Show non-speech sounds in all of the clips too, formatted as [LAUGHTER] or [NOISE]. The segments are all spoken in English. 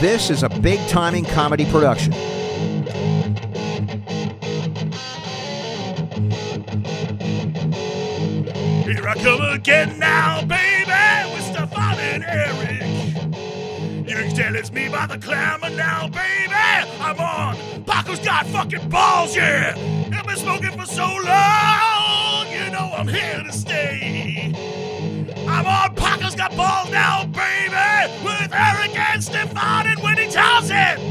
This is a big timing comedy production. Here I come again now, baby, with Stefan and Eric. You can tell it's me by the clamor now, baby. I'm on. Paco's got fucking balls, yeah. I've been smoking for so long, you know I'm here to stay. I'm on. Paco's got balls now, baby, with Eric and Stefan and Winnie Townsend.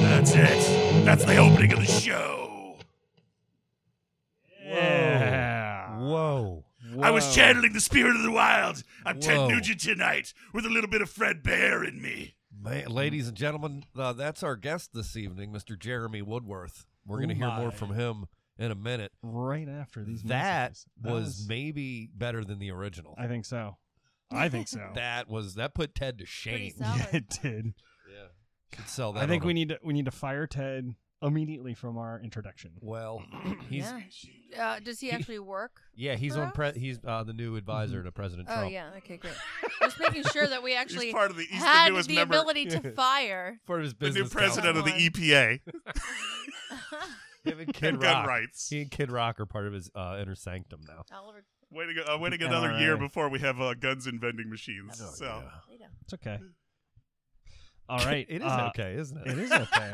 That's it. That's the opening of the show. Yeah. Whoa. I was channeling the spirit of the wild. I'm Ted Whoa. Nugent tonight with a little bit of Fred Bear in me. Man, ladies and gentlemen, uh, that's our guest this evening, Mr. Jeremy Woodworth. We're going to Oh hear my. more from him in a minute. Right after these. That messages. was maybe better than the original. I think so. I think so. that was that put Ted to [LAUGHS] shame. solid. [LAUGHS] yeah, it did. Could sell that I think on we a- need to we need to fire Ted immediately from our introduction. [CLEARS THROAT] Well, he's yeah, yeah. Uh, does he actually work? he's for on pre- us? he's uh, the new advisor Mm-hmm. to President Oh Trump. yeah. Okay, great. Just making sure that we actually He's part of the East had newest the member, ability to fire. [LAUGHS] For his the business, new president of the council. [LAUGHS] EPA, council. Him and Kid and Rock. gun rights. He and Kid Rock are part of his uh, inner sanctum now. Oliver, Waiting, uh, waiting another year NRA. before we have uh, guns and vending machines. so Oh, Lito. It's okay. [LAUGHS] All right. it is uh, okay, isn't it? It is okay.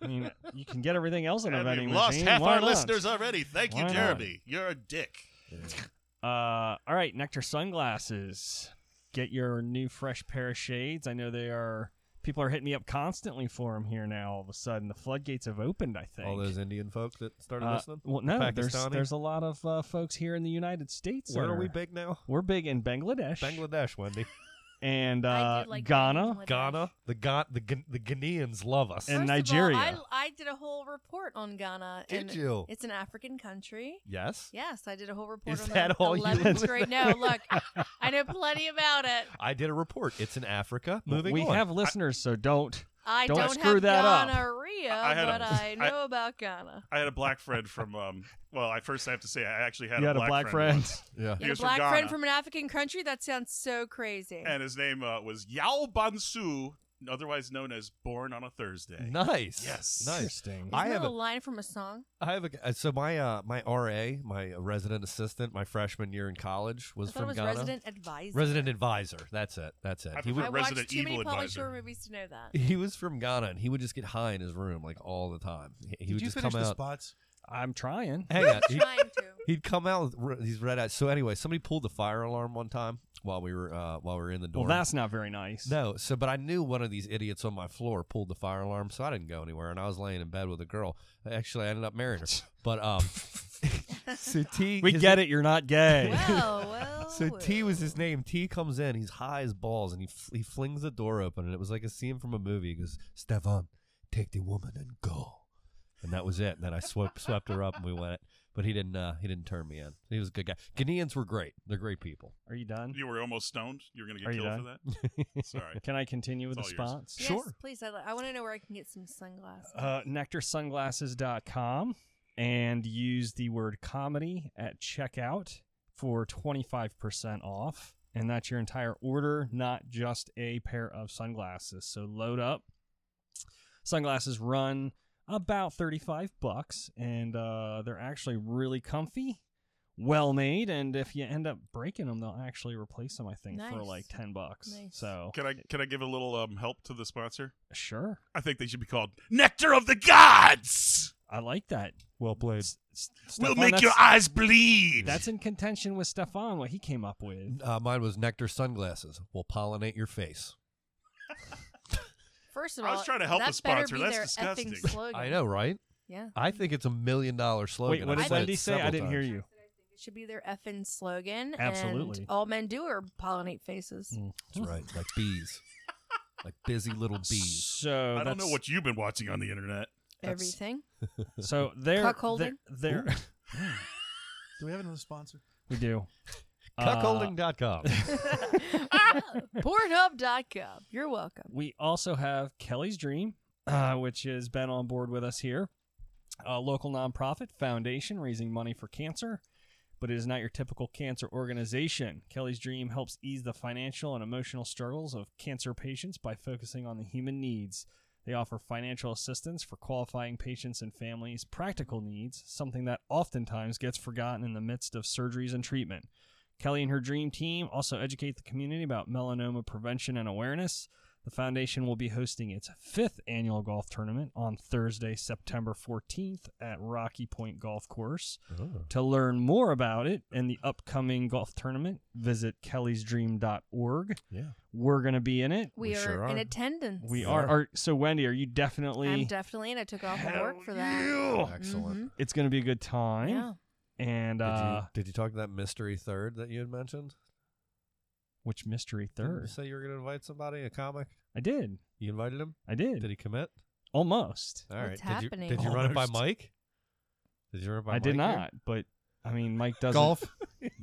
I mean, you can get everything else in a And vending we've lost machine. half Why our not? listeners already. Thank you, Why not? Jeremy. You're a dick. Uh, all right, Nectar sunglasses. Get your new fresh pair of shades. I know they are. People are hitting me up constantly for them here now. All of a sudden, the floodgates have opened. I think [LAUGHS] All those Indian folk that started Uh, listening. Well, no, there's Pakistani? there's a lot of uh, folks here in the United States. Where that are we big now? We're big in Bangladesh, Bangladesh, [LAUGHS] Wendy, and I uh, do like Ghana. Ghana, the Ga- the Ga- the Ghanaians love us. And- First of all, Nigeria. I, I did a whole report on Ghana. Did and you? It's an African country. yes, Yes, I did a whole report Is on that the all you 11th did? grade. No, look, I know plenty about it. I did a report. It's in Africa. Moving we on. have listeners, so don't. I Don't don't, screw have that up. gonorrhea, I- I had a- [LAUGHS] but I I- know about Ghana. I had a black friend [LAUGHS] from. Um, well, I first have to say I actually had you a had black, friend. once. yeah. He You had was a from black friend Ghana. from an African country? That sounds so crazy. and his name uh, was Yao Bansu, otherwise known as Born on a Thursday. Nice. Yes. Nice. Interesting. Isn't I have that a a- line from a song? I have a uh, so my uh my RA, my resident assistant, my freshman year in college was I thought from it was Ghana. Resident Advisor. Resident advisor. That's it. That's it. I prefer He would I Resident watched too many Evil Polly Advisor. Shore movies to know [LAUGHS] that. he was from Ghana and he would just get high in his room like all the time. He, he would just come out. spots? [LAUGHS] I'm trying. Hang on. He, Trying to. he'd come out with re- these red eyes. So anyway, somebody pulled the fire alarm one time while we were uh while we were in the Well, dorm. that's not very nice. No, so but I knew one of these idiots on my floor pulled the fire alarm, so I didn't go anywhere, and I was laying in bed with a girl. Actually, I ended [LAUGHS] up marrying her. But um, so T, we his- get it. You're not gay. [LAUGHS] Well, well. So T was his well. name. T comes in, he's high as balls, and he fl- he flings the door open, and it was like a scene from a movie. He goes, "Stefan, take the woman and go," and that was it. And then I swept [LAUGHS] swept her up, and we went. But he didn't uh, he didn't turn me in. He was a good guy. Ghanaians were great. They're great people. Are you done? You were almost stoned. You were going to Are get you killed for [LAUGHS] that. Sorry. Can I continue with the It's all yours. spots? Yes, Sure. Please, I, I want to know where I can get some sunglasses. uh, nectarsunglasses.com and use the word comedy at checkout for 25% off. And that's your entire order, not just a pair of sunglasses. So load up. Sunglasses run about 35 bucks and uh, they're actually really comfy, well made, and if you end up breaking them, they'll actually replace them I think for Nice. like 10 bucks. Nice. So, Can I can I give a little um, help to the sponsor? sure. I think they should be called Nectar of the Gods. I like that. Well played. S- s- we'll Stefan, make your that's- eyes bleed. That's in contention with Stefan, what he came up with. Uh, mine was nectar sunglasses. Will pollinate your face. First of I all, was trying to help that the sponsor. Better be That's their disgusting. Effing slogan. [LAUGHS] I know, right? Yeah. I think it's a million dollar slogan. Wait, what I've did said Wendy it say? I several didn't hear times. you. It should be their effing slogan. Absolutely. And all men do are pollinate Mm, faces. That's right, like bees, like busy little bees. So I don't know oh, that's- what you've been watching on the internet. That's- Everything. [LAUGHS] [LAUGHS] So they're [LAUGHS] Cuckolding? they're, they're Do we have another sponsor? we do. Uh, [LAUGHS] Cuckolding.com. Pornhub.com. You're welcome. we also have Kelly's Dream, [CLEARS THROAT] uh, which has been on board with us here, a local nonprofit foundation raising money for cancer. But it is not your typical cancer organization. Kelly's Dream helps ease the financial and emotional struggles of cancer patients by focusing on the human needs. They offer financial assistance for qualifying patients and families' practical needs, something that oftentimes gets forgotten in the midst of surgeries and treatment. Kelly and her dream team also educate the community about melanoma prevention and awareness. The foundation will be hosting its fifth annual golf tournament on Thursday, September 14th at Rocky Point Golf Course. Oh, To learn more about it and the upcoming golf tournament, visit kellysdream.org. Yeah. We're going to be in it. We, We are sure in are. attendance. We are, are. So, Wendy, are you definitely? I'm definitely, and I took off from work for that. Hell yeah. Excellent. it's going to be a good time. Yeah. And uh, did, you, did you talk to that mystery third that you had mentioned? which mystery Didn't you third? say you were going to invite somebody, a comic. I did. You invited him. I did. Did he commit? Almost. All right. What's did you, happening? Did you run it by Almost. Mike? Did you run it by I Mike? did here? not, but I mean, [LAUGHS] Mike doesn't. Golf. [LAUGHS]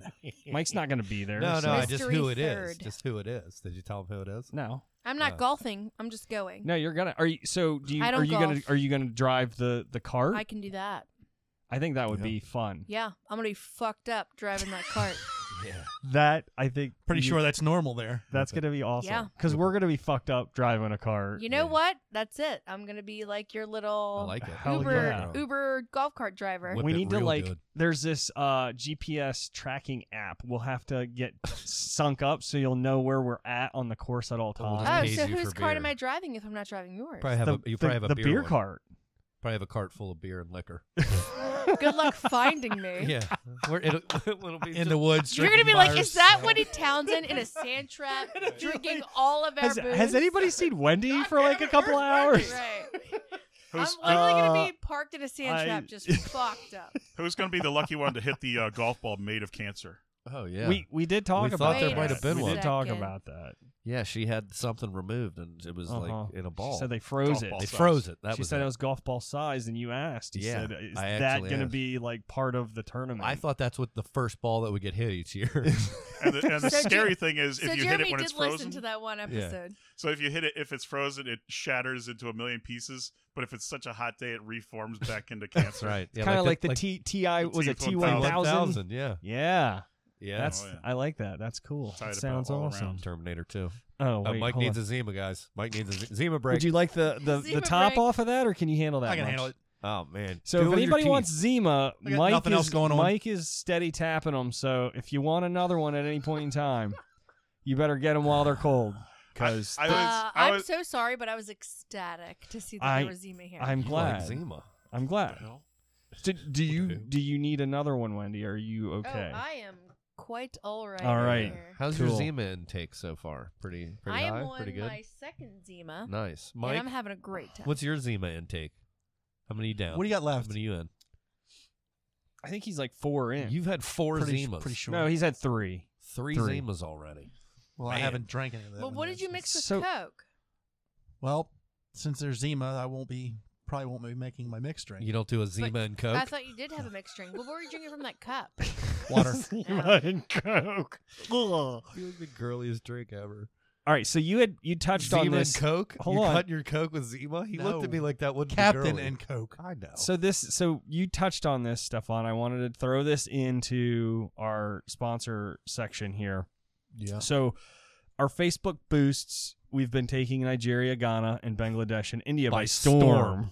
Mike's not going to be there. No, so- no, I just Mystery who it is. third. Just who it is. Did you tell him who it is? no, I'm not Uh, golfing. I'm just going. no. You're gonna. Are you? So do you? I don't Are you gonna? golf. Are you gonna drive the the cart? I can do that. I think that would Yeah. be fun. Yeah. I'm going to be fucked up driving that [LAUGHS] cart. [LAUGHS] Yeah. That I think. Pretty sure that's normal there. that's gonna be awesome. Yeah. Because we're gonna be fucked up driving a car. You know Yeah. what? That's it. I'm going to be like your I little like it. Hell Uber yeah. Uber golf cart driver. Whip we it need to real like. good. There's this uh, GPS tracking app. We'll have to get sunk up so you'll know where we're at on the course at all Oh, we'll times. just pays Oh, so you whose for cart am beer. I driving if I'm not driving yours? Probably have the, a the- you probably have a the beer, beer one. [LAUGHS] cart. Probably have a cart full of beer and liquor. Good luck finding me. yeah, [LAUGHS] We're, it'll, it'll [LAUGHS] be In the woods. You're gonna drinking be like, by is that herself. Woody Townsend in a sand trap [LAUGHS] drinking all of [LAUGHS] our Has, booze? has anybody seen Wendy for like a couple hours? Right. I'm Who's, literally Uh, gonna be parked in a sand I- trap, [LAUGHS] just fucked up. who's going to be the lucky one to hit the uh, golf ball made of cancer? Oh yeah. We we did talk We about thought there that. might have been we one. did talk Second. about that. yeah, she had something removed and it was Uh-huh. like in a ball. She said they froze Golf it. ball They size. froze it. That she was said it. it was golf ball sized, and you asked. You Yeah, said, "Is I that actually going to asked. be like part of the tournament?" I thought that's what the first ball that would get hit each [LAUGHS] [LAUGHS] year. And the, and the [LAUGHS] So Jer- scary thing is, so if you hit Jeremy it when did it's listen frozen, to that one episode. so if you hit it, if it's frozen, it shatters into a million pieces. But if it's such a hot day, it reforms back into that's cancer. right. Yeah, kind of like, a- the T TI was it T one thousand? 1000. Yeah. Yeah, Yeah. that's Oh, yeah. I like that. That's cool. Tied That about sounds all awesome. around. Terminator 2. Oh Uh, wait, Mike hold needs on. a Zima, guys. Mike needs a Z- Zima break. Would you like the the, the Zima top break. off of that, or can you handle that? I can much? handle it. oh man. So Do it if with your anybody teeth. wants Zima, I got Mike nothing is else going on. Mike is steady tapping them. So if you want another one at any point in time, you better get them while they're cold. Because I was- uh, I I'm was- so sorry, but I was ecstatic to see that I- there was Zima here. I'm You like glad. Zima. I'm glad. Do, do you do you need another one, Wendy? Are you oh, okay? I am quite all right. All right. here. How's Cool. your Zima intake so far? Pretty pretty I high, am on pretty good. my second Zima, Nice. and Mike, I'm having a great time. what's your Zima intake? How many you down? What do you got How left? many you in? I think he's like four in. You've had four Pretty, Zimas. pretty sure. no, he's had three. three, Three. Zimas already. well, I Man. haven't drank any of that. well, one what yet, did you so- mix with So- Coke? Well, since there's Zima, I won't be probably won't be making my mixed drink. You don't do a Zima But and Coke? [LAUGHS] I thought you did have a mixed drink. Well, what were you drinking from that cup? [LAUGHS] [LAUGHS] Um, Water. Zima and [LAUGHS] Coke. All you the girliest drink ever. right, so you had you touched Zima on this. and Coke? Hold you on. cut your Coke with Zima? He looked at No. me like that wouldn't be Captain girly. and Coke. I know. So this, so you touched on this, Stefan. I wanted to throw this into our sponsor section here. Yeah. So our Facebook boosts, we've been taking Nigeria, Ghana, and Bangladesh and India by, By storm. storm.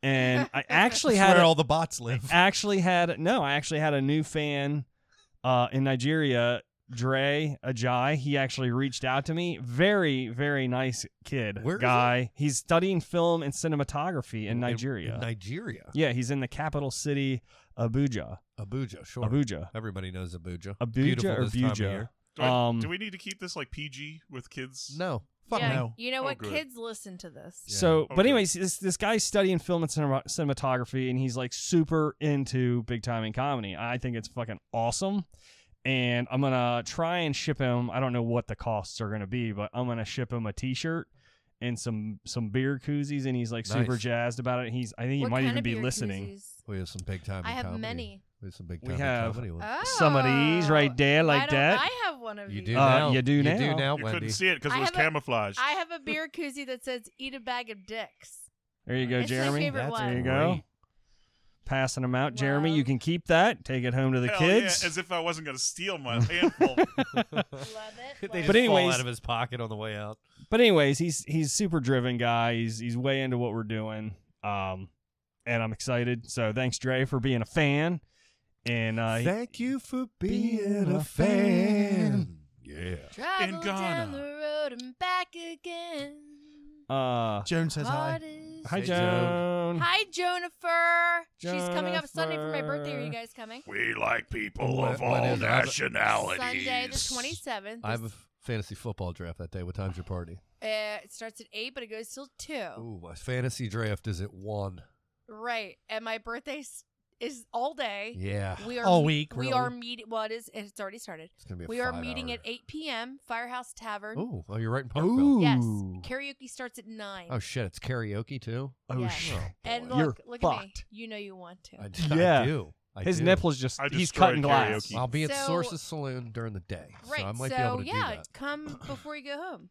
And [LAUGHS] I actually That's had where a- all the bots live. actually had no, I actually had a new fan uh, in Nigeria, Dre Ajay. He actually reached out to me. Very, very nice kid Where is guy. He's studying film and cinematography [LAUGHS] in In- Nigeria. in Nigeria. yeah, he's in the capital city, Abuja. Abuja, sure. Abuja. Everybody knows Abuja. Beautiful Abuja or this time of Abuja. year. Do, I- do Um, we need to keep this like PG with kids? No. Fuck yeah, no. You know Oh, what? good. Kids listen to this. Yeah. So, but Okay. anyways, this this guy's studying film and cinema- cinematography, and he's like super into big time and comedy. I think it's fucking awesome, and I'm gonna try and ship him. I don't know what the costs are gonna be, but I'm gonna ship him a T-shirt and some some beer koozies, and he's like super Nice. jazzed about it. He's I think he What might kind even of be beer listening. koozies? We have some big time. I have comedy. many. We have some big We time. have- comedy ones. Some of these right there, Oh, like why don't that. I have one of you these. do Uh, now. you do You do now. now, You Wendy. couldn't see it because I it was have a- camouflaged. I have a beer koozie that says "Eat a bag of dicks." There you go, It's my Jeremy. favorite That's one. There you go. Great. Passing them out, Jeremy. You Love. can keep that. Take it home to the Hell kids. Yeah, as if I wasn't going to steal [LAUGHS] my handful. Love it. they love just But it. fall anyways- out of his pocket on the way out. but anyways, he's he's super driven guy. He's he's way into what we're doing. Um, and I'm excited. So thanks, Dre, for being a fan. And uh, he- Thank you for being a fan. Yeah. Travel down Ghana. the road and back again. uh, Joan says hi. Hard as- hi Say Joan. Hi, Jonifer. She's coming up Sunday for my Jonifer. birthday. Are you guys coming? we like people When- of when all is that? nationalities. Sunday the 27th. I have a f- fantasy football draft that day. What time's your party? Uh, it starts at 8, but it goes till 2. Oh. Ooh, my fantasy draft is at one. Right. And my birthday s- is all day. Yeah, We are All me- week, We really. are meeting. Well, it is. It's already started. it's gonna be. A We are five meeting hour- at 8 p.m. Firehouse Tavern. Ooh, oh, you're right in Parkville. Ooh. Yes. Karaoke starts at 9. Oh shit, it's karaoke too. Oh, Yeah. shit. and boy. look, You're look at me. fucked. You know you want to. I, Yeah. I do. I His do. nipples just I he's destroyed cutting glass. karaoke. I'll be at So- Sources Saloon during the day, right. so I might so be able to yeah, do that [CLEARS THROAT] come before you go home,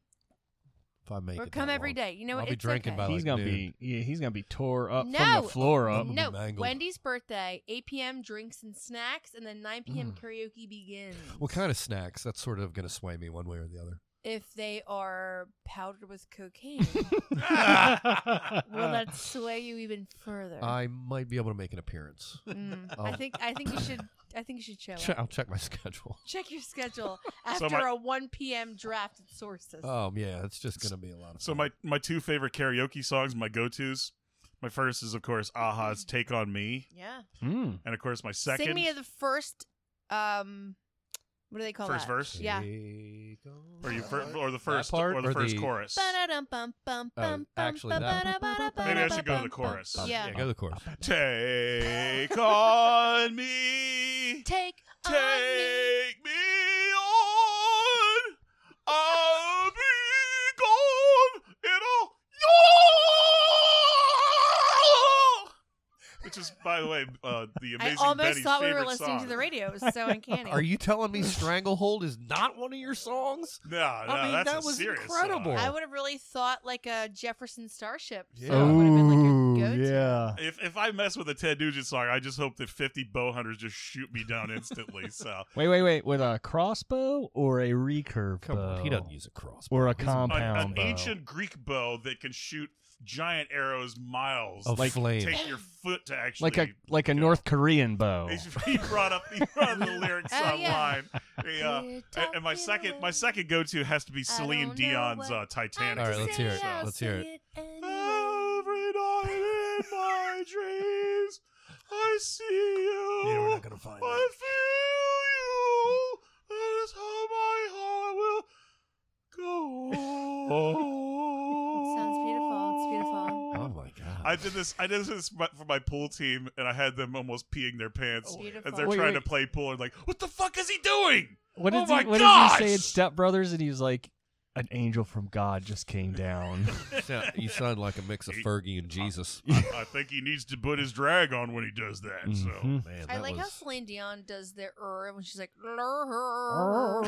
if I make or it. come that every long. day. You know I'll what? be it's drinking okay. by, He's like, gonna dude. be yeah, he's gonna be tore up No. from the floor up. [LAUGHS] [LAUGHS] I'm No, mangled. Wendy's birthday, 8 p.m. drinks and snacks, and then 9 p.m. Mm. karaoke begins. What kind of snacks? That's sort of going to sway me one way or the other. If they are powdered with cocaine, [LAUGHS] will that sway you even further? I might be able to make an appearance. [LAUGHS] Mm. Oh. I think I think you should I think you should show Che- up. I'll check my [LAUGHS] schedule. Check [LAUGHS] your schedule after my- a 1 p.m. draft at Sources. Um, yeah, it's just going to be a lot of. So fun. my my two favorite karaoke songs, my go tos. My first is of course Aha's "Take on Me," yeah. Mm. and of course my second. Sing me the first. Um, what do they call First that? verse? Yeah. Take on- or, you fir- or the That first part or the first the- chorus. Oh, actually, that. Maybe I should go to the chorus. Yeah. go to the chorus. Take on me. Take on me. Take me on. I'll be gone in a Which is, by the way, uh, the I amazing almost Betty's thought we were favorite listening song. to the radio. It was so uncanny. Are you telling me "Stranglehold" is not one of your songs? No, no, mean, that's that a was serious incredible. song. I would have really thought like a Jefferson Starship. Yeah. So it would have been like your go-to. yeah. If if I mess with a Ted Nugent song, I just hope that fifty bow hunters just shoot me down instantly. so Wait, wait, wait. With a crossbow or a recurve Come on, he bow? doesn't use a crossbow. Or [LAUGHS] a He's an, compound an bow. ancient Greek bow that can shoot giant arrows miles. of like- flame. Take your foot to actually like a like a North Korean Oh. bow. He brought up he brought up [LAUGHS] the lyrics Oh, yeah. online. Yeah. You're And, and my talking second my away. second go to has to be Celine don't know Dion's what uh, Titanic. All right, let's hear it. I'll Let's hear say anyway. Every night in [LAUGHS] my dreams, I see you. Yeah, we're not gonna find I feel you. That is how my heart [LAUGHS] will go. Sounds beautiful. It's beautiful. Oh my god! I did this. I did this for my- for my pool team, and I had them almost peeing their pants It's beautiful. as they're Wait, trying wait. to play pool. And like, what the fuck is he doing? What Oh did my he, what did he say gosh! in Step Brothers? And he was like, an angel from God just came [LAUGHS] down. You [LAUGHS] sound- you sound like a mix of Fergie and Jesus. [LAUGHS] I think he needs to put his drag on when he does that. So Mhm. Man, I that like how was- Celine Dion does the er when she's like, All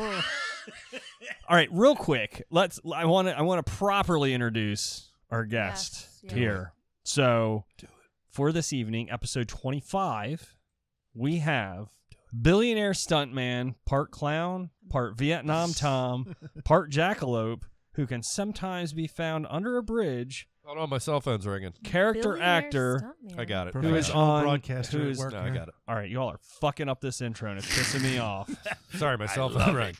right, real quick. Let's. I want to. I want to properly introduce our guest Yes, yes. here. So Do it. for this evening, episode twenty-five, we have billionaire stuntman, part clown, part [LAUGHS] Vietnam Tom, part jackalope, who can sometimes be found under a bridge. [LAUGHS] Hold on, my cell phone's ringing. Character actor I got it. who is I got Professional on broadcaster who at is- work it. No, I here. got it. All right, y'all are fucking up this intro and it's pissing me [LAUGHS] off. Sorry, my cell phone rang.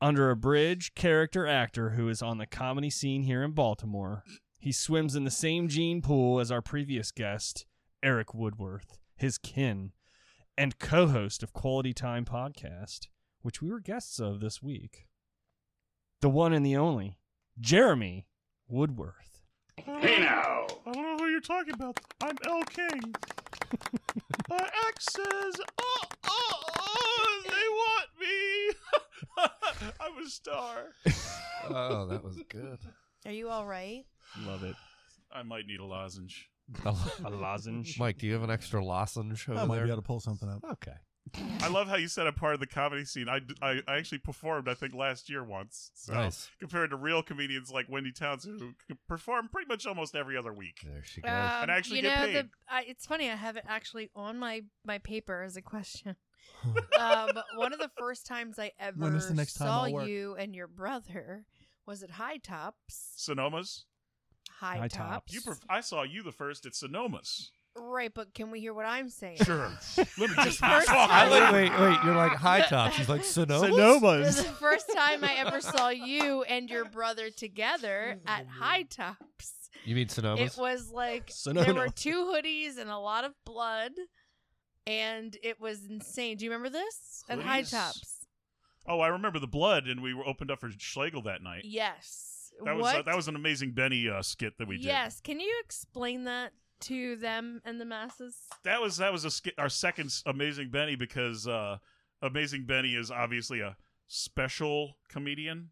Under a bridge, character actor who is on the comedy scene here in Baltimore. He swims in the same gene pool as our previous guest, Eric Woodworth, his kin, and co host of Quality Time Podcast, which we were guests of this week. The one and the only, Jeremy Woodworth. Hey now. I don't know who you're talking about. I'm L King. My ex says, oh, oh, oh, they want me. [LAUGHS] I'm a star. Oh, that was good. [LAUGHS] Are you all right? Love it. I might need a lozenge. A lozenge. Mike, do you have an extra lozenge over I might there? be able to pull something up. okay. I love how you said I'm part of the comedy scene. I, d- I- I actually performed, I think, last year once. So Nice. compared to real comedians like Wendy Towns, who c- perform pretty much almost every other week. There she goes. Um, actually you get know, paid. The, I, it's funny. I have it actually on my my paper as a question. um, one of the first times I ever When is the next time saw I'll work? you and your brother was at High Tops. Sonoma's. High, High Tops. Tops. You, per- I saw you the first at [LAUGHS] Sonoma's. right, but can we hear what I'm saying? [LAUGHS] Sure. Let me just First talk. time- I [LAUGHS] like, wait, wait. You're [LAUGHS] like high top. She's like Sonoma. It was the first time I ever saw you and your brother together at High Tops. You mean Sonoma's? It was like there were Sonoma. two hoodies and a lot of blood, and it was insane. Do you remember this? At High Hoodies? Tops. Oh, I remember the blood, and we were opened up for Schlegel that night. Yes. That was uh, what? that was an amazing Benny uh, skit that we did. Yes. Can you explain that to them and the masses? that was that was a skit, our second s- Amazing Benny because uh, Amazing Benny is obviously a special comedian.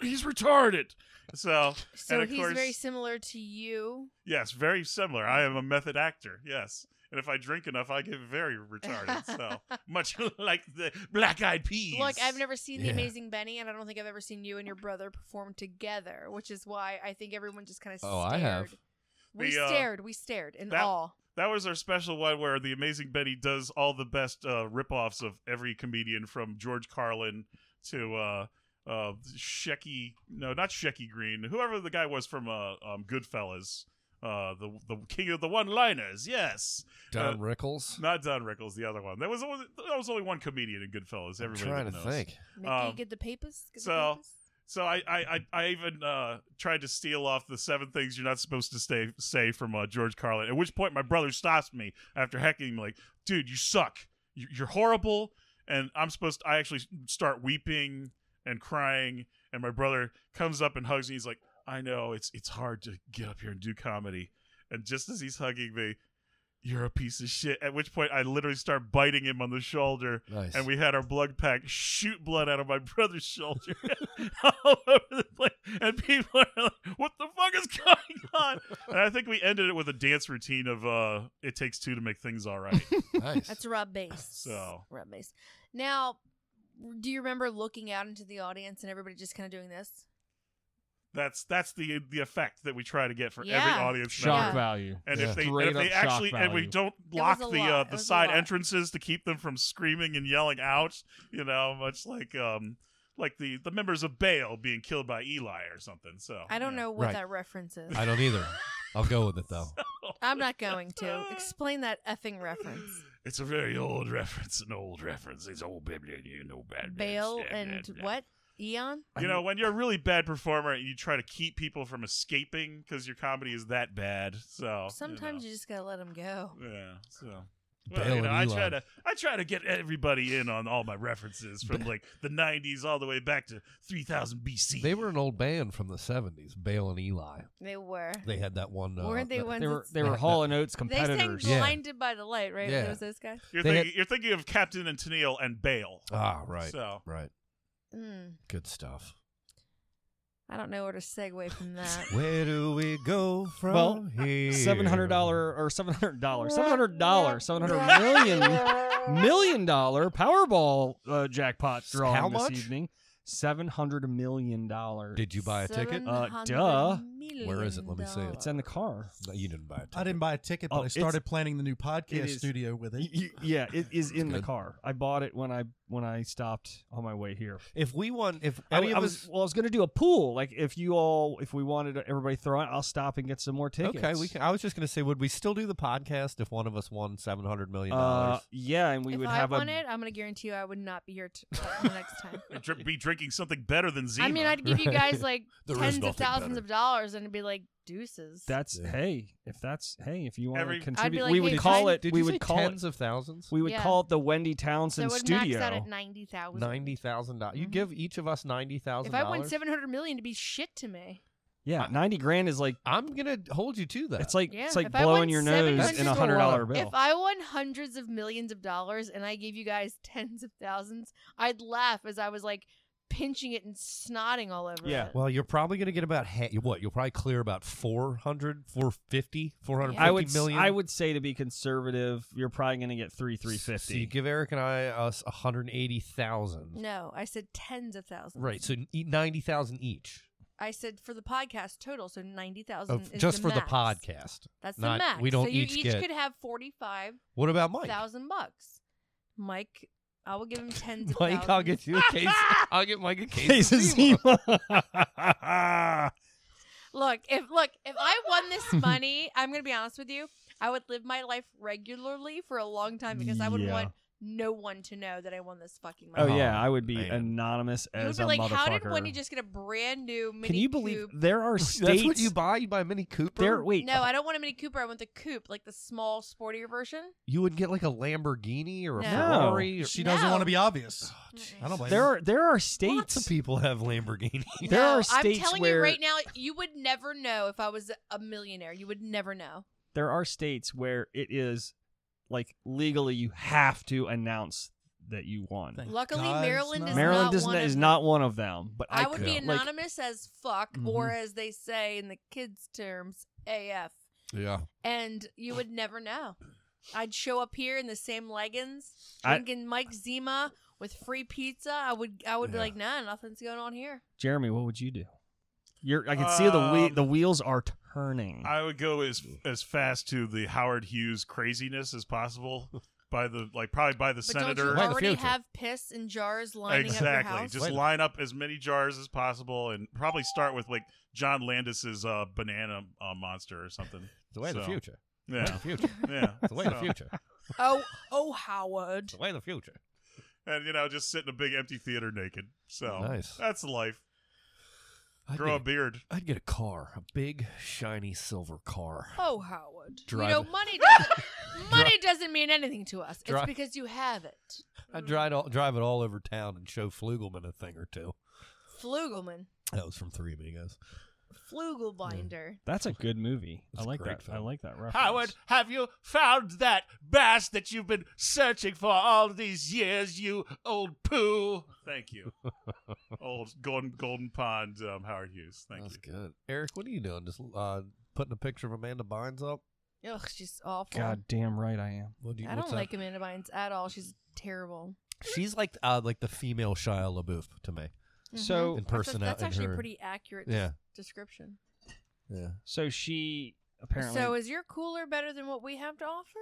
He's retarded, so So and of he's course, very similar to you. yes, very similar. I am a method actor, yes, and if I drink enough, I get very [LAUGHS] retarded. so much [LAUGHS] like the Black Eyed Peas. Look, I've never seen The Yeah. Amazing Benny, and I don't think I've ever seen you and your brother perform together, which is why I think everyone just kind of Oh, I have. We The, uh, stared. We stared in that- awe. That was our special one where the Amazing Benny does all the best uh, ripoffs of every comedian from George Carlin to uh, uh, Shecky, no, not Shecky Green, whoever the guy was from uh, um, Goodfellas, uh, the the king of the one-liners. Yes, Don uh, Rickles. not Don Rickles, the other one. There was only, there was only one comedian in Goodfellas. I'm Everybody trying to knows. think. Mickey, um, get the papers. Get so- the papers. So I I, I, I even uh, tried to steal off the seven things you're not supposed to stay, say from uh, George Carlin. At which point my brother stops me after hecking me like, "Dude, you suck. You, you're horrible." And I'm supposed to, I actually start weeping and crying. And my brother comes up and hugs me. He's like, "I know it's it's hard to get up here and do comedy." And just as he's hugging me, you're a piece of shit. At which point I literally start biting him on the shoulder Nice. and we had our blood pack shoot blood out of my [LAUGHS] brother's shoulder all over the place. And people are like, what the fuck is going on? And I think we ended it with a dance routine of uh, It Takes Two to Make Things All [LAUGHS] Right. [LAUGHS] [LAUGHS] nice. [LAUGHS] That's Rob Bass. So. Rob Bass. Now, do you remember looking out into the audience and everybody just kind of doing this? That's that's the the effect that we try to get for every Yeah. audience Shock Yeah. member. value. And Yeah. if they, and Straight if they up shock actually and we value. don't was block a the lot. uh, It the was a side lot. entrances to keep them from screaming and yelling out, you know, much like um like the the members of Baal being killed by Eli or something. So I don't Oh, [LAUGHS] yeah. know what Right. that reference is. I don't either. I'll go with [LAUGHS] it though. I'm not going to explain that effing reference. [GASPS] It's a very old reference, an old reference. It's old Biblian, you know, bad. Bale and what? Eon? You know, when you're a really bad performer and you try to keep people from escaping because your comedy is that bad. So you Sometimes you just gotta let them go. know. yeah. So. Bale Well, you know, and I Eli. try to I try to get everybody in on all my references from like the 90s all the way back to 3000 BC. They were an old band from the '70s. Bale and Eli. They were. They had that one. Uh, Weren't they that- ones? They were that- they were Hall [LAUGHS] and Oates they sang competitors. Yeah. "Blinded by the Light," right? Yeah. There was those guys. you're, they thinking, had- you're thinking of Captain and Tennille and Bale. Ah, right. So Right. Mm, Good stuff. I don't know where to segue from that. Where do we go from Well, here? Seven hundred dollar or seven hundred dollar, seven hundred dollar, seven hundred million million dollar Powerball uh, jackpot drawing How this much? evening. Seven hundred million dollar. Did you buy a ticket? Uh, duh. Where is it? Let me see it. It's in the [LAUGHS] car. No, you didn't buy a ticket. I didn't buy a ticket, but Oh, I it's- started planning the new it podcast is- studio with Y- it. y- yeah, it is in the Good. car. I bought it when I when I stopped on my way here. If we won, if I, any w- of I us, was well, I was gonna do a pool. Like if you all, if we wanted everybody throw out, I'll stop and get some more tickets. Uh, okay, we. Can, I was just gonna say, would we still do the podcast if one of us won seven hundred million Uh, dollars? yeah, and we if would I have won a it, I'm gonna guarantee you I would not be here t- uh, the next time. I'd dr- be drinking something better than Zima. I mean, I'd give you guys like There is tens of nothing thousands better. of dollars, and it'd be like deuces. That's Yeah. hey, if that's hey, if you want Every- I'd to be contribute, like, we hey, would call can- it. We would call it. tens of thousands. We would Yeah. call it the Wendy so Townsend it would Studio. max out at ninety thousand. Ninety thousand dollars. You Mhm. give each of us ninety thousand. If I won dollars? seven hundred million, to be shit to me. yeah, I- ninety grand is like I'm gonna hold you to that. it's like Yeah, it's like if I won blowing your nose 700 in a That's just a hundred lot dollar of- bill. If I won hundreds of millions of dollars and I gave you guys tens of thousands, I'd laugh as I was like, pinching it and snotting all over Yeah. it. Well, you're probably going to get about ha- you- what? You'll probably clear about 400, 450, 450 I would s- million. I would say to be conservative, you're probably going to get three three So you fifty. [LAUGHS] give Eric and I us 180,000. No, I said tens of thousands. Right. So e- 90,000 each. I said for the podcast total, so ninety thousand. Of, just for max. the podcast. That's not- the max. we don't so you each each get- could have forty five What about Mike? thousand bucks. Mike, I will give him tens. of [LAUGHS] Mike, I'll thousands. get you a case. I'll get Mike a case. of Cases. Zima. [LAUGHS] Look, if look, if I won [LAUGHS] this money, I'm gonna be honest with you. I would live my life regularly for a long time because I would Yeah. want no one to know that I won this fucking money. Oh yeah, I would be man. anonymous you would as be a like, motherfucker. how did Wendy just get a brand new Mini Can you believe Coupe? there are states? [LAUGHS] That's what you buy? You buy a Mini Cooper? There, wait, No, I don't want a Mini Cooper. I want the coupe, like the small, sportier version. You would get like a Lamborghini or a No. Ferrari. Or, She doesn't No. Oh, want to be obvious. Mm-mm. I don't blame there her. are there are Lots of [LAUGHS] states. people have Lamborghini. There no, are states I'm telling where you right now, you would never know if I was a millionaire. You would never know. there are states where it is like legally you have to announce that you won. Thank Luckily, God it's Maryland not. is Maryland not is, one Oh, not, of is them. not one of them, but I, I, would could be like, Mm-hmm. anonymous as fuck, or as they say in the kids' terms, AF. yeah. And you would never know. I'd show up here in the same leggings, I- drinking Mike Zima with free pizza. I would, I would be Yeah. like, nah, nothing's going on here. Jeremy, what would you do? You're I can see the wheel, Um, the wheels are turning. I would go as as fast to the Howard Hughes craziness as possible by the like probably by the But senator. don't you Wait, the already future. have piss in jars lining up your exactly. house? Just Wait a- line up as many jars as possible, and probably start with like John Landis's uh, banana uh, monster or something. It's the way of So, the future. It's Yeah, the future. [LAUGHS] yeah. It's the way of the So- future. It's oh, oh, Howard. the way of the future. And you know, just sit in a big empty theater naked. So Nice. That's life. I'd Grow a get, beard. I'd get a car, a big, shiny silver car. Oh, Howard. Drive You know, it. money doesn't, money doesn't mean anything to us. Drive- It's because you have it. I'd drive, all, drive it all over town and show Flugelman a thing or two. Flugelman. That was from Three Amigos. Flugelbinder. That's a good movie. It's I a like great that. I film. like that reference. have you found that bass that you've been searching for all these years, you old poo? Thank [LAUGHS] you. old Golden Golden Pond um, Howard Hughes. Thank That's you. good. Eric, what are you doing? Just uh, putting a picture of Amanda Bynes up? Ugh, she's awful. God damn right I am. What do you, I what's don't that? like Amanda Bynes at all. She's terrible. She's like uh, like the female Shia LaBeouf to me. Mm-hmm. So In That's- person, that's, in actually her- a pretty accurate Yeah. description. Yeah. so she apparently So is your cooler better than what we have to offer?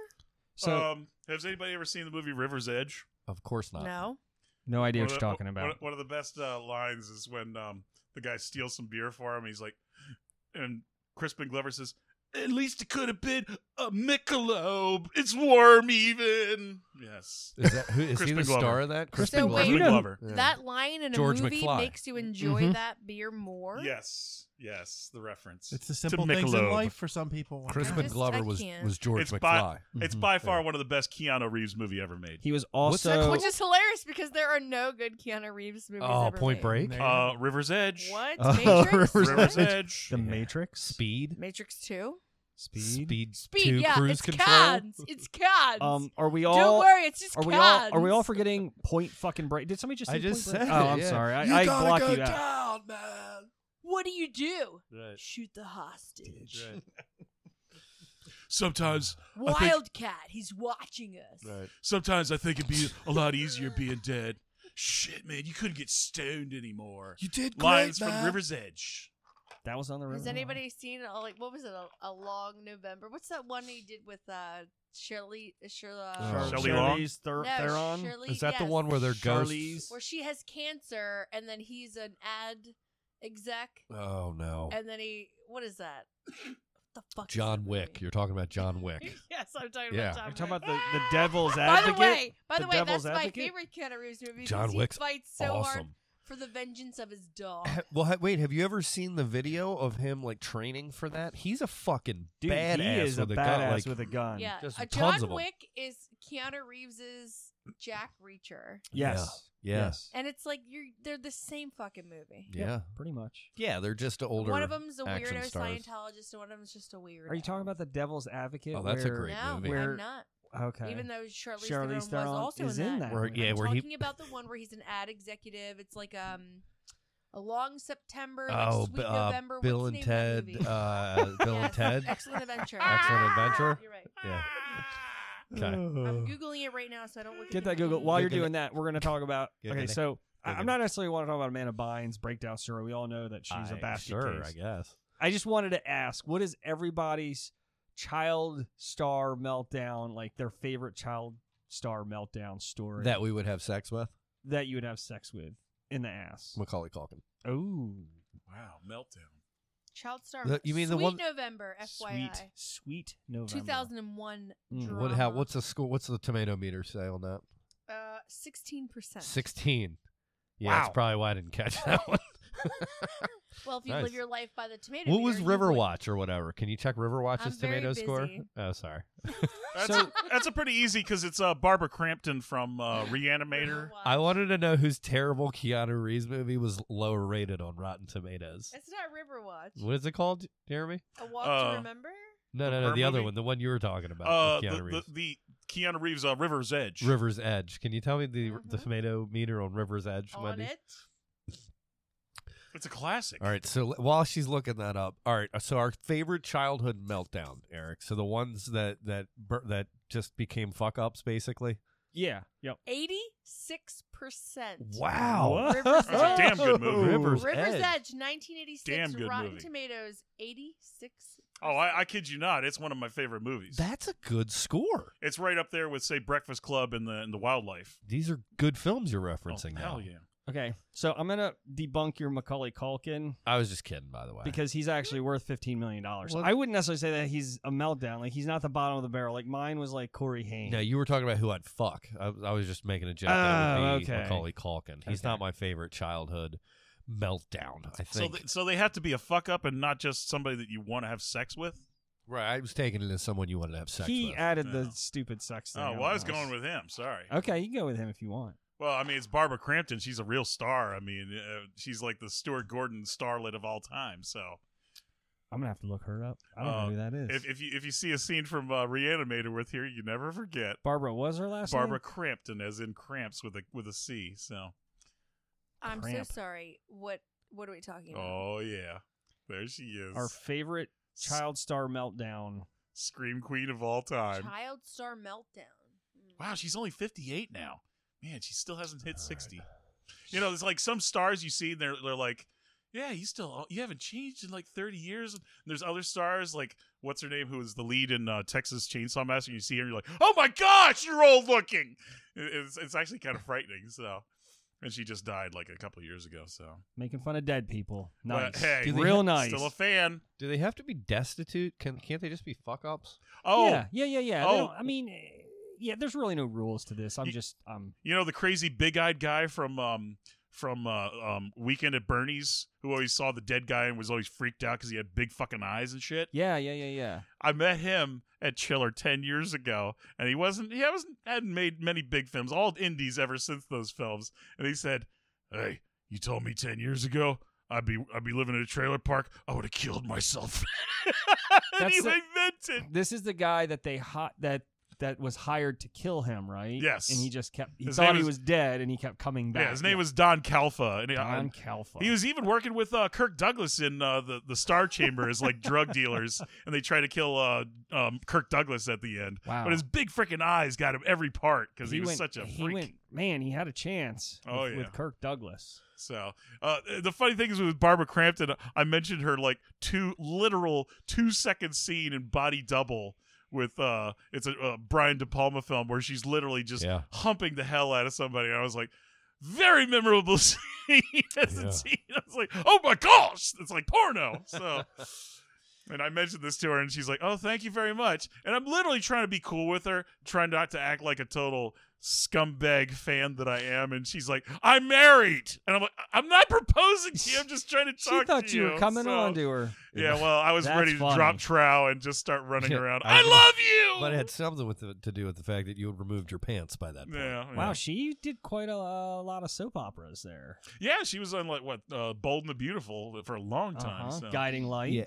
so- um, has anybody ever seen the movie River's Edge? Of course not. No. no idea One what of you're the- talking One, about. one of the best uh, lines is when um, the guy steals some beer for him. He's like, and Crispin Glover says, "At least it could have been a Michelob. It's warm, even." Yes. Is that who is he Crispin the Glover. star of that? Crispin So Glover. wait- You know- Glover. Yeah. That line in a George movie McFly. makes you enjoy Mhm. that beer more. Yes. Yes. The reference. It's the simple things in Michelob. life for some people. Crispin just- I Glover was can't. was George It's McFly. bi- It's Mm-hmm. Mhm. by far one of the best Keanu Reeves movie ever made. He was What's that also Which is hilarious because there are no good Keanu Reeves movies. oh, ever Point made. Break, There you Uh, go. River's Edge. [LAUGHS] What? Oh, Matrix? River's What? River's Edge. The Yeah. Matrix Speed, Matrix 2? Speed. Speed, Two, yeah. Cruise it's Control. cons. It's cons. Um are we Don't all worry, it's just are we all cons. are we all forgetting point fucking break? Did somebody just I say just point break? said Oh, it, I'm yeah. sorry. I, You I gotta block go you out. down, man. What do you do? Right. Shoot the hostage. [LAUGHS] Sometimes, I think- Wildcat, he's watching us. sometimes I think it'd be a lot easier being dead. Shit, man, you couldn't get stoned anymore. You did Lines from River's Edge. That was on the river. Has anybody seen uh, like what was it? A, a long November. What's that one he did with uh Shirley? Uh, Shirley. Oh. Shelley Long? Ther- no, Theron. Shirley, Is that the yes. one where they're Charlize. ghosts? where she has cancer and then he's an ad exec Oh no, and then he what is that? what the fuck? is John that Wick. movie? You're talking about John [LAUGHS] Wick. yes, I'm talking Yeah. about John. You're talking Wick. about the, the devil's advocate. [LAUGHS] By the way, by The the, way, Devil's that's Advocate? my favorite Keanu Reeves movie. John because he Wick's fights so hard awesome. for the vengeance of his [LAUGHS] dog. Ha- [CLEARS THROAT] Well, ha- wait. Have you ever seen the video of him like training for that? He's a fucking Dude, badass he is with a a badass gun. Like, with a gun. yeah, just a tons John of 'em. Wick is Keanu Reeves's Jack Reacher, Yes. Yeah. Yes. and it's like you're they're the same fucking movie. yeah, Pretty much. yeah. They're just older. One of them's a action weirdo stars. Scientologist, and one of them's just a weirdo. Are you talking about the devil's advocate? Oh, that's a where- great No, movie. Where- I'm not. Okay. Even though Charlize Charlize, Theron, Theron was also is in that. in that. Where- one. yeah, I'm where talking he about the one where he's an ad executive. It's like um, a long September, like oh, sweet B- uh, November. Bill What's and the name of Ted, that movie? uh, Bill and Yes, Ted, [LAUGHS] Excellent Adventure. Ah, Excellent Adventure. You're right. [LAUGHS] Yeah. Okay. I'm googling it right now, so I don't look. at Get the that Google. While you're Google it. doing that, we're going to talk about. Google okay, it. so I- I'm Google not necessarily want to talk about Amanda Bynes' breakdown story. We all know that she's a I- basket Sure, case. I guess. I just wanted to ask, what is everybody's child star meltdown, like their favorite child star meltdown story That we would have sex with that you would have sex with in the ass? Macaulay Culkin. Oh, Wow, meltdown. Child star. The- you mean sweet the one- November, FYI. sweet, sweet November. 2001 Mm. drama. What? How? What's the score? What's the tomato meter say on that? uh 16 [LAUGHS] percent? Sixteen. Yeah, that's Wow. probably why I didn't catch that one. [LAUGHS] Well, if you Nice. live your life by the tomato. what meter, was you would. Riverwatch or whatever? Can you check Riverwatch's I'm very tomato score? busy. Oh, sorry. That's, So- that's a pretty easy because it's uh, Barbara Crampton from uh, [LAUGHS] Reanimator. Riverwatch. I wanted to know whose terrible Keanu Reeves movie was lower rated on Rotten Tomatoes. It's not Riverwatch. What is it called, Jeremy? A walk Uh, to remember. No, The no, no. Burr The other movie? one, the one you were talking about, Uh, with Keanu the, Reeves. the, the Keanu Reeves uh, River's Edge. River's Edge. Can you tell me the the Mhm. tomato meter on River's Edge, On Wendy? it. It's a classic. All right. So l- while she's looking that up, all right. So our favorite childhood meltdown, Eric. So the ones that that bur- that just became fuck ups, basically. Yeah. Yep. 86 percent. Wow. River's That's a damn [LAUGHS] good movie. River's, River's Edge. Edge, 1986. Damn good Rotten movie. Tomatoes, 86. Oh, I, I kid you not. It's one of my favorite movies. That's a good score. it's right up there with, say, Breakfast Club and the and the Wildlife. These are good films you're Oh, referencing. now. hell yeah. Okay. So I'm gonna debunk your Macaulay Culkin I was just kidding, by the way. because he's actually worth fifteen million dollars. Well- I wouldn't necessarily say that he's a meltdown. Like he's not the bottom of the barrel. Like mine was like Corey Haim. no, you were talking about who I'd fuck. I, I was just making a joke. Oh, that would be okay. Macaulay Culkin. He's Okay. not my favorite childhood meltdown. I So, think. th- so they have to be a fuck up and not just somebody that you want to have sex with. right. I was taking it as someone you wanted to have sex he with. added No. the stupid sex thing. oh on well, I was us. going with him. Sorry. Okay, you can go with him if you want. Well, I mean, it's Barbara Crampton. She's a real star. I mean, uh, she's like the Stuart Gordon starlet of all time. So, I'm gonna have to look her up. I don't Uh, know who that is. if, if you if you see a scene from uh, Reanimator with her, you never forget Barbara was her last Barbara name. Crampton, as in cramps with a with a C. So, I'm Cramp. so sorry. What What are we talking about? oh yeah, there she is, Our favorite child star meltdown. scream queen of all time. Child star meltdown. Mm. Wow, she's only 58 now. Man, she still hasn't hit 60. You know, it's like some stars you see, and they're, they're like, yeah, you still you haven't changed in like 30 years. And there's other stars like what's her name, who was the lead in uh, Texas Chainsaw Massacre. and You see her, and you're like, oh my gosh, you're old looking. It- It's it's actually kind of frightening. So, and she just died like a couple years ago. So, Making fun of dead people. Nice. But, hey, Do they Real have- nice. still a fan. Do they have to be destitute? Can can't they just be fuck ups? Oh, Yeah, yeah, yeah, yeah. They Oh. don't- I mean, eh, yeah. There's really no rules to this. I'm You- just um. You know the crazy big-eyed guy from um from uh, um Weekend at Bernie's who always saw the dead guy and was always freaked out because he had big fucking eyes and shit. Yeah, yeah, yeah, yeah. I met him at Chiller ten years ago, and he wasn't he wasn't hadn't made many big films, all indies ever since those films. And he said, "Hey, you told me ten years ago." I'd be I'd be living in a trailer park. I would have killed myself. [LAUGHS] and he That's the- lamented. This is the guy that they hot that that was hired to kill him, right? Yes. And he just kept. He His thought name he is- was dead, and he kept coming back. Yeah, his name was Don Calfa, and he- I- Don Calfa. He was even working with uh, Kirk Douglas in uh, the the Star Chamber as like [LAUGHS] drug dealers, and they try to kill uh, um, Kirk Douglas at the end. wow. But his big freaking eyes got him every part because he, was went- such a freak. He went, man. He had a chance. Oh, with, yeah. with Kirk Douglas. So uh, the funny thing is with Barbara Crampton, I mentioned her like two literal two second scene in Body Double with uh, it's a uh, Brian De Palma film where she's literally just Yeah. humping the hell out of somebody. And I was like, very memorable [LAUGHS] scene. as a Yeah. teen. I was like, oh my gosh, it's like porno. So. [LAUGHS] And I mentioned this to her, and she's like, "Oh, thank you very much." And I'm literally trying to be cool with her, trying not to act like a total scumbag fan that I am. And she's like, "I'm married," and I'm like, "I'm not proposing to you. I'm just trying to [LAUGHS] She talk thought to you you." were coming So- on to her. Yeah, well, I was That's ready to funny. drop trow and just start running Yeah, around. I I, was gonna- love you. But it had something with the, to do with the fact that you had removed your pants by that point. yeah, yeah. [LAUGHS] Wow, she did quite a, a lot of soap operas there. Yeah, she was on like what uh, Bold and the Beautiful for a long time. Uh-huh. So. [COUGHS] Guiding Light. Yeah.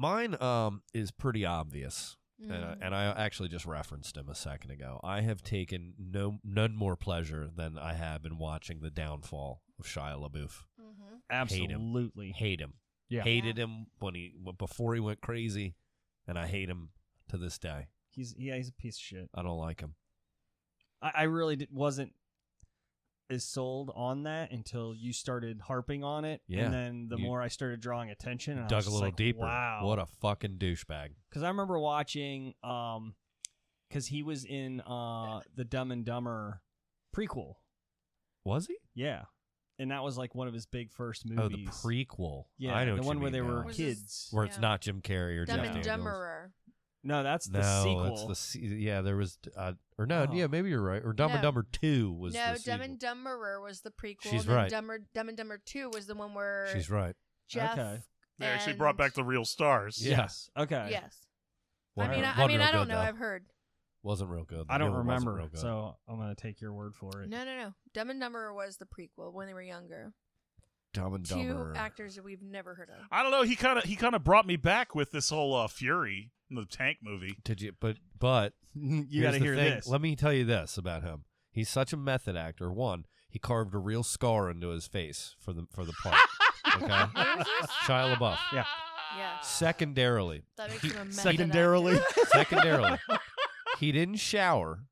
Mine um is pretty obvious. Mm-hmm. and, I, and I actually just referenced him a second ago. I have taken no none more pleasure than I have in watching the downfall of Shia LaBeouf. Mm-hmm. Hate him. Absolutely. Hate him. Yeah. Hated him when he before he went crazy, and I hate him to this day. He's yeah, he's a piece of shit. I don't like him. I, I really did, wasn't as sold on that until you started harping on it. Yeah. And then the You more I started drawing attention, and I was Dug a just little like, deeper. Wow. What a fucking douchebag. because I remember watching um because he was in uh the Dumb and Dumber prequel. Was he? Yeah. And that was like one of his big first movies. Oh, the prequel. Yeah, I the know what you one where mean they were now. Was this- kids. where it's Yeah. not Jim Carrey or Dumb Jeff and Daniels. Dumberer. No, that's the no, sequel. it's the se- yeah. There was uh, or no, Oh. yeah, maybe you're right. Or Dumb and No. Dumber Two was no, the Dumb sequel. and Dumberer was the prequel. She's and then right. Dumber, Dumb and Dumber Two was the one where She's right. Jeff. Okay. They actually brought and- back the real stars. Yeah. Yes. Okay. Yes. I Wasn't mean, real- I, I wasn't mean, real I don't good, know. though. I've heard. wasn't real good. I The don't new one wasn't remember, real good. so I'm gonna take your word for it. No, no, no. Dumb and Dumberer was the prequel when they were younger. Dumb and Dumber. Two actors that we've never heard of. I don't know. He kind of he kind of brought me back with this whole uh, Fury, the tank [LAUGHS] movie. Did you? But but [LAUGHS] you here's gotta the hear thing. this. Let me tell you this about him. He's such a method actor. One, he carved a real scar into his face for the for the part. [LAUGHS] okay. Shia LaBeouf. Yeah. Ah! Yeah. Secondarily, That makes him a method secondarily, actor. [LAUGHS] secondarily, he didn't shower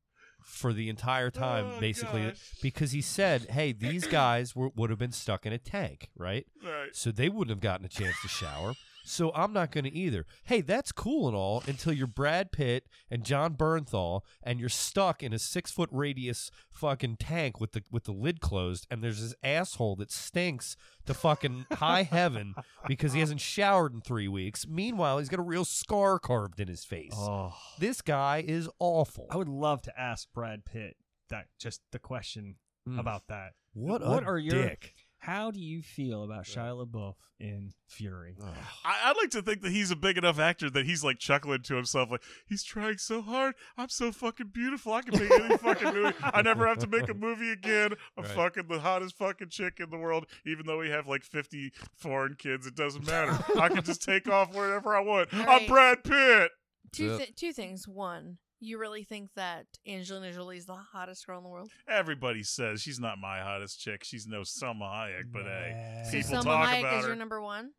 for the entire time, Oh, basically, gosh. because he said, "Hey, these guys were, would have been stuck in a tank, right? Right. So they wouldn't have gotten a chance to shower. So I'm not going to either. Hey, that's cool and all until you're Brad Pitt and John Bernthal, and you're stuck in a six foot radius fucking tank with the with the lid closed, and there's this asshole that stinks to fucking high heaven because he hasn't showered in three weeks. Meanwhile, he's got a real scar carved in his face. oh, This guy is awful. I would love to ask Brad Pitt that just the question Mm. about that. what? what a are your- dick. How do you feel about Shia LaBeouf in Fury? I, I like to think that he's a big enough actor that he's like chuckling to himself, like he's trying so hard. I'm so fucking beautiful. I can make any fucking movie. I never have to make a movie again. I'm Right. fucking the hottest fucking chick in the world, even though we have like 50 foreign kids. It doesn't matter. I can just take off wherever I want. All I'm right. Brad Pitt. two, Yeah. th- two things. One, you really think that Angelina Jolie is the hottest girl in the world? Everybody says she's not my hottest chick. She's no Selma Hayek, but hey, Nah. people so Selma talk Hayek about is her. your number one.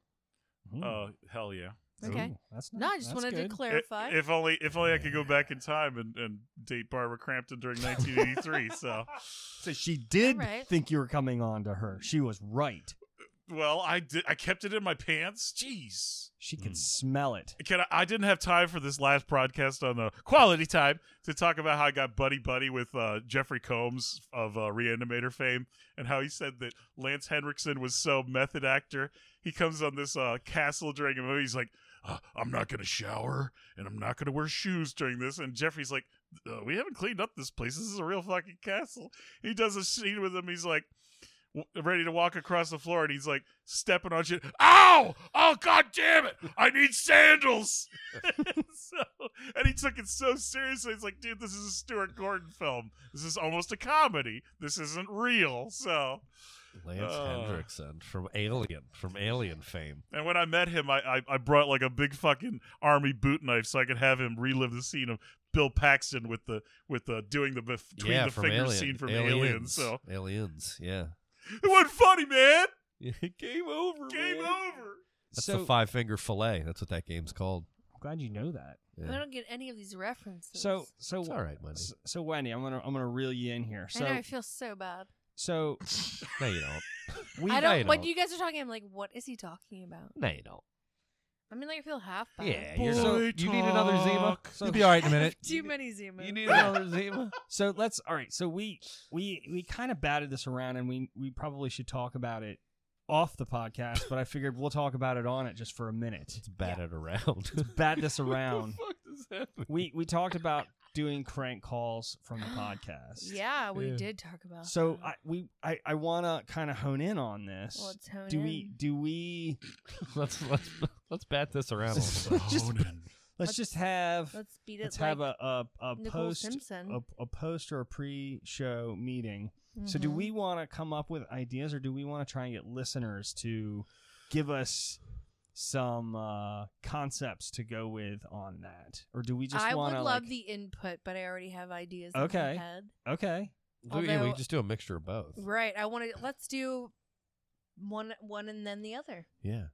Mm, Hmm. oh hell yeah. Okay. Ooh, that's No, I just that's wanted good. to I- clarify. If only, if only I could go back in time and, and date Barbara Crampton during 1983. so, So she did Alright. think you were coming on to her. She was right. well, I did. I kept it in my pants. Jeez, She could smell it. can I, I didn't have time for this last broadcast on the quality time to talk about how I got buddy buddy with uh, Jeffrey Combs of uh, Reanimator fame and how he said that Lance Henriksen was so method actor. He comes on this uh, castle during a movie. He's like. Uh, I'm not gonna shower and I'm not gonna wear shoes during this. And Jeffrey's like, uh, we haven't cleaned up this place. This is a real fucking castle. He does a scene with him. He's like, w- ready to walk across the floor, and he's like stepping on shit. Ow! Oh god damn it! I need sandals. [LAUGHS] so, and he took it so seriously. He's like, dude, this is a Stuart Gordon film. This is almost a comedy. This isn't real. So, Lance Oh. Hendrickson from Alien, from Alien fame. and when I met him, I, I I brought like a big fucking army boot knife so I could have him relive the scene of. Bill Paxton with the with the doing the bef- between yeah, the from finger Alien. scene from Aliens. Alien. So Aliens, yeah. it wasn't funny, man. [LAUGHS] Game over. Game over. That's so the five finger fillet. That's what that game's called. I'm glad you know that. Yeah. I don't get any of these references. So so It's all right, Wendy. So, so Wendy, I'm gonna I'm gonna reel you in here. I know So I feel so bad. so No, you [LAUGHS] don't. we I no, don't. you What don't. you guys are talking, I'm like, what is he talking about? No, you don't. I mean, like, I feel half bad. Yeah, Boy you're so, you need another Zima. talk. You'll be all right in a [LAUGHS] [LAUGHS] I have minute. Too many Zima. You need another Zima. so let's all right. So we we we kind of batted this around, and we we probably should talk about it off the podcast. but I figured we'll talk about it on it just for a minute. [LAUGHS] It's batted around. [LAUGHS] Bat this around. What the fuck does that mean? we we talked about doing crank calls from the podcast. yeah, we Yeah. did talk about. So that. I we I, I wanna kinda hone in on this. Well, let's hone do in. we do we [LAUGHS] let's let's let's bat this around. a little [LAUGHS] bit. just, let's, Let's- just have let's, Let's beat it. like have a, a, a Nicole post Simpson. a, a post or a pre show meeting. So do Mhm. we wanna come up with ideas or do we wanna try and get listeners to give us some uh, concepts to go with on that, or do we just I want would to love like, the input, but I already have ideas Okay. in my head. okay? [LAUGHS] We- yeah, we Although- just do a mixture of both. Right. I want to let's do one one and then the other. Yeah,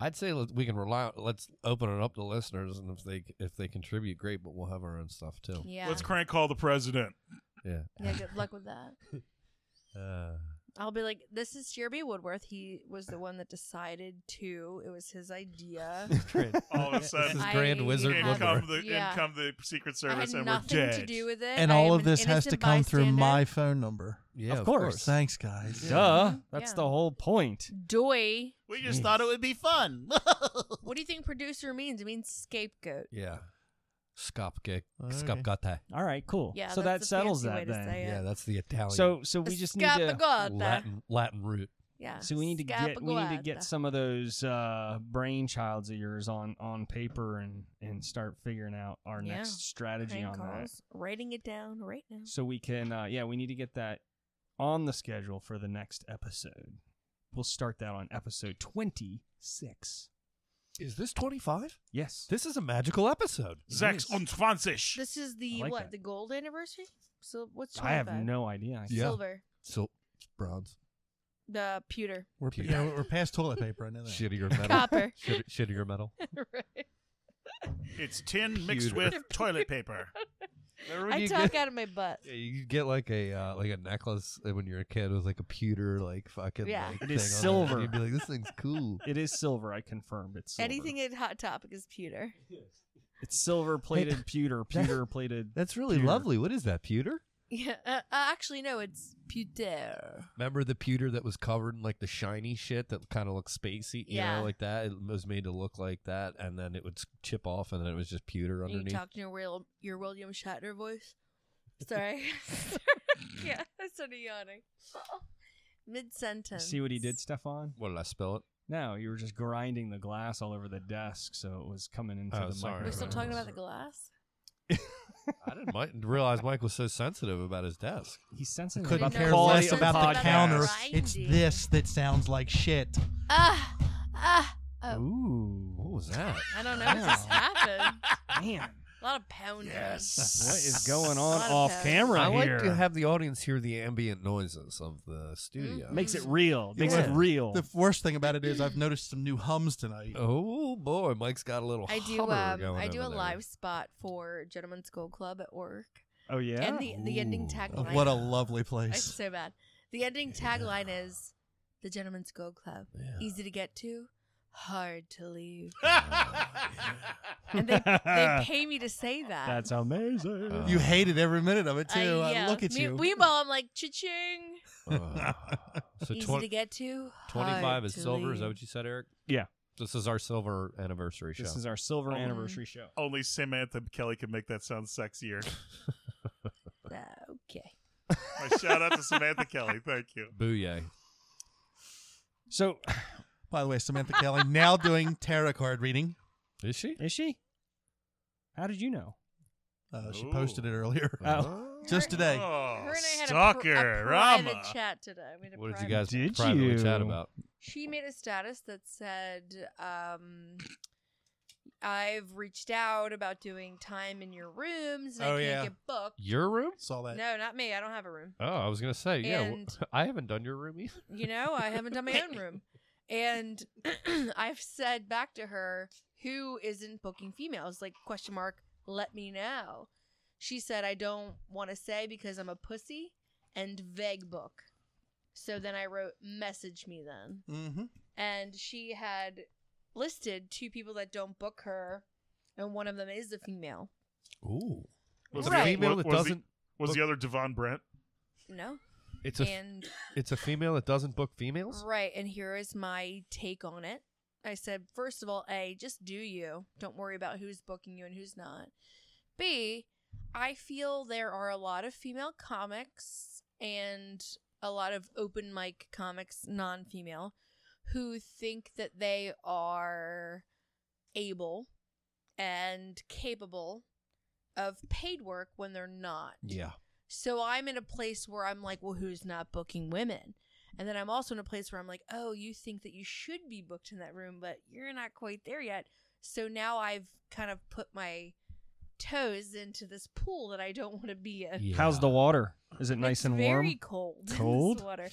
I'd say let, we can rely. on Let's open it up to listeners, and if they if they contribute, great. But we'll have our own stuff too. Yeah. Let's crank call the president. [LAUGHS] Yeah. yeah, good luck with that. Uh, I'll be like, this is Jeremy Woodworth. He was the one that decided to. It was [LAUGHS] his idea. All of a this [LAUGHS] sudden, is I Grand Wizard have- in Woodward. Woodward. come the Yeah. in come the Secret I had Service, and we're nothing dead. to do with it. And I all am of an this has to innocent come through bystander. my phone number. Yeah, Of course. Thanks, guys. Duh, Yeah. that's Yeah. the whole point. Doy. We Jeez. just thought it would be fun. What do you think producer means? It means scapegoat. Yeah. Scopgate. Okay. Scopgate. All right, cool. Yeah, so that's that a settles fancy way that to then. say it. Yeah, that's the Italian. So so we just need to Scapegoat. Latin Latin root. Yeah. so we need to get we need to get Scapegoat. some of those uh, brainchilds of yours on on paper and and start figuring out our Yeah. next strategy Prank on that. calls. Writing it down right now. So we can uh, yeah we need to get that on the schedule for the next episode. We'll start that on episode twenty six. Is this 25? Yes. This is a magical episode. Zex und zwanzig. This is the I like what that. the gold anniversary. So what's I have 25? no idea. Yeah. silver So it's bronze. the [LAUGHS] pewter We're Yeah, we're- we're past toilet paper. I know [LAUGHS] that. shittier metal. copper. Shit, shittier metal. [LAUGHS] right. It's tin mixed with Pewter. toilet [LAUGHS] paper. Remember I talk out of my butt. Yeah, you get like a uh, like a necklace when you're a kid with like a pewter like fucking Yeah. like, It is thing on silver. You'd be like, this thing's cool. It is silver. I confirmed it's silver. Anything at Hot Topic is pewter. It's silver [LAUGHS] plated pewter. Pewter plated. [LAUGHS] That's really Pewter. lovely. What is that pewter? Yeah, uh, uh, actually no, it's pewter. Remember the pewter that was covered in like the shiny shit that kind of looked spacey, you Yeah. know, like that. It was made to look like that, and then it would s- chip off, and then it was just pewter You underneath. talk in your real your William Shatner voice. Sorry. [LAUGHS] yeah, I started yawning. Mid sentence. See what he did, Stefan? what did I spell it? No, you were just grinding the glass all over the desk, so it was coming into Oh, the sorry. We're still microphone. talking about the glass. I didn't mi- realize Mike was so sensitive about his desk. He's sensitive. Couldn't Didn't know care it was less something about the about counter. grinding. It's this that sounds like shit. Ah, ah. Oh. What Ooh, was [LAUGHS] that? I don't know what just Wow. happened. man, A lot of pounding. Yes. what [LAUGHS] is going on Lot of off those. camera I here? like to have the audience hear the ambient noises of the Mm-hmm. studio. Makes it real. Makes it Yeah. real. The worst thing about it is I've noticed some new hums tonight. [LAUGHS] Oh boy, Mike's got a little. I do hummer um going I do over a there. live spot for Gentlemen's Gold Club at work. oh yeah. [LAUGHS] And the the ending Ooh. Oh, tagline. what a lovely It's place. so bad. The ending tagline is the Gentlemen's Gold Club. [LAUGHS] Yeah. Easy to get to, hard to leave. And they [LAUGHS] they pay me to say that. That's amazing. Uh, You hated every minute of it too. I look at Uh, Me- you. Meanwhile, I'm like cha-ching. Uh, so Easy twen- to get to. hard 25 is to silver. Is that leave. what you said, Eric? Yeah. This is our silver anniversary show. This is our silver Mhm. anniversary show. Only Samantha Kelly can make that sound sexier. Uh, okay. My shout out to Samantha Kelly. Thank you. Booyah. So By the way, Samantha Kelly now doing tarot card reading. Is she? is she? How did you know? Uh, she Ooh. posted it earlier, Oh. just today. Oh, Her and I had a, pr- stalker, a private Rama. chat today. We had a What did you private guys Did privately you? chat about? She made a status that said, um, I've reached out about doing time in your rooms and Oh, I can't yeah. get booked. Your room? Saw that. No, not me. I don't have a room. Oh, I was going to say, yeah. w- And- I haven't done your room either. You know, I haven't done my own room. And [CLEARS THROAT] I've said back to her, who isn't booking females? Like, question mark, let me know. She said, I don't want to say because I'm a pussy and vague book. So then I wrote, message me then. Mm-hmm. and she had listed two people that don't book her, and one of them is a female. Ooh. Was It's Right. a female was- that was the- doesn't. Was the other Devon Brent? No, It's a f- and it's a female that doesn't book females. right, and here is my take on it. I said, first of all, a just do you. Don't worry about who's booking you and who's not. B, I feel there are a lot of female comics and a lot of open mic comics, non female, who think that they are able and capable of paid work when they're not. Yeah. So I'm in a place where I'm like, well, who's not booking women? And then I'm also in a place where I'm like, oh, you think that you should be booked in that room, but you're not quite there yet. So now I've kind of put my toes into this pool that I don't [LAUGHS] want to be in. How's the water? Is it nice It's and warm? [LAUGHS] Very cold. in this Cold? water.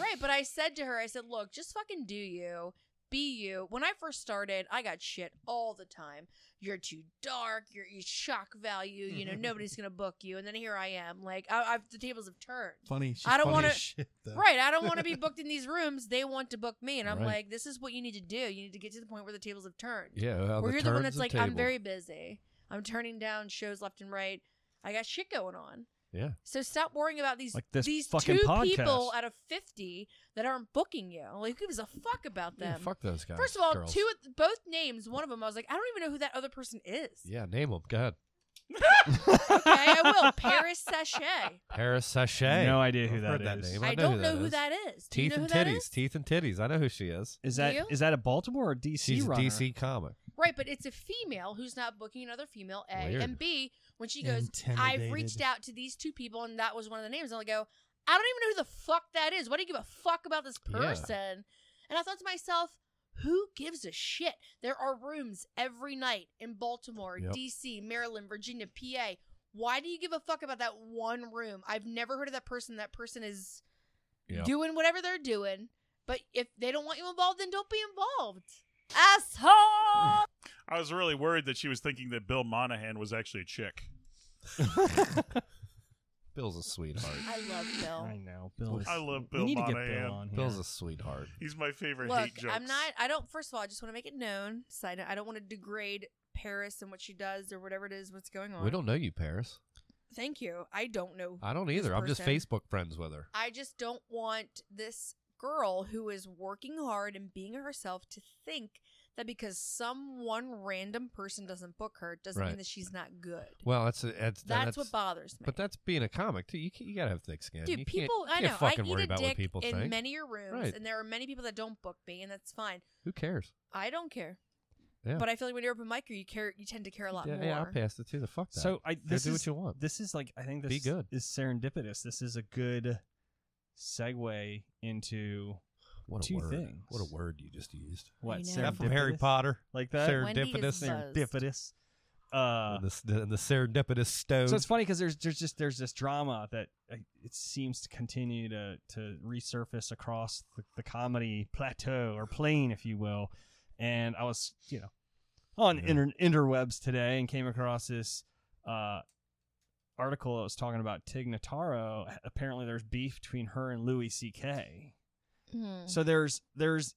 Right, but I said to her, I said, look, just fucking do you. Be you. When I first started, I got shit all the time. You're too dark. You're you shock value. [LAUGHS] You know, nobody's gonna book you. And then here I am. Like I, I've the tables have turned. Funny. She's I don't funny wanna- as shit, though. Right. I don't want [LAUGHS] to be booked in these rooms. They want to book me, and I'm Right. like, this is what you need to do. You need to get to the point where the tables have turned. Yeah, well, Where the you're the one turns that's of like, I'm tables. very busy. I'm turning down shows left and right. I got shit going on. Yeah. So stop worrying about these Like this these fucking two podcast. people out of fifty that aren't booking you. Like who gives a fuck about Yeah, them? fuck those guys. First of all, girls. two of- both names. One of them, I was like, I don't even know who that other person is. Yeah, name them. Go ahead. Okay, I [LAUGHS] will. Paris Sachet. Paris Sachet. No idea who I've that heard that is. name. I, I know don't who know that who is. that is. Do you Teeth know and who that titties. is? Teeth and titties. I know who she is. Is that You? is that a Baltimore or DC She's a runner? [LAUGHS] DC comic. Right, but it's a female who's not booking another female. A Weird. and B. When she goes, I've reached Intimidated. out to these two people, and that was one of the names. And I go, I don't even know who the fuck that is. Why do you give a fuck about this Yeah. person? And I thought to myself, who gives a shit? There are rooms every night in Baltimore, Yep. D.C., Maryland, Virginia, PA. Why do you give a fuck about that one room? I've never heard of that person. That person is Yep. doing whatever they're doing. But if they don't want you involved, then don't be involved. Asshole! I was really worried that she was thinking that Bill Monahan was actually a chick. Bill's a [LAUGHS] sweetheart. I love Bill. [LAUGHS] I know. Bill is, I love we Bill need to get Monahan. Bill on here. Bill's a sweetheart. He's my favorite Look, hate jokes. I'm not. I don't. First of all, I just want to make it known. Side note, I don't want to degrade Paris and what she does or whatever it is what's going on. We don't know you, Paris. Thank you. I don't know. I don't this either. I'm just person. Facebook friends with her. I just don't want this girl who is working hard and being herself to think that because some one random person doesn't book her doesn't Right. mean that she's not good. Well, that's that's that's, what bothers me. But that's being a comic too. You, ca- you gotta have thick skin. Dude, you can't- people, you I can't know, I fucking worry eat a about what dick people in think. many rooms, Right. and there are many people that don't book me, and that's fine. Who cares? I don't care. Yeah. But I feel like when you're open micer, you care. You tend to care a lot yeah, more. yeah, I'll pass it to the fuck. That. So I Go this do is what you want. this is like I think this Be good. is serendipitous. This is a good segue into what a two word. things. What a word you just used. what I know. serendipitous? That from Harry Potter. like that. Sure. Wendy is serendipitous. buzzed. serendipitous. Uh, and the, s- and the serendipitous stone. so it's funny because there's there's just there's this drama that uh, it seems to continue to to resurface across the, the comedy plateau or plane, if you will. And I was you know on Yeah. inter- interwebs today and came across this uh, article that was talking about Tig Notaro. Apparently, there's beef between her and Louis C.K. Mhm. So there's there's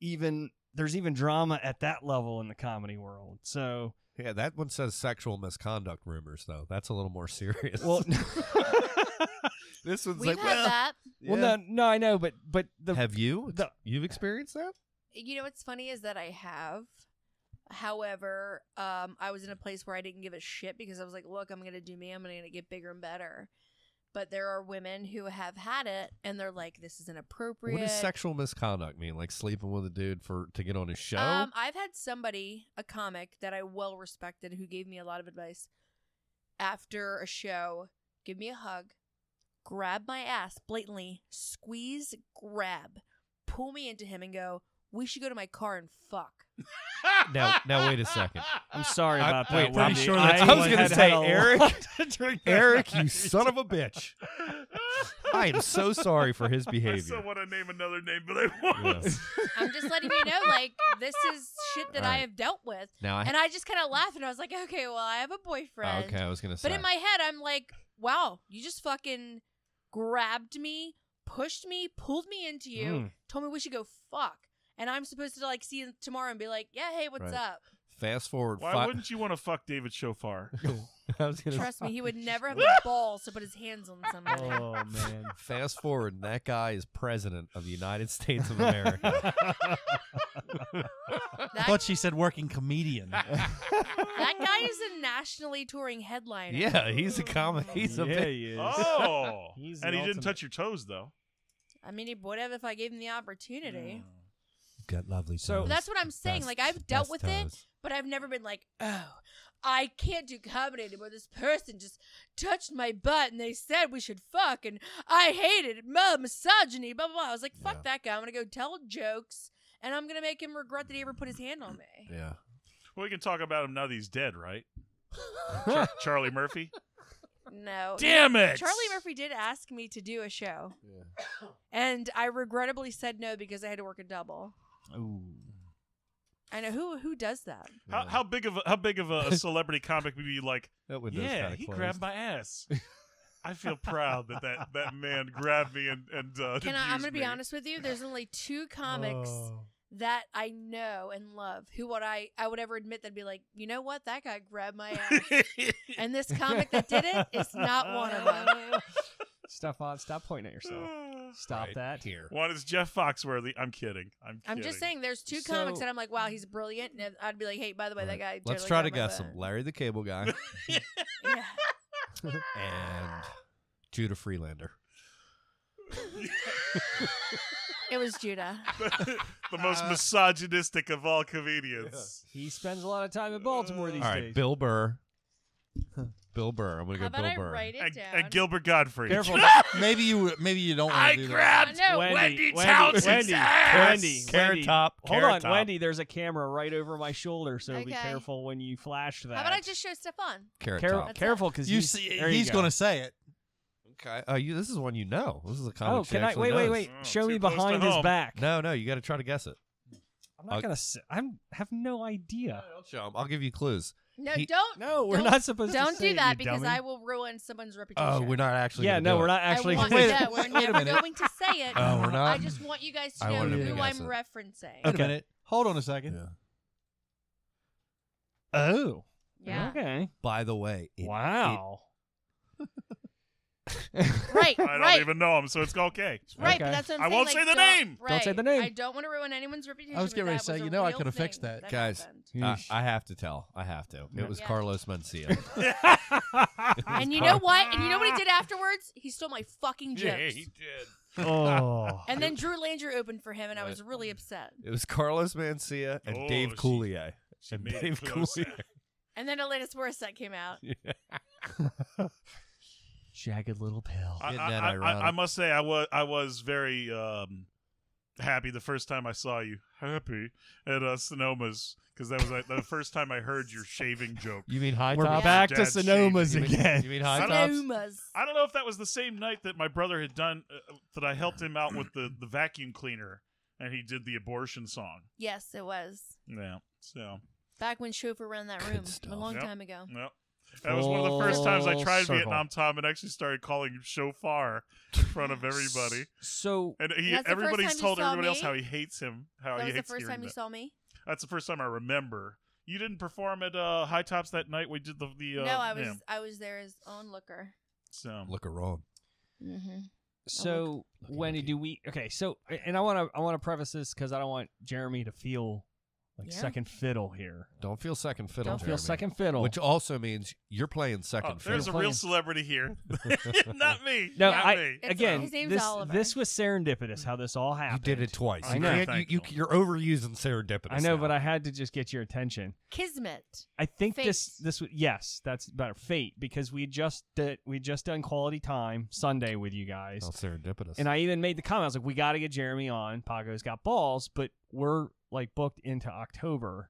even there's even drama at that level in the comedy world. So yeah, that one says sexual misconduct rumors though. That's a little more serious. [LAUGHS] well. [LAUGHS] this one's We've like, had well, that. Well, no, no, I know, but but the have you? the- You've experienced that? You know what's funny is that I have. However, um, I was in a place where I didn't give a shit because I was like, look, I'm going to do me. I'm going to get bigger and better. But there are women who have had it and they're like, this is inappropriate. What does sexual misconduct mean? Like sleeping with a dude for to get on his show? Um, I've had somebody, a comic that I well respected, who gave me a lot of advice after a show. Give me a hug, grab my ass blatantly, squeeze, grab, pull me into him, and go. We should go to my car and fuck. now, now wait a second. I'm sorry I- about that. wait, Wendy. I'm sure that's- I was gonna had- say, had a [LAUGHS] Eric- lot to drink that Eric, you night. son of a bitch. I am so sorry [LAUGHS] for his I behavior. still want to name another name, but I won't. Yeah. I'm just letting you know, like this is shit that I Alright. have dealt with, Now I, and I just kind of laughed and I was like, okay, well, I have a Oh, boyfriend. okay, I was gonna say. But in my head, I'm like, wow, you just fucking grabbed me, pushed me, pulled me into you, Mm. told me we should go fuck. And I'm supposed to like see you tomorrow and be like, yeah, hey, what's Right. up? [LAUGHS] fast forward. Why fi- wouldn't you want to fuck David Shofar? [LAUGHS] I was gonna Trust say- me, he would never have the balls to put his hands on [LAUGHS] somebody. Oh man. Fast forward, and that guy is president of the United States [LAUGHS] of America. [LAUGHS] I That, thought she said [LAUGHS] working comedian. that guy is a nationally touring headliner. yeah, he's a comic. He's yeah, a big. he is. [LAUGHS] oh, He's and the he didn't ultimate. touch your toes though. I mean, he would have if I gave him the opportunity. Got lovely. So- But that's what I'm saying. Best- like, I've dealt best with it, toes. but I've never been like, oh, I can't do comedy anymore. This person just touched my butt and they said we should fuck and I hated it. Mo- misogyny, blah, blah, blah. I was like, fuck Yeah. that guy. I'm going to go tell jokes and I'm going to make him regret that he ever put his hand [LAUGHS] on me. Yeah. We can talk about him now that he's dead, right? [LAUGHS] Char- Charlie Murphy. No. Damn it! [LAUGHS] Charlie Murphy did ask me to do a show. And I regrettably said no because I had to work a double. Oh. Ooh. I know who who does that. How, Yeah. how big of a, how big of [LAUGHS] a celebrity comic would be like? That window's yeah, kinda he closed. grabbed my [LAUGHS] ass. I feel proud that that, that man grabbed me and and uh, Can I, I'm abused going to be me. honest with you. There's only two comics Oh. that I know and love who would I I would ever admit that'd be like, you know what, that guy grabbed [LAUGHS] my ass, and this comic that did it is not one of them. [LAUGHS] Stefan, stop pointing at yourself. Stop Right that. here. One is Jeff Foxworthy. I'm kidding. I'm. I'm kidding. just saying, there's two comics So- that I'm like, wow, he's brilliant, and I'd be like, hey, by the way, All that right. guy. Let's totally try to grabbed my guess them. butt. Larry the Cable Guy Yeah. and Judah Freelander. It was [LAUGHS] Judah. the most uh, misogynistic of all comedians. He spends a lot of time in Baltimore these All right, days. Bill Burr. Bill Burr. I'm gonna How go about Bill I Burr. write it And, down? and Gilbert Godfrey. [LAUGHS] [LAUGHS] Careful. maybe you maybe you don't want I to do I that. grabbed know. Wendy Wendy, Townsend's Wendy, ass! Wendy, Carrot Wendy. Top, Hold Carrot on, Top. Wendy. There's a camera right over my shoulder, so be Okay. careful when you flash that. How about I just show Stefan? Carrot Care- Top. That's careful because You he's, see, there you he's go. going to say it. Okay. Oh, you, this is one you know. This is a comic. Oh, can I? Wait, wait, wait. Oh, Show too me close to behind his home. back. No, no. You got to try to guess it. I'm not I'll- gonna. s- I'm have no idea. I'll show 'em. I'll give you clues. No, He- don't. No, we're Don't- not supposed to. Don't say do it, that you because dummy. I will ruin someone's reputation. Oh, we're not actually. Yeah, gonna no, do we're it. not actually. [LAUGHS] I want, gonna- Wait- yeah, we're wait a never [LAUGHS] minute. going to say it. Oh, we're I not? just want you guys to I know him wanted to who I'm guess referencing. Wait Okay. a minute. Hold on a second. Yeah. Oh, [LAUGHS] Yeah. Okay. By the way, it- Wow. Right, I don't right, even know him, so it's okay. right. But Okay. that's what I'm I saying. won't like, say the don't- name. Right. Don't say the name. I don't want to ruin anyone's reputation. I was but getting ready that to say, was a you know, I real could have thing fixed that. Guys. happened. I, Yeesh. I have to tell. I have to. It was Yeah. Carlos Mencia. [LAUGHS] And you know what? And you know what he did afterwards? He stole my fucking jokes. did. oh. and then Drew Landry opened for him, and I was really upset. it was Carlos Mencia and Oh, Dave she- Coulier. she and made it Dave closer. Coulier. And then Alanis Morissette came out. [LAUGHS] Jagged little pill. I, Isn't I- that I- I- ironic? I must say, I was I was very um, happy the first time I saw you. Happy at uh, Sonoma's because that was like, the first time I heard your shaving joke. You mean high We're tops? back to Dad's Sonomas You mean, you again. mean high Son tops? Sonomas. I don't know if that was the same night that my brother had done uh, that. I helped him out with the the vacuum cleaner, and he did the abortion song. Yes, it was Yeah, so back when Chauffeur ran that Good room stuff. a long Yep. Mm-hmm. time ago. yeah. That was one of the first times I Full tried circle. Vietnam Tom and actually started calling him shofar in front of [LAUGHS] everybody. So And he, That's the first everybody's time you told saw everybody else me? how he hates him. How that he was the Oh, hates first hearing time you that. saw me. That's the first time I remember. You didn't perform at uh, High Tops that night. We did the the. Uh, no, I was yeah, I was there as onlooker. so Look around. Mm-hmm. so Lucky, Wendy, lucky. do we? Okay. So and I want to I want to preface this because I don't want Jeremy to feel like Yeah. second fiddle here. Don't feel second fiddle. Don't feel Jeremy. second fiddle. Which also means you're playing Oh, second there's fiddle. a Playing. real celebrity here. [LAUGHS] Not me. no, Not I me. It's- again. his name's this Oliver. this was serendipitous. How this all you happened. did it twice. I You know. can't- you, Thankful. you, are overusing serendipitous. I know, now. but I had to just get your attention. Kismet. I think this Fate. this was yes, that's better fate because we just did we just done quality time Sunday with you guys, Oh, serendipitous. and I even made the comment. I was like, we got to get Jeremy on. Pago's got balls, but we're like booked into October,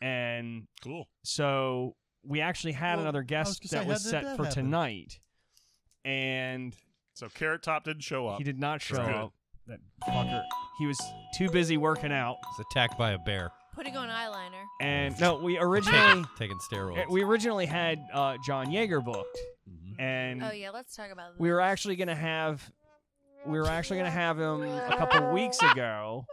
and Cool. so we actually had Well, another I was guest gonna say, that how was did set that for happen? tonight, and So Carrot Top didn't show up. he did not show That's good. up. That fucker. He was too busy working out, was attacked by a bear. Putting on Mm-hmm. eyeliner. [LAUGHS] and no, we Taking, originally. eh, taking steroids. We originally had uh, John Yeager booked, Mhm. and Mm-hmm. Oh yeah, let's talk about that. we were actually gonna have we were actually gonna have him a couple weeks ago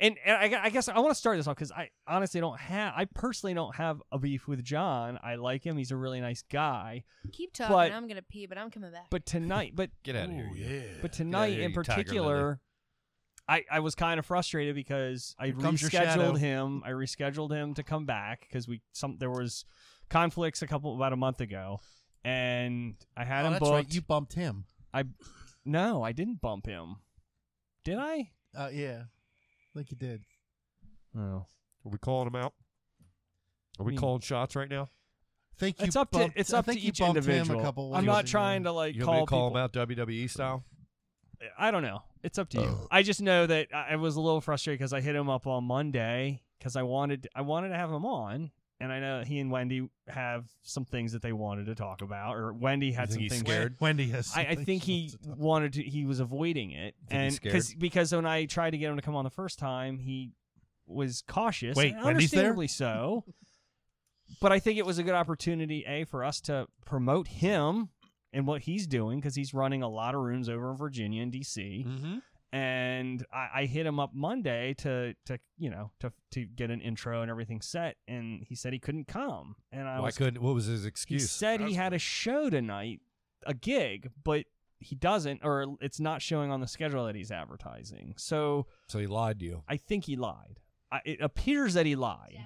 and, and I, gu- I guess i want to start this off because i honestly don't have i personally don't have a beef with john i like him he's a really nice guy keep talking. but- I'm gonna pee, but I'm coming back. but tonight but Get out of here. Ooh, you. yeah. but tonight here, in you tiger particular I, I was kind of frustrated because I Here comes your shadow. rescheduled him. I rescheduled him to come back because we some there was conflicts a couple about a month ago, and I had Oh, him that's booked. right. You bumped him. No, I didn't bump him. Did I? Uh, yeah. I think you did. Oh. Are we calling him out? Are we Hmm. calling shots right now? Think you It's up to- bumped- it's I up to think you each bumped individual. Him a couple I'm ways not in trying there. to like You want me call to call people. him out WWE style? I don't know. It's up to you. I just know that I I was a little frustrated because I hit him up on Monday because I wanted I wanted to have him on, and I know he and Wendy have some things that they wanted to talk about, or Wendy had think some he's things. scared? Wendy has. I, I [LAUGHS] something think she he wants to talk- wanted to. He was avoiding it, Think he's and scared? because because when I tried to get him to come on the first time, he was cautious. Wait, and Wendy's there? understandably [LAUGHS] so. But I think it was a good opportunity, a for us to promote him and what he's doing because he's running a lot of rooms over in Virginia and DC. Mm-hmm. And I, I hit him up Monday to to you know to to get an intro and everything set, and he said he couldn't come, and I Why was couldn't? What was his he excuse? said he had a show tonight, a gig, but he doesn't, or it's not showing on the schedule that he's advertising. So so he lied to you. I think he lied. I, it appears that he lied.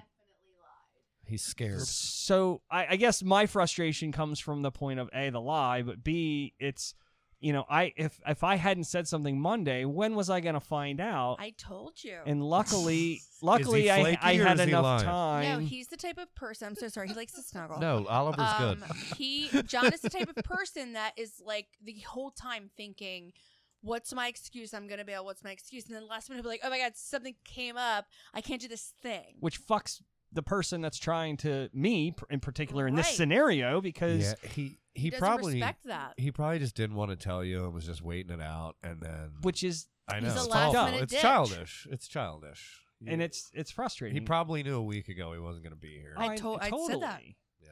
He's scared. So I, I guess my frustration comes from the point of a the lie, but b it's you know I if if I hadn't said something Monday, when was I going to find out? I told you. and [LAUGHS] luckily, luckily I, flaky I or had is he enough lying? no, time. he's the type of person. I'm so sorry. He likes to snuggle. No, Oliver's um, good. he John is the type of person that is like the whole time thinking, "What's my excuse? I'm gonna bail. What's my excuse?" And then last minute, he'll be like, "Oh my god, something came up. I can't do this thing." which fucks the person that's trying to me pr- in particular in this Right. scenario because Yeah, he he, He, doesn't probably respect that. he probably just didn't want to tell you and was just waiting it out, and then which is I know He's a it's last awful. minute It's ditch. childish. It's childish. and Yeah. it's it's frustrating. he probably knew a week ago he wasn't going to be here. I told- I said that. yeah.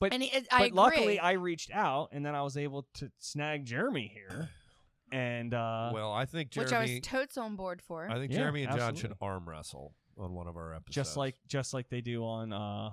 but- and he, But I agree. luckily, I reached out, and then I was able to snag Jeremy here, and uh, well, I think Jeremy. which I was totes on board for. I think Yeah, Jeremy and John should absolutely. arm wrestle on one of our episodes. just like just like they do on uh,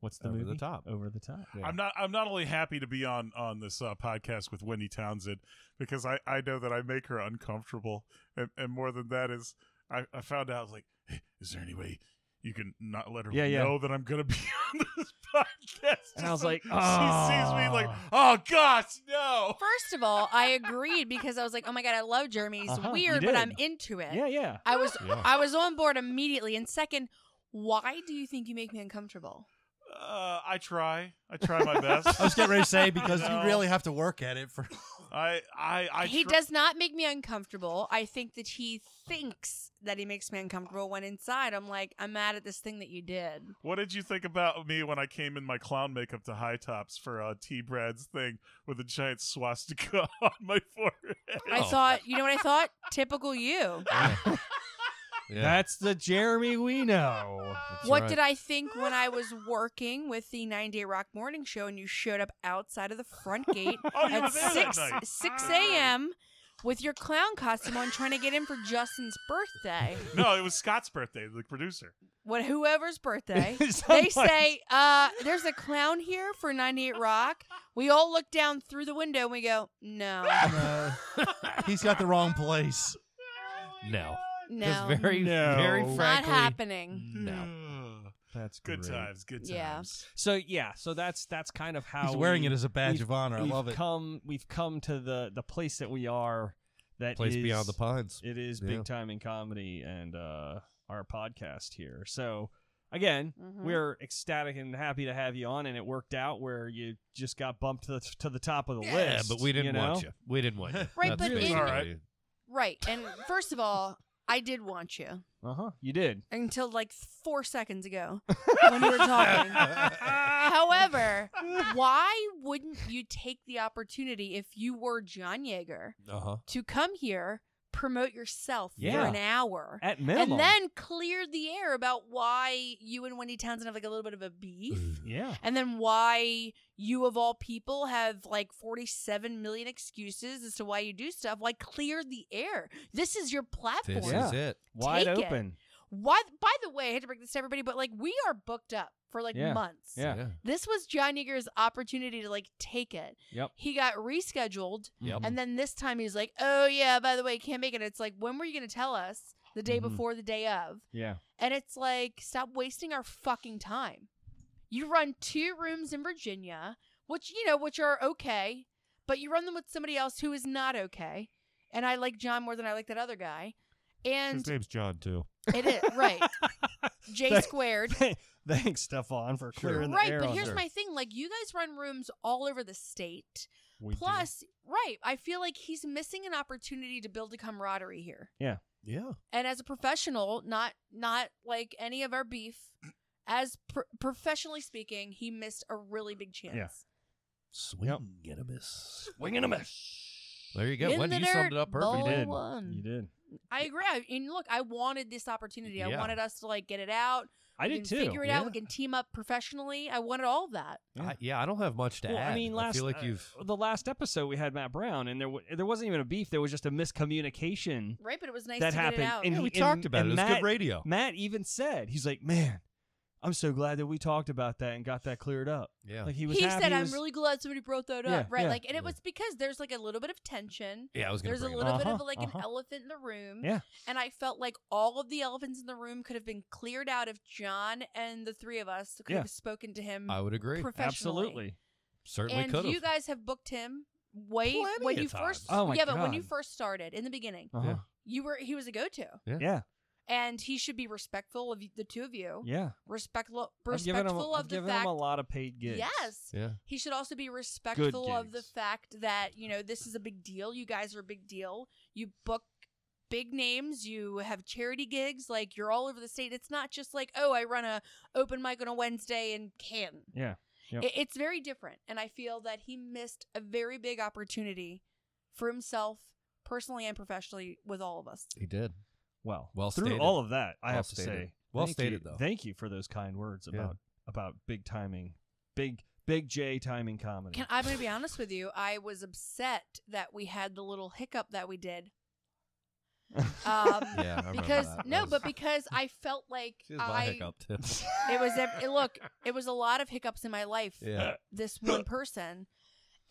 what's the Over the movie Top. over the top. Yeah. I'm not. I'm not only happy to be on on this uh, podcast with Wendy Townsend because I I know that I make her uncomfortable, and, and more than that is I I found out like, "Hey, is there any way you can not let her Yeah, yeah. know that I'm gonna be [LAUGHS] on this podcast? And I Just was so [LAUGHS] like, she sees me like, "Ah." oh gosh, no. First of all, I agreed because I was like, "Oh my god, I love Jeremy. He's Uh-huh, you weird, but did. I'm into it." yeah, yeah. I was Yeah. [LAUGHS] I was on board immediately. And second, why do you think you make me uncomfortable? Uh, I try. I try my [LAUGHS] best. I was getting ready to say because No. you really have to work at it for. I I I. he tr- does not make me uncomfortable. I think that he thinks that he makes me uncomfortable when inside I'm like, I'm mad at this thing that you did. What did you think about me when I came in my clown makeup to high tops for uh, T Brad's thing with a giant swastika [LAUGHS] on my forehead? I thought, you know what I thought? Typical you. Yeah. That's the Jeremy [LAUGHS] we know. That's what right. did I think when I was working with the Nine Day Rock Morning Show and you showed up outside of the front gate Oh, you were [LAUGHS] at there that six night. six a.m. with your clown costume on, trying to get in for Justin's birthday, no, it was Scott's birthday, the producer. what whoever's [LAUGHS] birthday. Oh They Someone's- say, uh, there's a clown here for 98 Rock. We all look down through the window and we go, no, No. he's got the wrong place. No. Just no, very, No. very Not frankly. not mm, happening. No. that's good great. times, good times. Yeah. So yeah, so that's that's kind of how He's wearing we- it as a badge we've- of honor. I we've love it. Come, we've come to the the place that we are. That Place beyond the is- pines. It is Yeah. big time in comedy and uh, our podcast here. So again, Mhm. we're ecstatic and happy to have you on, and it worked out where you just got bumped to the, to the top of the Yeah, list. but we didn't you know? want you. We didn't want you. Right, That's but in- basically- Alright. Right. And first of all, I did want you Uh huh. You did. until like four seconds ago when we [LAUGHS] were talking. Uh, However, why wouldn't you take the opportunity if you were John Yeager Uh-huh. to come here, promote yourself for Yeah. an hour? At minimum. And then cleared the air about why you and Wendy Townsend have like a little bit of a beef. yeah. And then why you of all people have like 47 million excuses as to why you do stuff. Why clear the air? This is your platform. This Yeah. is it. Wide Take it. open. Why by the way, I hate to break this to everybody, but like we are booked up for like Yeah. months. Yeah. This was John Yeager's opportunity to like take it. Yep. Um, He got rescheduled Mm-hmm. Yep. and then this time he's like, "Oh yeah, by the way, can't make it." It's like, "When were you going to tell us?" The day Mhm. before, the day of. Yeah. And it's like, stop wasting our fucking time. You run two rooms in Virginia, which, you know, which are okay, but you run them with somebody else who is not okay. And I like John more than I like that other guy. And name's John too. It is right. J squared. [LAUGHS] Thanks, Stefan, for Sure. clearing the Right, air but on here's her. my thing: like you guys run rooms all over the state. We do. Plus, right, I feel like he's missing an opportunity to build a camaraderie here. Yeah. And as a professional, not not like any of our beef, [CLEARS THROAT] as pro- professionally speaking, he missed a really big chance. Swing Yep. and a miss. Swing and a miss. There you go. In Wendy, the you summed dirt, it up perfect. ball. you Only did. one. You did. I agree. I, and look, I wanted this opportunity. I Yeah. wanted us to like get it out. I We did can too. Figure it out. We can team up professionally. I wanted all of that. I, yeah, I don't have much to Well, add. I mean, last feel like uh, you've. the last episode we had Matt Brown, and there w- there wasn't even a beef. There was just a miscommunication Right, but it was nice that to happened. get it out. And Yeah, he- we and- talked about and it. It was Matt, good radio. Matt even said he's like, man. I'm so glad that we talked about that and got that cleared up. Yeah. Like he he was happy. said, he "I'm was- really glad somebody brought that Yeah, up." Right, yeah. like, and Yeah. it was because there's like a little bit of tension. yeah, I was going to There's a bring little it up. bit of Uh-huh, like uh-huh. an elephant in the room. Yeah. And I felt like all of the elephants in the room could have been cleared out if John and the three of us could Yeah. have spoken to him I would agree. professionally. Absolutely. Certainly And could you have. guys have booked him way Plenty when of you first times. Oh my Yeah, but when God. you first started in the beginning, Uh-huh. you were he was a go-to. Yeah. Yeah. And he should be respectful of the two of you. Yeah. Respectful I've given him, respectful I've of the given fact him a lot of paid gigs. Yes. Yeah. He should also be respectful of the gigs. fact that, you know, this is a big deal. You guys are a big deal. You book big names, you have charity gigs, like you're all over the state. It's not just like, oh, I run a open mic on a Wednesday in Canton. Yeah. Yep. It- it's very different, and I feel that he missed a very big opportunity for himself personally and professionally with all of us. He [LAUGHS] did. Well, Well through stated. all of that, I Well have stated. to say, Well thank stated, you- though. Thank you for those kind words Yeah. about about big timing, big big J timing comedy. Can, I'm going to be honest with you. I was upset that we had the little hiccup that we did. [LAUGHS] Um, Yeah, I remember because that. no, That but was- because I felt like Here's my I hiccup too. it was ev- [LAUGHS] it, look it was a lot of hiccups in my life. [LAUGHS] Yeah. [LAUGHS] This one person,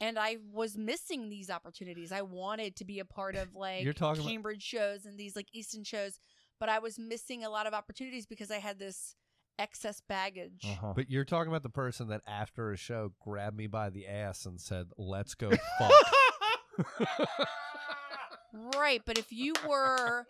and I was missing these opportunities. I wanted to be a part of like You're talking about- Cambridge shows and these like Easton shows, but I was missing a lot of opportunities because I had this excess baggage. Uh-huh. But you're talking about the person that after a show grabbed me by the ass and said, "Let's go [LAUGHS] fuck." Right, but if you were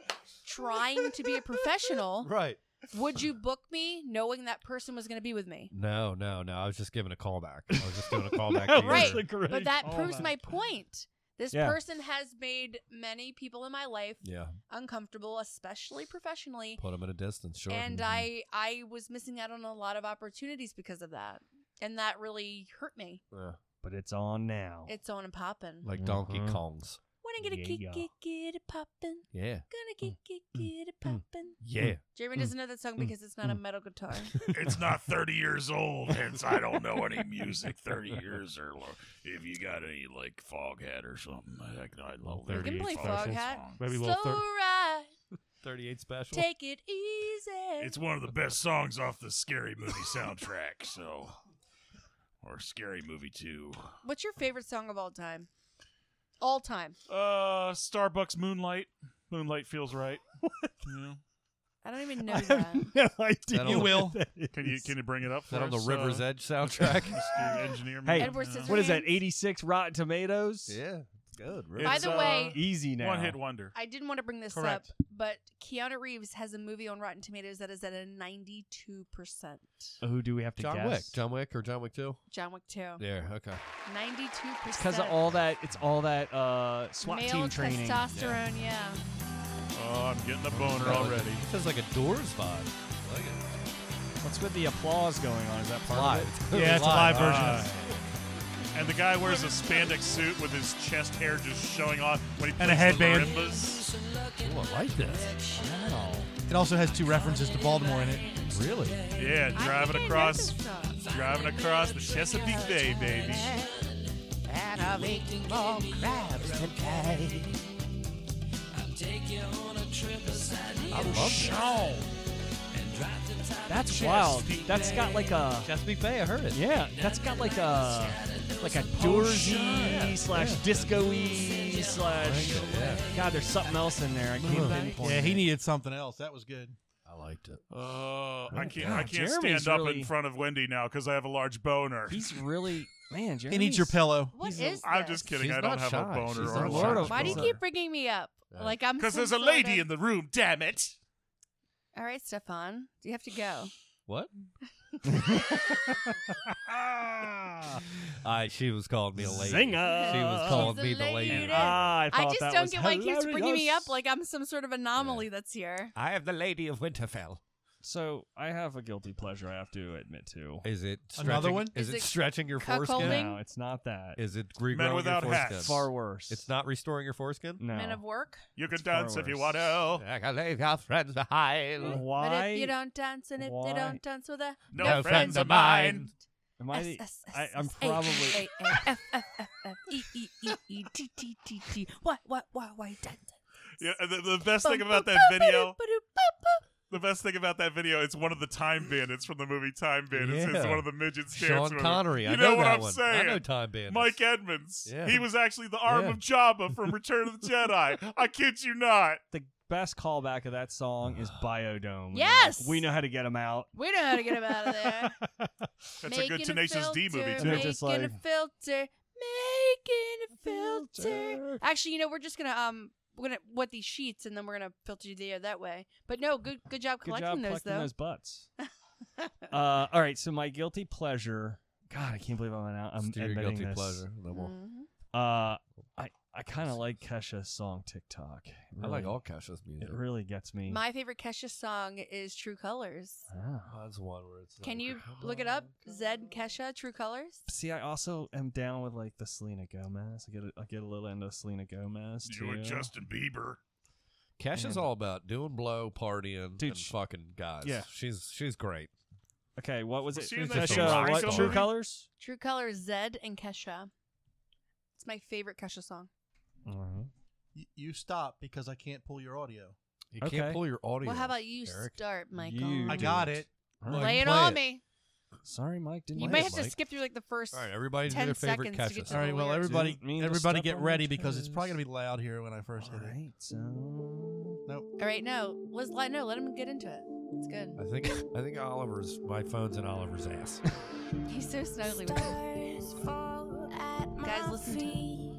trying to be a professional, [LAUGHS] right. would you book me knowing that person was going to be with me? No, no, no. I was just giving a callback. I was just doing [LAUGHS] a [LAUGHS] callback. to your- Right. great But that Oh callback. proves my point. This Yeah. person has made many people in my life Yeah. uncomfortable, especially professionally, Put him at a distance. Sure. and Mhm. I I was missing out on a lot of opportunities because of that, and that really hurt me. Yeah. But it's on now. [LAUGHS] It's on and poppin'. like Donkey Mhm. Kongs. Wanna get a Yeah, kick, yeah. kick, get it poppin'. Yeah. Gonna get, get, get it mm, poppin'. Yeah. Jeremy doesn't know that song because it's not a metal guitar. It's not 30 years old, hence I don't know any music 30 years or lo- if you got any like Foghat or something. Heck, I love We can 38 play Foghat Foghat. song. Maybe Slow we'll thir- ride, [LAUGHS] Thirty-eight special. take it easy. It's one of the best songs off the Scary Movie soundtrack, so or Scary Movie 2. What's your favorite song of all time? All time. Uh, Starbucks Moonlight. Moonlight feels right. Yeah. I don't even know I that. have no idea. That'll- You what will. that Can you is. can you bring it up for that on the us, River's uh, Edge soundtrack. [LAUGHS] Mr. Engineer. Hey. man? Edward Uh, Scissorhands. What is that? 86 Rotten Tomatoes. yeah. It's good. Really. It's, By the uh, way, Easy now. One hit wonder. I didn't want to bring this Correct. up, but Keanu Reeves has a movie on Rotten Tomatoes that is at a 92%. Uh, Who do we have to John guess? Wick. John Wick or John Wick Two. John Wick 2. There. Okay. 92%. Because of all that, it's all that uh, SWAT Male team training. testosterone, yeah. Oh, I'm getting a boner already. Sounds like a Doors vibe. I like it. What's with the applause going on? Is that It's part live. of it? clearly Yeah, it's a live version. Uh, And the guy wears a spandex suit with his chest hair just showing off when he And a plays the headband. marimbas. Ooh, I like this. Wow. It also has two references to Baltimore in it. Really? Yeah, I driving think I know across, this song. driving across the Chesapeake Bay, baby. I love it. That's wild. That's got like a Chesapeake Bay, I heard it. yeah. That's got like a like a doorsy slash disco-y slash. Yeah. God, there's something else in there. I can't pinpoint. Yeah, he it. needed something else. That was good. I liked it. Oh, I can't, I God, can't Jeremy's stand up really- in front of Wendy now because I have a large boner. He's really man. Jeremy's, [LAUGHS] He needs your pillow. What is He's a- this? I'm just kidding. She's I don't not have shy. a boner She's or a the Lord large of Why do you Sure. keep bringing me up? Like I'm Because some there's a sort lady of- in the room. Damn it! All right, Stefan, you have to go. What? Ah, I she was calling me a lady. Zinger. She was called She's a me the lady. lady. And I- Ah, I, I thought just that don't was get why he keeps bringing me up hilarious. like I'm some sort of anomaly that's here. I am the lady of Winterfell. So I have a guilty pleasure I have to admit to. Is it stretching, Another one? Is, Is it, it stretching your cuckolding? foreskin? No, it's not that. Is it regrowing without your foreskin? hats. far worse. It's not restoring your foreskin. No. Men of work. You can It's far dance if you worse. want Oh, to. I can leave your friends Oh, behind. Why? But if you don't dance and if why- they don't dance with a No, No friends friends of of mine. mine. Am I the, S- S- I, S- I'm S- A- probably. A- A- F- F- F- F- E- E- E- E- T- T- T- T. Why- why- why- why dance? Yeah, and the, the best thing Bum, about bum, that bum, ba-doop, video, ba-doop, the best thing about that video, it's one of the time bandits from the movie Time Bandits. It's Yeah. one of the midgets Sean dancing with him. Connery. You I know, know, what that I'm one. saying? I know Time Bandits. Mike Edmonds. Yeah. He was actually the arm Yeah. of Jabba from Return of the Jedi. I kid you not. the best callback of that song is Biodome. They're Yes! like, we know how to get them out. We know how to get him out of [LAUGHS] there. [LAUGHS] That's a good Making Tenacious D movie, filter, too. They're Making just a like- filter. Making a filter. Actually, you know, we're just gonna um, we're gonna wet these sheets and then we're gonna filter the air that way. But no, good good job Good collecting job those collecting though. those butts. [LAUGHS] uh, all right, so my guilty pleasure. God, I can't believe I'm now. I'm It's to your admitting guilty this. pleasure. That won't- Mhm. Uh, I I kind of like Kesha's song TikTok. It I like really- all Kesha's music. It really gets me. My favorite Kesha song is True Colors. Ah. Oh, that's one where it's. Can like, you come look it up? on, Zed come on. Kesha, True Colors. See, I also am down with like the Selena Gomez. I get a, I get a little into Selena Gomez too. You and Justin Bieber. Kesha's Man. all about doing blow, partying, Dude, and she- fucking guys. yeah. she's she's great. Okay, what was, Was it? she in that Kesha, James what? Franco True movie? Colors. True Colors, Zed and Kesha. It's my favorite Kesha song. Y- you stop because I can't pull your audio. You Okay. can't pull your audio. Well, how about you Eric. start, Michael? You I do got it. it. All Lay right. it Play on it. me. Sorry, Mike. Didn't You Play may it, have to Mike. skip through like the first. All right, everybody do 10 their favorite seconds to get Kesha to song. All the- right, well, lyrics. everybody, Didn't mean to everybody step get on ready your because it's probably toes. gonna be loud here when I first All hit it. right, so All right, no, let's let no, let him get into it. It's good. I think I think Oliver's my phone's in Oliver's [LAUGHS] ass. [LAUGHS] He's so snuggly with it. Guys, listen to it.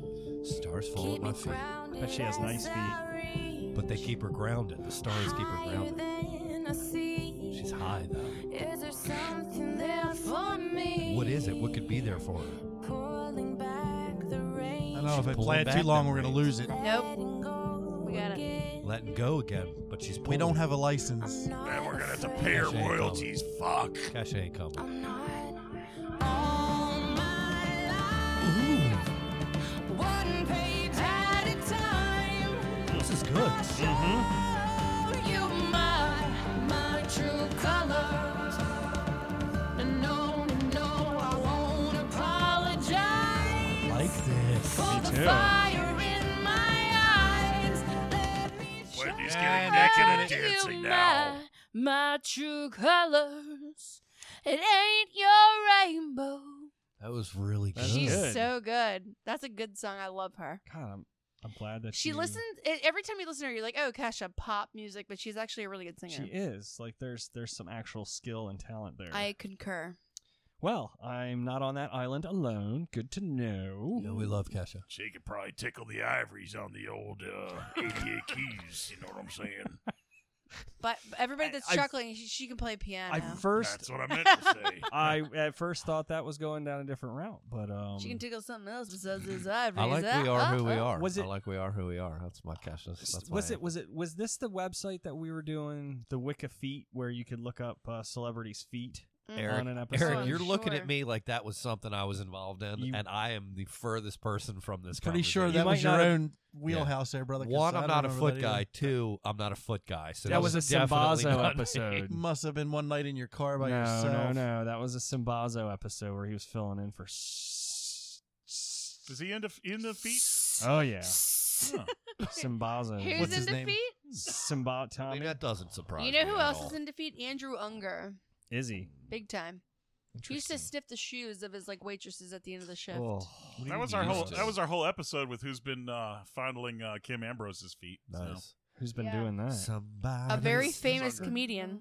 Stars fall at my feet, bet she has nice feet. but they keep her grounded. The stars keep her grounded. She's high though. What is it? What could be there for her? I know if I Pull play it it too back long, then, we're gonna right? lose it. Nope. We got it. Letting go again, but she's We pulling. don't have a license. Then we're gonna have to pay her Actually, I don't. royalties. Fuck. Cash ain't coming. This is good. Mm-hmm. Like this. Me too. Wendy's getting naked and dancing now. My true colors. It ain't your rainbow. That was really good. That's She's good. so good. That's a good song. I love her. God, I'm, I'm glad that She you- listens e- every time you listen to her. You're like, oh, Kesha, pop music, but she's actually a really good She singer. is like there's there's some actual skill and talent there. I concur. Well, I'm not on that island alone. Good to know. Yeah, we love Kesha. She could probably tickle the ivories on the old uh, 88 keys. You know what I'm saying? But everybody I- that's I- chuckling, she, she can play piano. I first That's what I meant to say. [LAUGHS] I at first thought that was going down a different route, but um she can tickle something else besides those ivories. I like Ah, we are ah, who we ah. are. Was I it- like we are who we are. That's my Kesha. That's, that's my was name. it was it was this the website that we were doing the Wiki feet where you could look up uh, celebrities' feet Mm. Eric, on an episode? Eric, Oh, you're looking sure. at me like that was something I was involved in, You- and I am the furthest person from this. Pretty sure conversation. that might was not your have- own wheelhouse there, brother. 'cause one. I I'm don't not a remember foot that either. guy. Two, I'm not a foot guy. So that was a this is definitely not Simbazo me. [LAUGHS] episode. Must have been one night in your car by no, yourself. no, no. That was a Simbazo episode where he was filling in for. s- s- [LAUGHS] Is he into, into feet? Oh [LAUGHS] yeah, Huh. uh, Simbazo. Who's What's in his name? defeat? Simba I mean, Tommy? that doesn't surprise You me know who at else all. is in defeat? Andrew Unger, Izzy. big time. He used to Interesting. sniff the shoes of his like waitresses at the end of the shift. Oh. That was our used whole. to? That was our whole episode with who's been uh, fondling uh, Kim Ambrose's feet. So- Nice. Who's been Yeah. doing that? Somebody. A very Unger. famous comedian.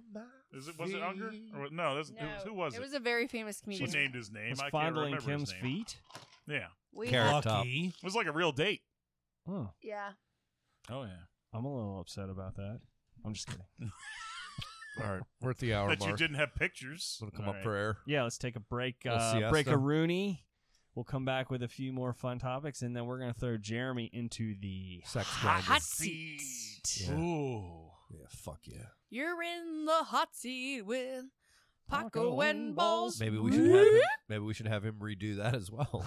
Is it was it Unger? Or, what- no, that's, it was, who was it? It was a very famous she comedian. named his name. Was I can't fondling remember Kim's his name. feet? Yeah, We Carrot had- Top. Lucky. it was like a real date. Oh, yeah. Oh yeah. I'm a little upset about that. I'm just kidding. All right, we're at the hour that you mark. didn't have pictures. Gonna come All up for air. Yeah, let's take a break. Little Uh, siesta. break a Rooney. We'll come back with a few more fun topics, and then we're gonna throw Jeremy into the Sex Hot, grinder. hot seat. Yeah. Ooh. Yeah, fuck yeah. You're in the hot seat with Paco and Balls. Maybe we should have him, maybe we should have him redo that as well.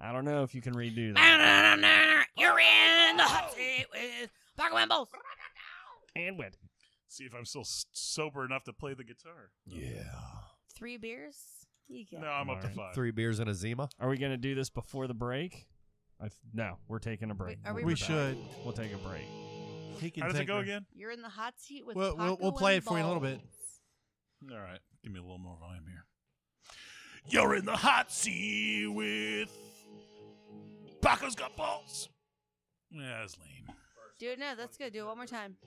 I don't know if you can redo that. You're in the hot seat with Paco and Balls. And with See if I'm still s- sober enough to play the guitar. yeah. Three beers? You get No, I'm up to Alright. five. Three beers and a Zima. Are we gonna do this before the break? I th- no, we're taking a break. Wait, are we We'll We be back. should. We'll take a break. He can How does it take go her. again? You're in the hot seat with Well, we'll- Paco we'll play and it for you in a little Balls. bit. All right, give me a little more volume here. You're in the hot seat with Paco's got balls. Yeah, that's lame. Do it now. That's good. Do it one more time.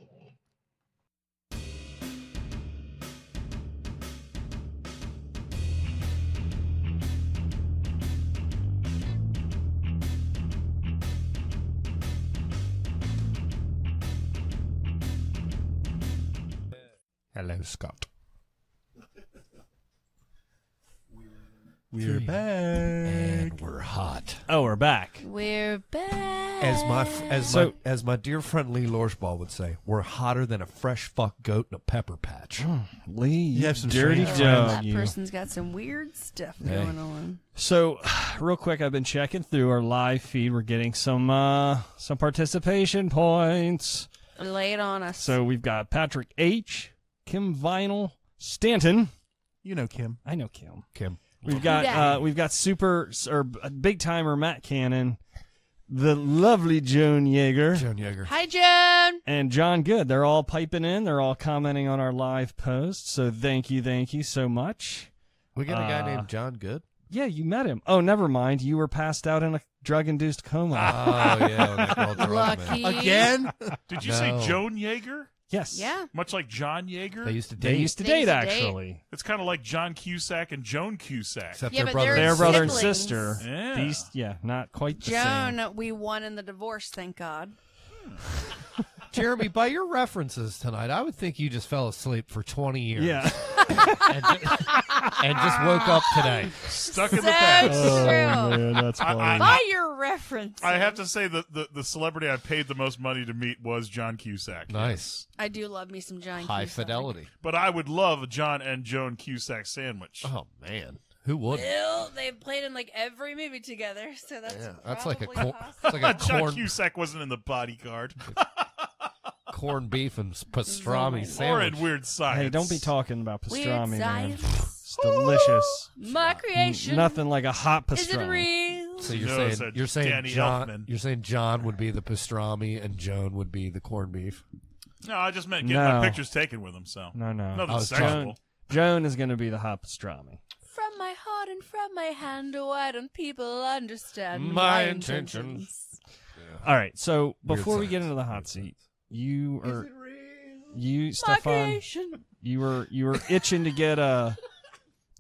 Hello, Scott. We're back. And we're hot. Oh, we're back. We're back. As my f- as So- my as my dear friend Lee Lorsball would say, we're hotter than a fresh fuck goat in a pepper patch. Lee, you have some dirty strange dog. that person's got some weird stuff Hey. going on. So, [SIGHS] real quick, I've been checking through our live feed. We're getting some uh, some participation points. Lay it on us. So we've got Patrick H, Kim Vinyl, Stanton. You know Kim. I know Kim. Kim. We've got Yeah. uh, we've got super or uh, big timer Matt Cannon, the lovely Joan Yeager. Joan Yeager. Hi, Joan. and John Good. They're all piping in. They're all commenting on our live post. So thank you, thank you so much. We got a guy Uh, named John Good. Yeah, you met him. Oh, never mind. You were passed out in a drug-induced Ah. coma. Oh yeah, when they called Drummond. [LAUGHS] Lucky. Again? Did you say No. Joan Yeager? yes. Yeah. Much like John Yeager? They used to They date, used to They date used to date. actually. it's kind of like John Cusack and Joan Cusack. except Yeah, their but brother. they're Their They're brother and siblings. sister. Yeah. These, yeah, not quite the same. Joan, we won in the divorce, thank God. Jeremy, by your references tonight, I would think you just fell asleep for 20 years. Yeah. And, ju- and just woke up today. Stuck in so the past. Oh, Oh, true. that's I- I- By your reference, I have to say that the, the celebrity I paid the most money to meet was John Cusack. [LAUGHS] Nice. I do love me some John High Cusack. fidelity. But I would love a John and Joan Cusack sandwich. Oh, man. Who would? Ew, they played in like every movie together, so that's Yeah, that's like a probably cor- it's [LAUGHS] like a [LAUGHS] John corn, Cusack wasn't in the bodyguard. corn beef and s- pastrami Or in sandwich. Weird Science. Hey, don't be talking about Weird pastrami, man. science. It's delicious. My creation. Nothing like a hot pastrami. Is it real? So you're No, it's saying a you're saying Danny John Elfman. you're saying John would be the pastrami and Joan would be the corned beef. No, I just meant getting No. my pictures taken with him. So No, no. nothing I was sexual. Joan, Joan is going to be the hot pastrami. From my heart and from my hand, why don't people understand My intentions. All right. So Weird before we science. get into the hot Weird seat, science. you are you My Stefan, creation. you were you were itching to get [LAUGHS] a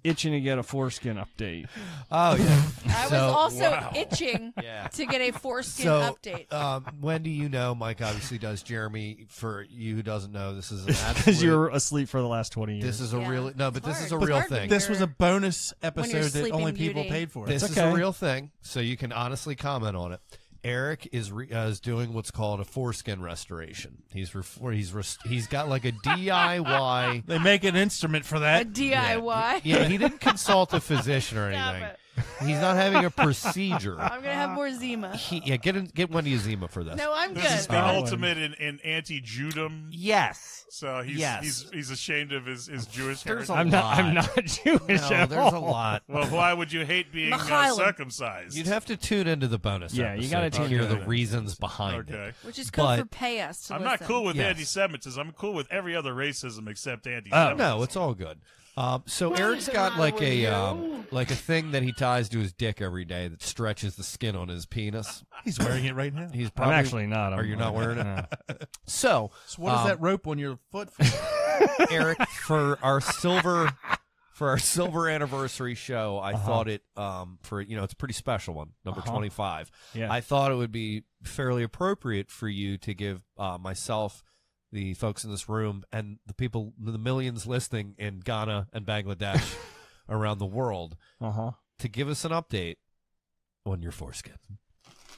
itching to get a foreskin update. Oh [LAUGHS] yeah. I was So- also itching [LAUGHS] Yeah. to get a foreskin so, update. Um, when do you know? Mike obviously does. Jeremy, for you who doesn't know, this is [LAUGHS] an Because absolute. you were asleep for the last twenty years. this is a Yeah. real no, but It's this is a hard. It's real hard to thing. do. This was a bonus episode that Sleeping only people Beauty. paid for. This It's is a okay. real thing, so you can honestly comment on it. Eric is re, uh, is doing what's called a foreskin restoration. He's ref, he's rest, he's got [LAUGHS] like a DIY. They make an instrument for [LAUGHS] a that. DIY. Yeah, he didn't consult a physician or Stop anything. it. He's not having a [LAUGHS] procedure. I'm gonna have more Zima. He, yeah, get in, get Wendy Azima for this. No, I'm This is good. the Oh. ultimate in, in anti-Judum. Yes, So he's Yes. he's he's ashamed of his his Jewish heritage. There's a I'm not. I'm lot. not [LAUGHS] Jewish. no, at there's a all. lot. well, why would you hate being uh, Mikhailim. circumcised? You'd have to tune into the bonus. Yeah, you episode gotta to tune hear into the it. reasons behind okay. it. Which is code But- for pay us. To I'm listen. not cool with Yes. anti-Semitism. I'm cool with every other racism except Oh anti-Semitism. no, it's all good. Um, so Eric's got like a um, like a thing that he ties to his dick every day that stretches the skin on his penis. He's wearing it right now. He's I'm probably actually not. I'm Are you not wearing it? [LAUGHS] no. So So what is Um, that rope on your foot [LAUGHS] for? Eric, for our silver for our silver anniversary show, I Uh-huh. thought it um for you know it's a pretty special one, number Uh-huh. twenty five. Yeah. I thought it would be fairly appropriate for you to give uh, myself the folks in this room and the people, the millions listening in Ghana [LAUGHS] and Bangladesh around the world Uh huh. to give us an update on your foreskin.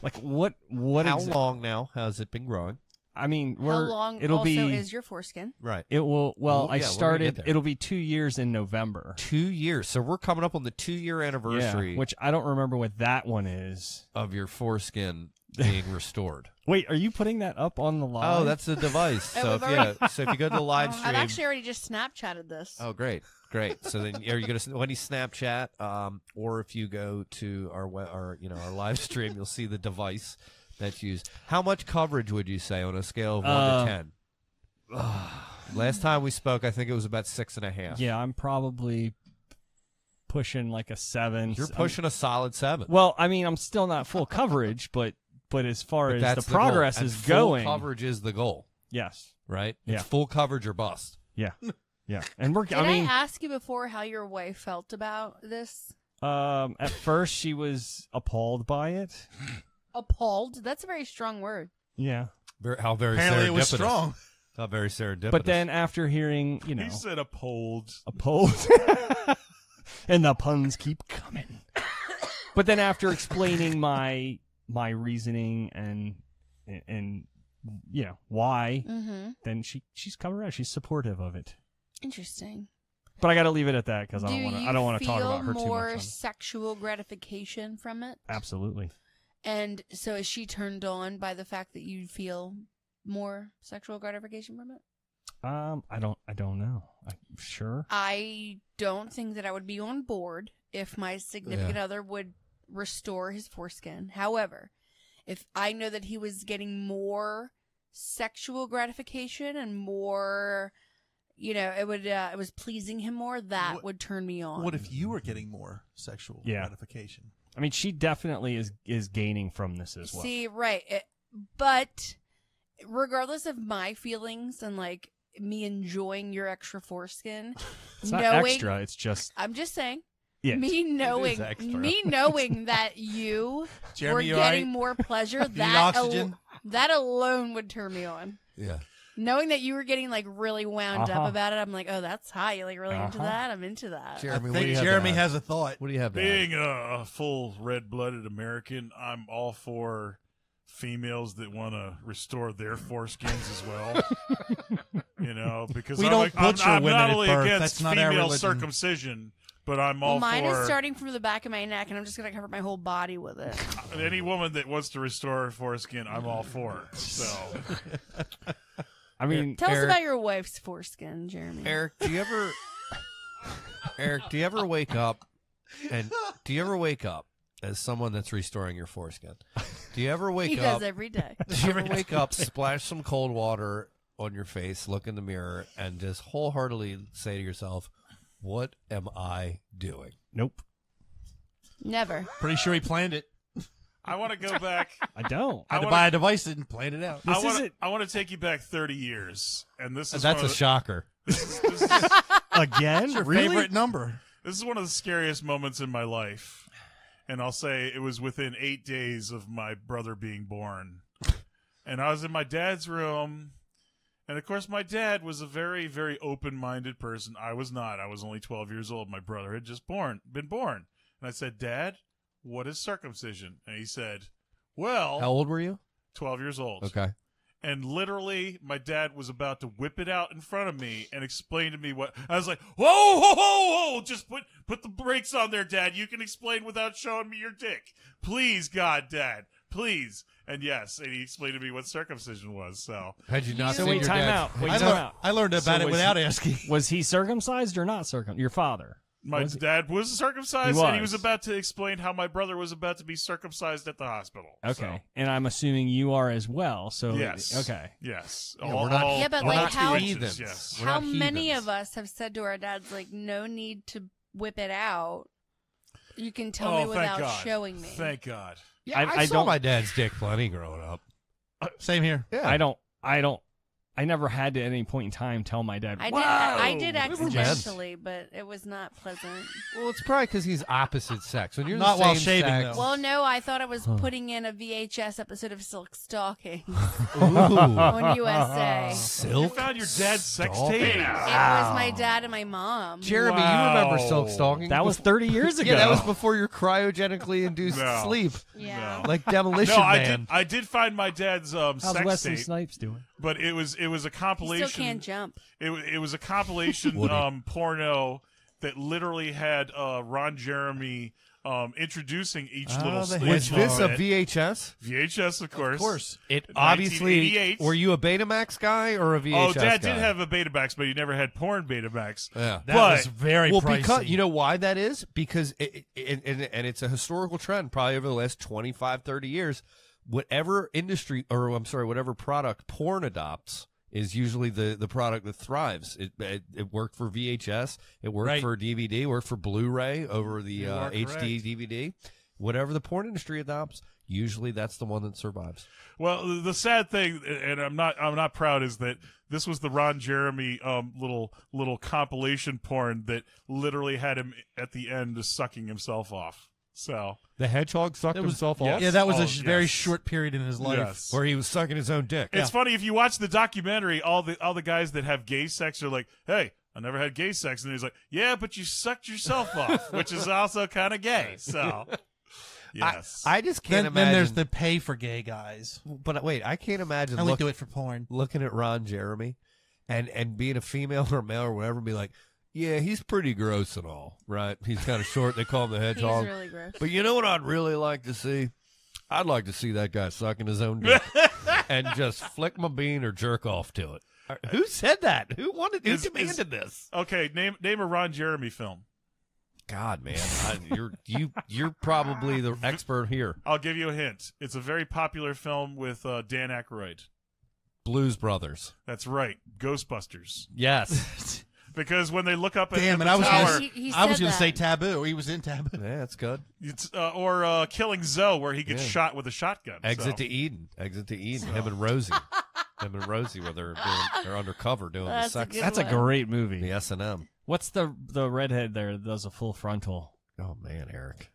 Like what? What? How exa- long now has it been growing? I mean, we're. How long it'll also be. is your foreskin? Right. it will. Well, I Well, yeah, we're gonna get started. there. It'll be two years in November. Two years. So we're coming up on the two year anniversary Yeah, which I don't remember what that one is. of [LAUGHS] your foreskin being restored. Wait, are you putting that up on the live? Oh, that's the device. Oh, So if, we've already- yeah, so if you [LAUGHS] go to the live I've stream, actually already just Snapchatted this. Oh, great, great. So then, are you going to when you Snapchat, um, or if you go to our we- our you know our live stream, you'll see the device that's used. How much coverage would you say on a scale of one Uh, to ten? [SIGHS] Last time we spoke, I think it was about six and a half. yeah. I'm probably pushing like a seven. you're I'm- pushing a solid seven. um, well, I mean, I'm still not full coverage, but but as far But as that's the goal. progress And is full going, Coverage is the goal, yes, right? Yeah. It's full coverage or bust. yeah, yeah. And we're. [LAUGHS] Did I I, mean, ask you before how your wife felt about this? Um, at first she was appalled by it. Appalled. That's a very strong word. Yeah. Ver- how very Apparently, it was serendipitous. strong. How very serendipitous. But then after hearing, you know, He said appalled. appalled. [LAUGHS] and the puns keep coming. [COUGHS] but then after explaining my my reasoning and and you know, why, Mm-hmm. then she she's come around. She's supportive of it. Interesting. But I got to leave it at that cuz I Do don't want to you I don't want to talk feel about her too more much. on it. sexual gratification from it? Absolutely. And so is she turned on by the fact that you feel more sexual gratification from it? Um, I don't I don't know. I, sure. I don't think that I would be on board if my significant other would restore his foreskin. However, if I know that he was getting more sexual gratification and more, you know, it would uh, it was pleasing him more, that What- would turn me on. What if you were getting more sexual Yeah. gratification? I mean, she definitely is is gaining from this as well. See, right. It, but regardless of my feelings and like me enjoying your extra foreskin, [LAUGHS] it's not knowing extra, it's just I'm just saying yeah. me knowing extra. me knowing that you Jeremy, you were all getting right? more pleasure You need that al- oxygen? that alone would turn me on. yeah, Knowing that you were getting like really wound Uh-huh. up about it, I'm like, oh, that's hot. You're like really into Uh-huh. that. I'm into that. Jeremy, I what do you think have to Jeremy add? has a thought. What do you have? to add? Being a, a full red blooded American, I'm all for females that want to restore their foreskins as well. [LAUGHS] you know, because We I'm, don't like, I'm, butcher I'm women not at only birth. against That's not our female religion. circumcision, but I'm all Well, mine for is starting from the back of my neck, and I'm just gonna cover my whole body with it. any woman that wants to restore her foreskin. I'm all for. So I mean, Tell us Eric- about your wife's foreskin, Jeremy. Eric, do you ever Eric, do you ever wake up and do you ever wake up as someone that's restoring your foreskin? Do you ever wake [LAUGHS] he up does every day. Do you ever wake up, splash some cold water on your face, look in the mirror and just wholeheartedly say to yourself, "What am I doing?" nope. Never. Pretty sure he planned it. I want to go back. I don't. Had I to wanna- buy a device and plan it out. I want This to. isn't- I want to take you back 30 years, and this is That's one a of the- shocker. This is, Again? Your really? favorite number. This is one of the scariest moments in my life. And I'll say it was within eight days of my brother being born. And I was in my dad's room. And of course, my dad was a very, very open minded person. I was not. I was only 12 years old. My brother had just born, been born. And I said, Dad, what is circumcision? And he said, Well, How old were you? 12 years old. Okay. And literally, my dad was about to whip it out in front of me and explain to me what I was like. Whoa, whoa, whoa, whoa! Just put put the brakes on there, Dad. You can explain without showing me your dick, please, God, Dad, please. And yes, and he explained to me what circumcision was. So Had you not So seen wait, your time dad's- [LAUGHS] out. Wait, I, time lear- out. I learned about So it was without asking. Was he circumcised or not circumcised? Your father. my Was he- dad was circumcised, He and he was. was about to explain how my brother was about to be circumcised at the hospital. Okay. And I'm assuming you are as well. So So, yes. Okay. Yes. Yeah, we're not- Yeah, but all like two how- inches, Heathens. Yes. We're How not many heathens. of us have said to our dads, like, no need to whip it out? You can tell oh, me thank without God. showing me. Thank God. Yeah, I, I saw don't- my dad's dick plenty growing up. Same here. Yeah. I don't. I don't. I never had to at any point in time tell my dad. I "Wow." did. I We were did men. accidentally, but it was not pleasant. Well, it's probably because he's opposite sex. When you're Not the while same shaving, sex, Well, no, I thought I was Huh. putting in a VHS episode of Silk Stockings Ooh. on USA. Silk. You found your dad's sex Stalking. tape. It was my dad and my mom. Jeremy, you remember silk Wow. stalking? That was Bef- 30 years ago. [LAUGHS] Yeah, that was before your cryogenically induced No. [LAUGHS] sleep, Yeah. like demolition no, I man. did. I did find my dad's um, How's sex Wesley tape, Snipes doing? but it was it was a He still can't compilation. jump. It, wa- it was a compilation Woody. um, porno that literally had uh, Ron Jeremy um, introducing each Ah, little. the each Was little this a bit. VHS? VHS? Of course. Of course. It 1988. Were you a Betamax guy or a VHS? Oh, Dad guy? did have a Betamax, but he never had porn Betamax. Yeah. That But- was very well, pricey. because you know why that is because it, it, and, and it's a historical trend probably over the last 25 30 years whatever industry or i'm sorry whatever product porn adopts is usually the, the product that thrives it, it, it worked for vhs it worked Right. for dvd worked for blu-ray over the You uh, are hd correct. dvd whatever the porn industry adopts usually that's the one that survives Well, the- the sad thing, and I'm not I'm not proud, is that this was the Ron Jeremy um, little little compilation porn that literally had him at the end just sucking himself off. So the hedgehog sucked That was- himself yeah. off yeah, that was Oh, a sh- very yes. short period in his life. Yes. [LAUGHS] where he was sucking his own dick it's funny if you watch the documentary, all the all the guys that have gay sex are like, "Hey, I never had gay sex," and he's like, "Yeah, but you sucked [LAUGHS] yourself off," which is also kind of gay. So yes, I, I just Then, can't imagine then there's the pay for gay guys. but uh, wait i can't imagine I only look, do it for porn. looking at Ron Jeremy and and being a female [LAUGHS] or male or whatever and be like, yeah, he's pretty gross and all, right? He's [LAUGHS] kind of short. They call him the He was hedgehog. really gross. but you know what I'd really like to see? I'd like to see that guy sucking his own [LAUGHS] dick and just flick my bean or jerk off to it. Who said that? Who wanted? Who Is- is- demanded this? okay. Name name a Ron Jeremy film. God, man, I, you're you [LAUGHS] you're probably the expert here. I'll give you a hint. It's a very popular film with uh, Dan Aykroyd. Blues Brothers. That's right, Ghostbusters. Yes. Because when they look up at, Damn at it! the I was tower, gonna, He- he I was said going to that. say taboo. He was in [LAUGHS] taboo. [LAUGHS] yeah, that's good. it's, uh, or uh, Killing Zoe, where he gets Yeah. shot with a shotgun. Exit so. to Eden. Exit to Eden. Him and Rosie. Him and Rosie, where they're doing, they're undercover doing That's the a sex. good That's a one. great movie. the S and M. What's the the redhead there that does a full frontal? Oh man, Eric.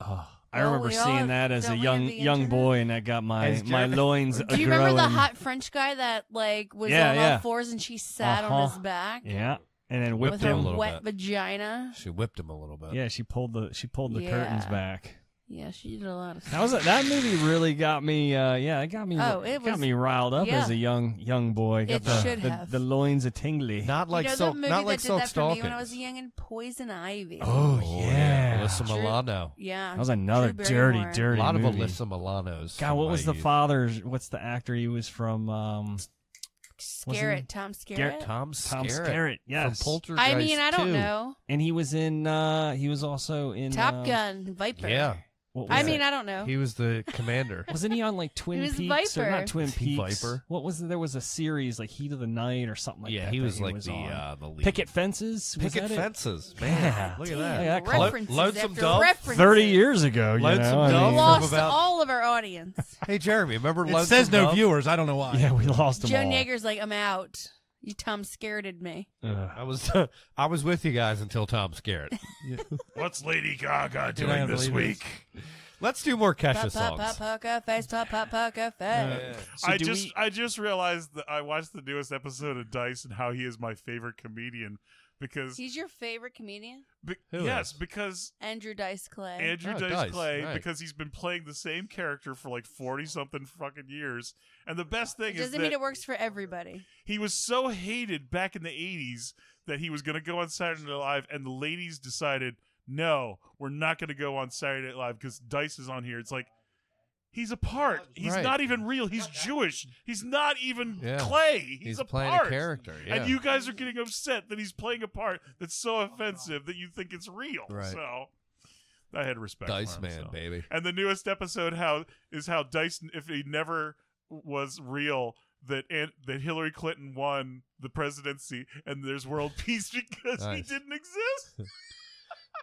Oh, I Well, remember we all seeing have- that as a don't we young have the young internet? boy, and that got my As my Jer- loins. Do you remember the a-growing. hot French guy that like was Yeah, on yeah. all fours and she sat on Uh-huh. his back Yeah, and then whipped with her him a little him. wet bit. vagina? She whipped him a little bit. Yeah, she pulled the she pulled the curtains Yeah. back. Yeah, she did a lot of. That was a, that movie really got me. Uh, yeah, it got me. Oh, it got was- me riled up yeah. as a young young boy. Got It the, should the, have. the loins a tingly. Not like you know self. the movie Not like that did self that for me stalking. when I was young in Poison Ivy. oh, yeah. Alyssa Drew- Milano. yeah, that was another Drew dirty, Barrymore. A dirty lot of movie. Alyssa Milanos. God, what was the fun? father's? What's the actor he was from? Um, Scarrett, Tom Garrett- Scarrett. Tom Tom Scarrett. Skerritt, yes. From Poltergeist. I mean, I don't 2. know. and he was in. uh He was also in Top um, Gun, Viper. Yeah. What was I it? mean, I don't know. He was the [LAUGHS] commander. Wasn't he on like Twin was Peaks or Viper. not Twin He Peaks? Viper. What was it? there was a series like Heat of the Night or something like yeah, that. he that was like the on. uh, the lead. Picket Fences. Was Picket that it? fences. Man, look at that. Yeah, that Damn, call- references Lonesome after Dove? references. Thirty years ago. You Lonesome know? I Dove We from mean- [LAUGHS] lost about- all of [LAUGHS] our audience. Hey Jeremy, remember It Lonesome says no Dove? viewers. I don't know why. Yeah, we lost him Joe all. Yeager's like, I'm out. You Tom Skerritted me. Ugh. I was [LAUGHS] I was with you guys until Tom Skerritt. What's Lady Gaga I doing have this believers? week? Let's do more Kesha Pop, pop, songs. pop, poker face, pop, pop, poker face. So I do just we- I just realized that I watched the newest episode of Dice and how he is my favorite comedian because He's your favorite comedian? be- Who yes is? because Andrew Dice Clay. Andrew Oh, Dice, Dice, Clay right. because he's been playing the same character for like forty something fucking years and the best thing it is doesn't that mean it works for everybody. he was so hated back in the 80s that he was going to go on Saturday Night Live, and the ladies decided, no, we're not going to go on Saturday Night Live because Dice is on here. It's like, he's a part. He's Right. not even real. He's Jewish. He's not even Yeah. Clay. He's, He's, a playing part. a character. Yeah. And you guys are getting upset that he's playing a part that's so offensive that you think it's real. Right. So I had respect Dice for him, Man, so. baby. And the newest episode how is how Dyson, if he never was real, that Aunt, that Hillary Clinton [LAUGHS] won the presidency and there's world peace because he Nice. didn't exist.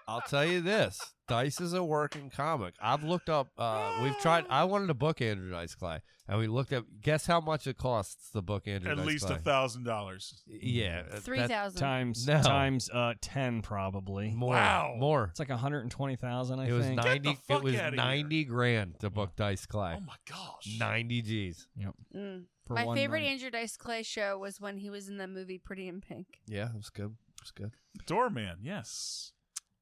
I'll tell you this: Dice is a working comic. I've looked up. Uh, we've tried. I wanted to book Andrew Dice Clay, and we looked up. Guess how much it costs to book Andrew? At Dice least Clay? a thousand dollars. Yeah, uh, that- Three thousand. times No. times uh ten probably. More. Wow. More. It's like hundred and twenty thousand. I It was think. the ninety. It fuck was outta here. ninety grand to book Dice Clay. Oh my gosh. Ninety G's. Mm. for My one favorite night. Andrew Dice Clay show was when he was in the movie Pretty in Pink. Yeah, it was good. It was good. Doorman, yes.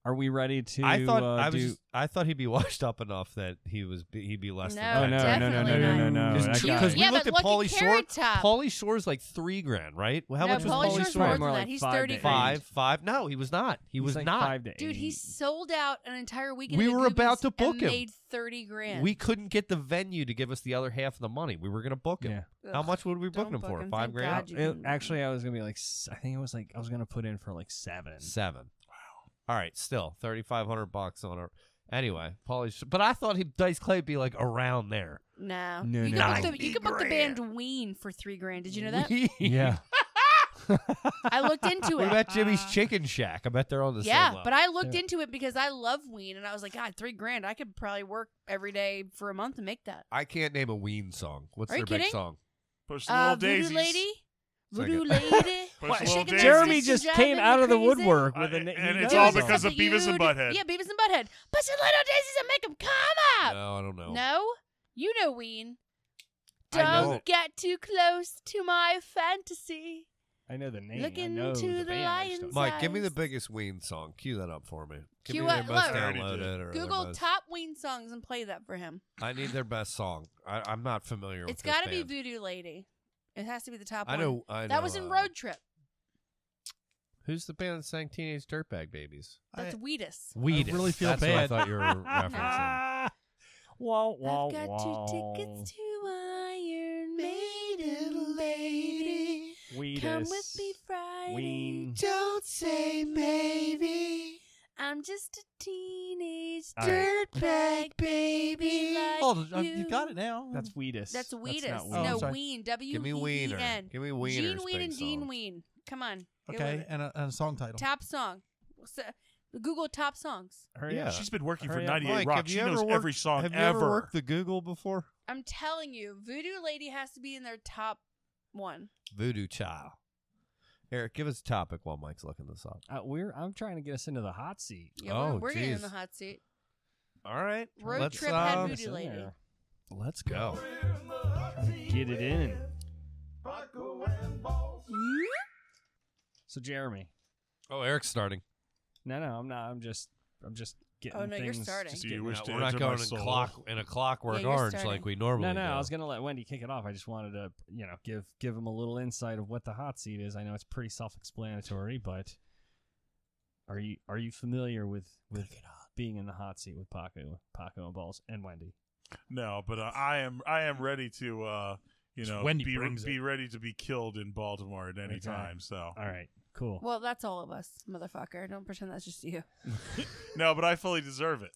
Are we ready to? I thought uh, I was. do- just- I thought he'd be [LAUGHS] washed up enough that he was. He'd be less. No, oh than no, that. no no no definitely no no not. no! Just That two- guy- Because we yeah, looked but at look Pauly at Carrot Top. Paulie Shore's like three grand, right? How No, much was Pauly Pauly Shore's Shore? more than More that. like He's five to 30 eight. Five, five. No, he was not. He He's was like not. five to Dude, eight. he sold out an entire weekend. We at the were about movies to book and him. Made thirty grand. We couldn't get the venue to give us the other half of the money. We were going to book him. Yeah. How Ugh, much would we book don't him for? him. Five Thank grand. God you It- didn't. actually, I was gonna be like, s- I think it was like I was gonna put in for like [LAUGHS] seven. Seven. Wow. All right. Still thirty five hundred bucks on our. Anyway, Paulie. Sh- But I thought he Dice Clay would be like around there. no, No, you no, could no. book the you could book the band Ween for three grand. Did you [LAUGHS] know that? Yeah, I looked into What it. about Jimmy's Chicken Shack? I bet they're on the uh, Yeah, same level. but I looked Yeah. into it because I love Ween, and I was like, God, three grand! I could probably work every day for a month and make that. I can't name a Ween song. What's Are their you big kidding? song? Push the Uh, little voodoo daisies. lady, like [LAUGHS] voodoo a- lady. Push little shaking daisies. that Jeremy ass, just driving came me out of the crazy. woodwork with Uh, an. and he it's knows all them. because of Something Beavis and you do- Butthead. Yeah, Beavis and Butthead. Push the little daisies and make them come up. No, I don't know. No, you know Ween. I know Don't it. get too close to my fantasy. I know the name. Look I know into the the band, I just don't- lion's- Mike, give me the size. biggest Ween song. Cue that up for me. Give Cue me their up- most look. I already did. downloaded. Or their Google most- top Ween songs and play that for him. I need their best song. I, I'm not familiar with. It's got to to be Voodoo Lady. It has to be the top I one. know. I know. that was in uh, Road Trip. Who's the band that sang Teenage Dirtbag Babies? That's Weedus. Weed. really feel That's bad. What I thought you [LAUGHS] were referencing. Wah, wah, I've got wah. two tickets to Iron Maiden Lady. Weedus. Come with me Friday. Ween. Don't say maybe. I'm just a teenage All right. dirtbag baby. Like Oh, th- uh, you. you got it now. That's Weedus. That's Weedus. That's not Ween. Oh, no, I'm sorry. Ween. W Give me E E Wiener. N. Give me Wiener's Gene Ween big and Gene song. Ween. Come on. Get with okay, it. and a, and a song title. Top song. So, Google top songs. Hurry Yeah. up. She's been working for Hurry up. 98 Mike, Rock. have She you ever knows worked- every song Have you ever. ever worked the Google before? I'm telling you, Voodoo Lady has to be in their top one. Voodoo Child. Eric, give us a topic while Mike's looking this up. Uh, we're. I'm trying to get us into the hot seat. Yeah, Oh, we're, we're getting in geez. the hot seat. All right. Road let's, trip had um, Voodoo It's uh, in Lady. there. Let's go. Get it in. So Jeremy, Oh, Eric's starting. no, no, I'm not. I'm just, I'm just getting. Oh, no, you're things- starting. just Do you getting- wish No, to we're not enter my going in soul? clock in a clockwork Yeah, you're orange starting. like we normally No, no, do. I was gonna let Wendy kick it off. I just wanted to, you know, give give him a little insight of what the hot seat is. I know it's pretty self-explanatory, but are you are you familiar with with being in the hot seat with Paco, Paco and Balls and Wendy? No, but uh, I am I am ready to uh, you It's know when he be, brings be it. ready to be killed in Baltimore at any Okay. time. So All right, cool. Well, that's all of us, motherfucker. Don't pretend that's just you. no, but I fully deserve it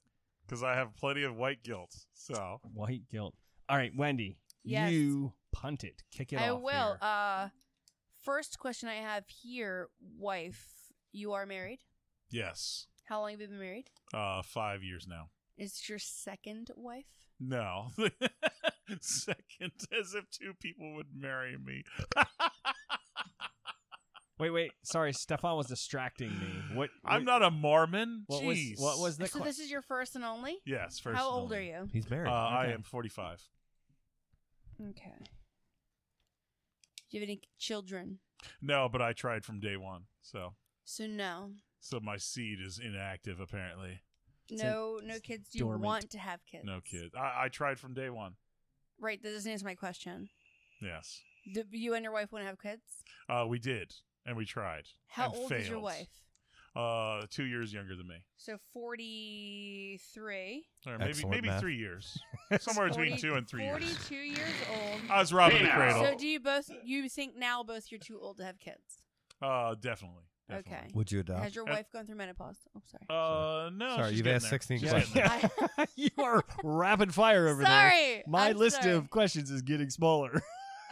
because I have plenty of white guilt. So White guilt. All right, Wendy, Yes. you punt it. Kick it I off. will. here. Uh, first question I have here, wife, you are married. yes, How long have you been married? uh, five years now. Is this your second wife? No, [LAUGHS] second, as if two people would marry me. wait, wait. Sorry, Stefan was distracting me. What? I'm what- not a Mormon. What Jeez. was what was the so que- this is your first and only. Yes, first. How and old are only. you? He's Uh, married. I Okay. am 45. Okay. Do you have any children? No, but I tried from day one. So, So no, so my seed is inactive apparently. It's no, no kids. Do you dormant. want to have kids? No kid. I, I tried from day one. Right. That doesn't answer my question. Yes. Do you and your wife want to have kids? Uh, we did, and we tried. How and old is your failed. wife? Uh, two years younger than me, So forty-three. or maybe Excellent maybe math. three [LAUGHS] years, somewhere between 40 two and three years. Forty-two years old. I was robbing the cradle. So do you both? You think now both you're too old to have kids? uh, definitely. definitely. Okay. Would you adopt? Has your Uh, wife gone through menopause? Oh, sorry. Uh, no. Sorry, she's you've getting asked there. 16 She's getting there. [LAUGHS] [LAUGHS] you are rapid fire over there. sorry. My I'm list sorry. of questions is getting smaller.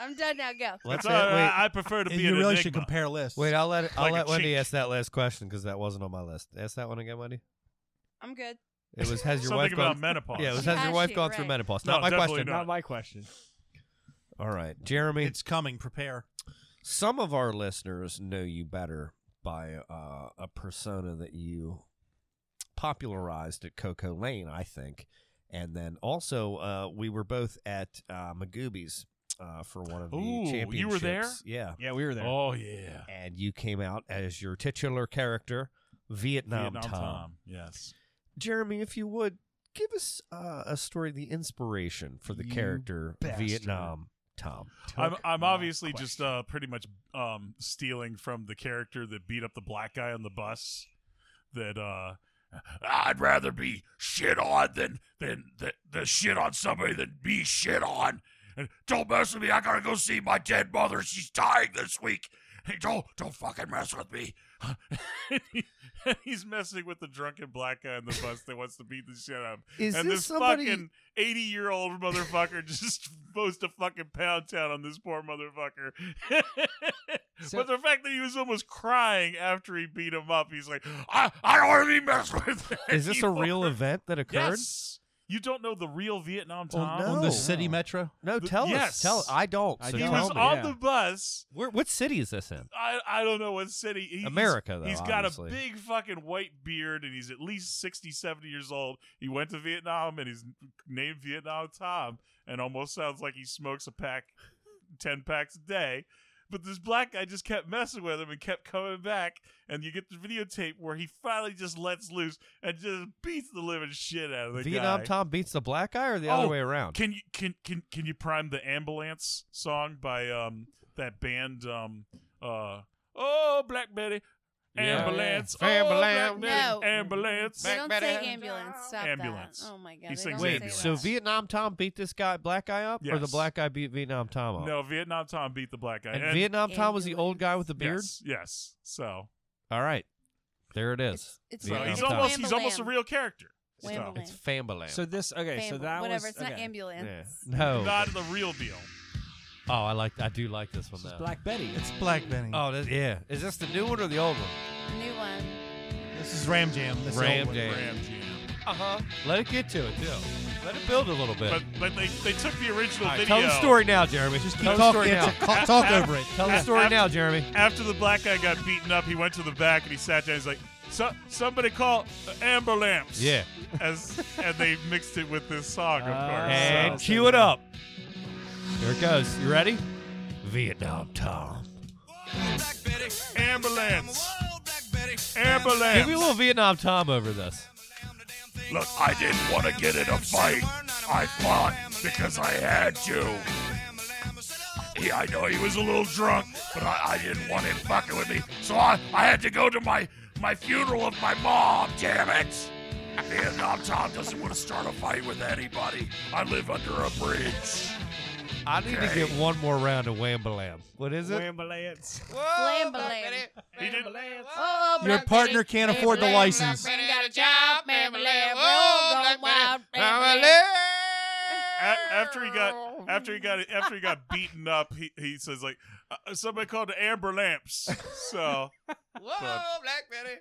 I'm done now. Go. Let's It's wait, all right, wait, uh, I prefer to And be you an really enigma. should compare lists. wait, I'll let I'll Like a let Wendy chink. ask that last question because that wasn't on my list. Ask that one again, Wendy. I'm good. It was has [LAUGHS] your Something wife about gone? menopause. Yeah, [LAUGHS] it was She has your has wife shit, gone through right. menopause? No, Not my definitely question. not. Not my question. All right, Jeremy. It's coming. Prepare. some of our listeners know you better by uh, a persona that you popularized at Coco Lane, I think. And then also, uh, we were both at uh, Magoobies uh, for one of the Ooh, you championships. were there? Yeah. Yeah, we were there. Oh yeah, And you came out as your titular character, Vietnam, Vietnam Tom. Yes. Jeremy, if you would, give us uh, a story of the inspiration for the You character bastard. Vietnam Tom. I'm Took I'm my obviously just question. uh, pretty much um, stealing from the character that beat up the black guy on the bus. That uh, I'd rather be shit on than than than, than shit on somebody than be shit on. And don't mess with me. I gotta go see my dead mother. She's dying this week. Hey, don't don't fucking mess with me. [LAUGHS] He's messing with the drunken black guy on the bus that wants to beat the shit out of him. Is and this this somebody? fucking 80 year old motherfucker [LAUGHS] just posed a fucking pound town on this poor motherfucker. [LAUGHS] So- but the fact that he was almost crying after he beat him up, he's like, I, I don't want to be messed with. Is this a anymore." [LAUGHS] real event that occurred? Yes. You don't know the real Vietnam Well, Tom? no. On Oh. the city metro. No, The- tell us. yes. Tell I don't. I So He don't. tell was me. on yeah. the bus. Where, what city is this in? I, I don't know what city. He- he's- America, though, He's got obviously. a big fucking white beard and he's at least 60, 70 years old. He went to Vietnam and he's named Vietnam Tom and almost sounds like he smokes a pack, 10 packs a day. But this black guy just kept messing with him and kept coming back. And you get the videotape where he finally just lets loose and just beats the living shit out of the Vietnam guy. Tom beats the black guy, or the Oh, other way around? Can you can can can you prime the ambulance song by um that band um uh oh Black Betty Yeah. ambulance Yeah. oh, Black Ambulance. Betty, No. ambulance They Back don't better. say ambulance. Stop Ambulance. That. Oh my god. He they sings don't Wait, say Wait, that. so Vietnam Tom beat this guy, black guy up, or the Yes. black guy beat Vietnam Tom up? no Vietnam Tom beat the black guy And, Vietnam Tom was the old Ambulance. guy with the beard. yes, yes so All right, there it is. It's- it's so Vietnam he's Tom. almost he's almost a Wham-a-lam. real character so. Wham-a-lam. It's Fambalam. So this okay, so Fambu- that whatever. was it's not okay. ambulance. yeah. no. not the real deal oh, I like. I do like this one This is though. Black Betty. It's Black Benny. Oh, this, yeah. Is this the new one or the old one? New one. This is Ram Jam. This is Ram old one. Jam. Ram Jam Uh huh. Let it get to it too. Let it build a little bit. Uh-huh. but but they they took the original All right, video tell the story now, Jeremy. Just Keep tell the talking. story It's now. a co- talk over it. Tell the story After- now, Jeremy. after the black guy got beaten up, he went to the back and he sat down. He's like, so, "Somebody call uh, Amber Lamps." Yeah. As and they mixed it with this song, of Ah. course. And so- cue it up. Here it goes. You ready? Vietnam Tom. ambulance, ambulance. Give me a little Vietnam Tom over this. Look, I didn't want to get in a fight. I fought because I had to. Yeah, I know he was a little drunk, but I, I didn't want him fucking with me, so I, I had to go to my my funeral of my mom. Damn it! Vietnam Tom doesn't want to start a fight with anybody. I live under a bridge. I need to get one more round of Wham-Blam. What is it? Ambulance. Flambeland. He didn't. Oh, Your Black partner Betty. can't afford the Ambulance. license. Black Betty got a job. Ambulance. We're all going wild. Ambulance. A- after he got after he got after he got beaten up, he, he says like uh, somebody called the Amber Lamps. So Bam, bam, whoa, Black Betty.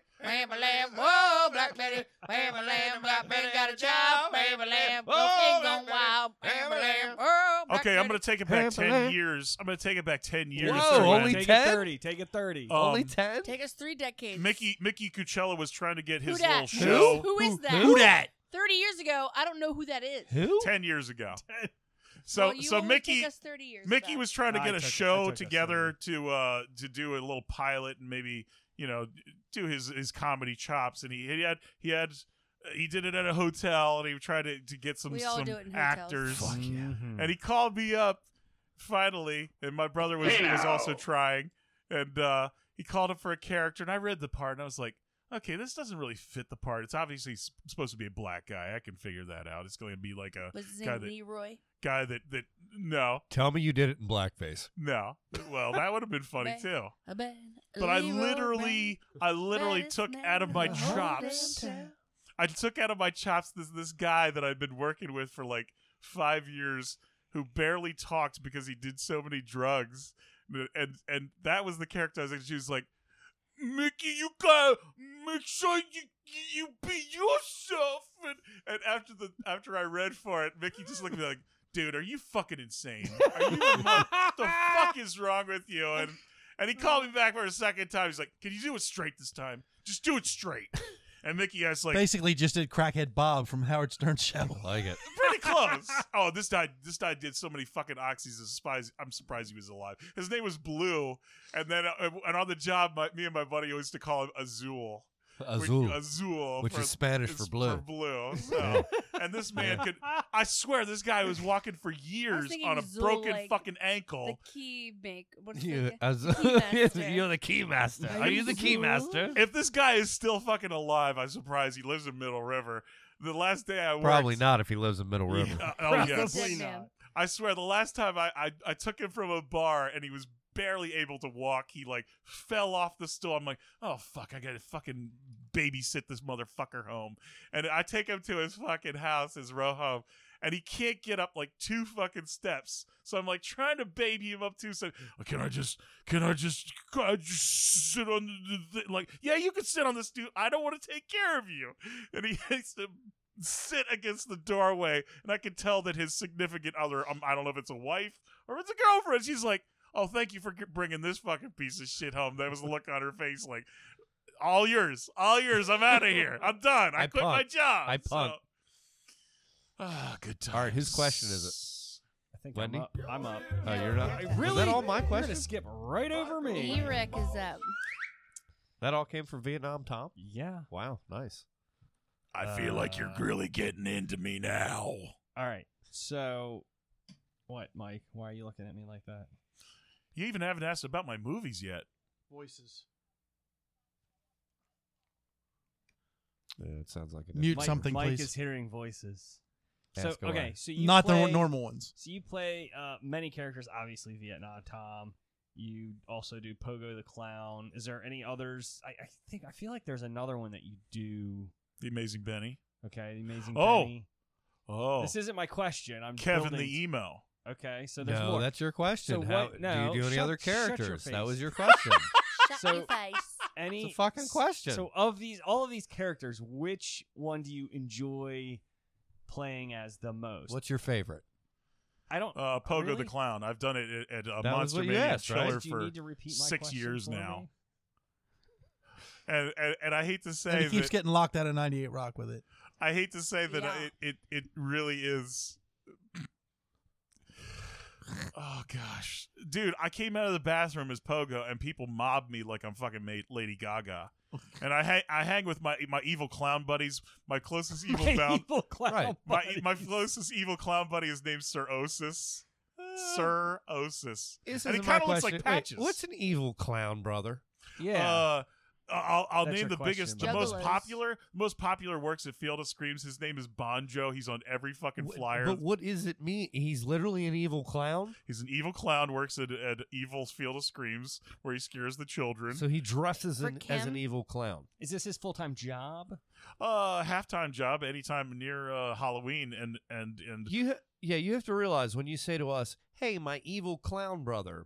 Bam, bam, Black Betty got a job. Bam, bam, whoa, gone wild. Bam, bam, whoa, Black okay, I'm Betty. gonna take it back Amber ten [LAUGHS] Lamp. years. I'm gonna take it back ten years. Whoa, to when- only take 10? it thirty. Take it thirty. um, Only 10? Take us three decades. Mickey Mickey Cucella was trying to get Who his little dat? show Who is that? Who that? 30 years ago, I don't know who that is. Who? ten years [LAUGHS] ago. So Well, you so only Mickey took us 30 years Mickey back. was trying to I get a took- I show took us together to uh to do a little pilot and maybe you know do his his comedy chops and he, he had he had he did it at a hotel and he tried to, to get some We all some do it in hotels. actors Fuck yeah. and he called me up finally and my brother was was also trying and uh he called up for a character and I read the part and I was like okay this doesn't really fit the part it's obviously s- supposed to be a black guy I can figure that out it's going to be like a Was his guy name that- Leroy? guy that that no Tell me you did it in blackface. no well that would have been funny [LAUGHS] Right. too I bet. but I Leroy literally, I literally Bass took Man out of my of the whole chops. damn town. I took out of my chops this this guy that I'd been working with for like five years, who barely talked because he did so many drugs, and and, and that was the character I was. in. She was like, Mickey, you gotta make sure you you be yourself. after the after I read for it, Mickey just looked at me like, "Dude, are you fucking insane? Are you a monk? the fuck is wrong with you?" And and he called me back for a second time. He's like, "Can you do it straight this time? Just do it straight." And Mickey has like Basically, just did crackhead Bob from Howard Stern's show. I like [LAUGHS] it. pretty close. Oh, this guy, this guy did so many fucking oxys. It's surprised- I'm surprised he was alive. His name was Blue, and then uh, and on the job, my, me and my buddy used to call him Azul. Which- Azul, Azul, which for- is Spanish for is blue. blue. So, and this man could. I swear, this guy was walking for years thinking on a Azul, broken like, fucking The ankle. key make. [LAUGHS] What's You, the, Azul. [LAUGHS] Keymaster. You're the key master. Are Are you you the key Azul? master? if this guy is still fucking alive, I'm surprised he lives in Middle River. The last day I worked, Probably not if he lives in Middle River. Yeah, oh yes, Probably Dead man. not. I swear, the last time I, I I took him from a bar and he was barely able to walk. He like fell off the stool. I'm like, oh fuck, I gotta fucking babysit this motherfucker home. And I take him to his fucking house, his row home, and he can't get up like two fucking steps. So I'm like trying to baby him up too. So can I just can I just can I just sit on the, the, the like yeah, you can sit on this dude. I don't want to take care of you. And he [LAUGHS] has to sit against the doorway, and I can tell that his significant other, um, I don't know if it's a wife or if it's a girlfriend, she's like, "Oh, thank you for g- bringing this fucking piece of shit home." That was the look on her face, like, "All yours, all yours. I'm [LAUGHS] out of here. I'm done. I, I quit my punked. job." I So- punked. Ah, good time. All right, whose question is it? I think Wendy? I'm up. I'm up. Oh, you're not. Really? Was that all my [LAUGHS] You're gonna questions? skip right over me. E-Rick is up. That all came from Vietnam, Tom. Yeah. Wow, nice. I feel like you're Uh, really getting into me now. All right. So, what, Mike? Why are you looking at me like that? You even haven't asked about my movies yet. Voices. Yeah, it sounds like it. Mute Mike, something, Mike please. is hearing voices. So Ask away. okay, so you Not play, the normal ones. So you play uh, many characters, obviously Vietnam Tom. You also do Pogo the Clown. Is there any others? I, I think I feel like there's another one that you do. The Amazing Benny. Okay, the Amazing Oh, Penny. Oh, This isn't my question. I'm Kevin building- the emo. Okay, so there's No, more. that's your question. So How, what- no, do you do any shut- other shut your characters? That face. was your [LAUGHS] question. Shut So- your face. any It's a fucking s- question. So of these all of these characters, which one do you enjoy playing as the most? What's your favorite? I don't Uh, Pogo really? the Clown. I've done it at, at uh, That was Monster what you Mania asked, right? Chiller Do you for, need to repeat my six question years for now. [LAUGHS] me? and, and and I hate to And say he keeps that getting locked out of 98 Rock with [LAUGHS] it. I hate to say that uh, Yeah. it, it it really is. Oh gosh, dude! I came out of the bathroom as Pogo, and people mobbed me like I'm fucking made Lady [LAUGHS] Gaga. And I hang, I hang with my my evil clown buddies. My closest evil My clown, evil clown Right. my buddies. [LAUGHS] my closest evil clown buddy is named Sir Osis. Uh. Sir Osis. This And he isn't my kinda looks like question. Wait, Patches. what's an evil clown, brother? Yeah. Uh, I'll, I'll That's name your the question, biggest, the Mike. most Juggalos. popular, most popular works at Field of Screams. His name is Bonjo. He's on every fucking Wh- flyer. But what is it mean? He's literally an evil clown. He's an evil clown. Works at, at Evil's Field of Screams, where he scares the children. So he dresses For in, as Kim? an evil clown. Is this his full time job? uh, halftime job anytime near uh, Halloween, and and and You, ha- yeah, you have to realize when you say to us, "Hey, my evil clown brother,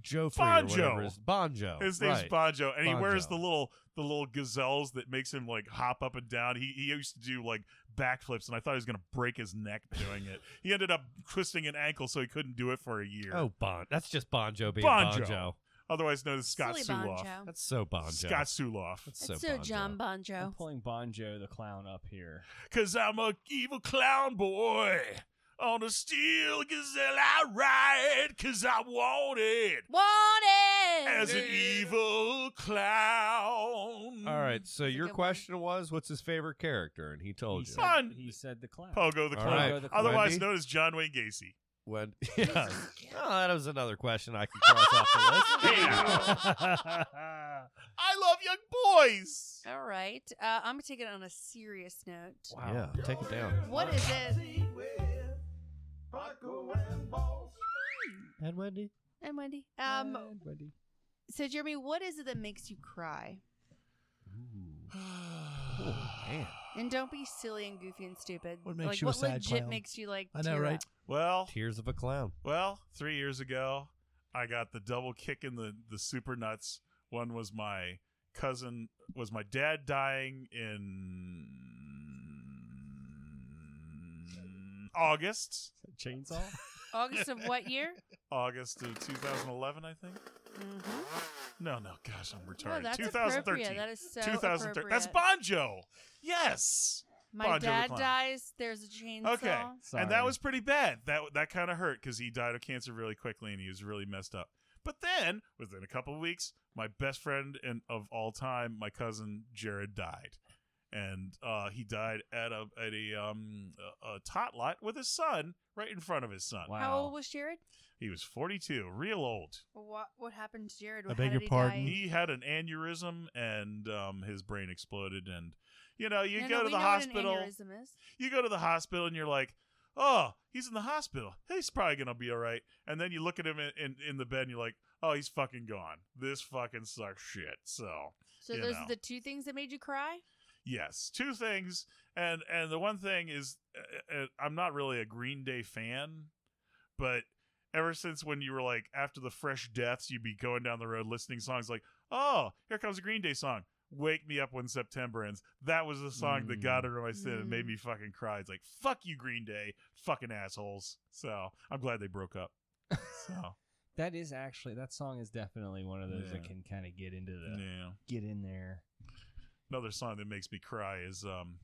Joe Bonjo. is, Bonjo." his name's right. Bonjo, and he wears Bonjo. the little the little gazelles that makes him like hop up and down. He he used to do like backflips, and I thought he was gonna break his neck doing it. he ended up twisting an ankle, so he couldn't do it for a year. Oh, Bon. That's just Bonjo being Bonjo. Bonjo. otherwise known as [LAUGHS] Scott Silly Suloff. Bonjo. That's so Bonjo. Scott Suloff. That's so, That's so Bonjo. John I'm Bonjo. pulling Bonjo the clown up here. Cause I'm a evil clown boy. On a steel gazelle I ride, cause I want it. Wanted. As an evil clown. All right, so That's a your good one. question was, "What's his favorite character?" And he He told you. said, Fun. he said the clown. Pogo the All clown. right. Pogo the Clown. Otherwise Wendy? known as John Wayne Gacy. [LAUGHS] When yeah, [LAUGHS] oh, that was another question I can cross off the list. [LAUGHS] Hey, I love young boys. All right. Uh, I'm taking it on a serious note. Wow. Yeah, take it down. What is it? And Wendy. And Wendy. Um, So Jeremy, what is it that makes you cry? [SIGHS] Oh, man. And don't be silly and goofy and stupid. What makes like, you a what sad legit clown? makes you like? I know, tear right? up? Well, Tears of a clown. well, three years ago, I got the double kick in the, the super nuts. One was my cousin, was my dad dying in August. Chainsaw? August of [LAUGHS] what year? Oh, August of 2011, I think. No, no, gosh, I'm retarded. Mm-hmm. that's 2013. appropriate. That is so 2013. That's appropriate. Bonjo. Yes. My Bon Jovi dad Clown. dies. There's a chainsaw. Okay. [LAUGHS] Sorry. And that was pretty bad. That that kind of hurt because he died of cancer really quickly and he was really messed up. But then, within a couple of weeks, my best friend and of all time, my cousin Jared died, and uh, he died at a at a um a, a tot lot with his son right in front of his son. Wow. How old was Jared? He was 42, real old. What What happened to Jared? I How beg did your he pardon? die? He had an aneurysm and um, his brain exploded, and you know you No, go no, to we the know what an hospital. aneurysm is. you go to the hospital and you're like, oh, he's in the hospital. He's probably going to be all right. And then you look at him in, in, in the bed and you're like, oh, he's fucking gone. This fucking sucks shit. So, So you those know. are the two things that made you cry. yes, two things. And and the one thing is, uh, uh, I'm not really a Green Day fan, but ever since when you were like, after the fresh deaths, you'd be going down the road listening to songs like, oh, here comes a Green Day song. Wake me up when September ends. That was the song that Mm. got under my skin and made me fucking cry. It's like fuck you, Green Day, fucking assholes. So I'm glad they broke [LAUGHS] up. So That is actually that song is definitely one of those that Yeah. can kind of get into the yeah, get in there. another song that makes me cry is um,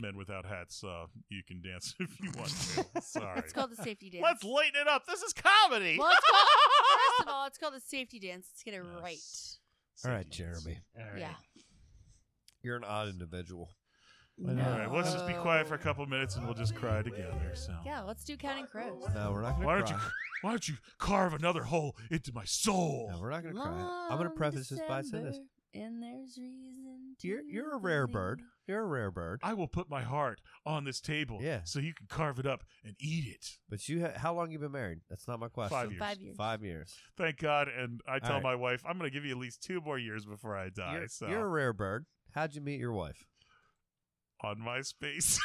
"Men Without Hats." Uh, you can dance [LAUGHS] if you want to. Sorry. [LAUGHS] It's called [LAUGHS] the safety dance. Let's lighten it up. This is comedy. Well, it's [LAUGHS] called, first of all, it's called the safety dance. Let's get it Yes. All right, Jeremy. All right. Yeah. You're an odd individual. All right, let's just be quiet for a couple minutes and we'll just cry together. So right. Yeah, let's do Counting Crows. No, we're not gonna why cry. don't you [LAUGHS] why don't you carve another hole into my soul? No, we're not gonna cry. I'm gonna Long preface this by saying this: December, And there's reason to you're you're a rare bird. believe. You're a rare bird. I will put my heart on this table Yeah. so you can carve it up and eat it. But you, ha- how long you been married? That's not my question. Five years. Five years. Five years. Thank God. And I tell right. my wife, I'm going to give you at least two more years before I die. you're, so, you're a rare bird. How'd you meet your wife? on MySpace.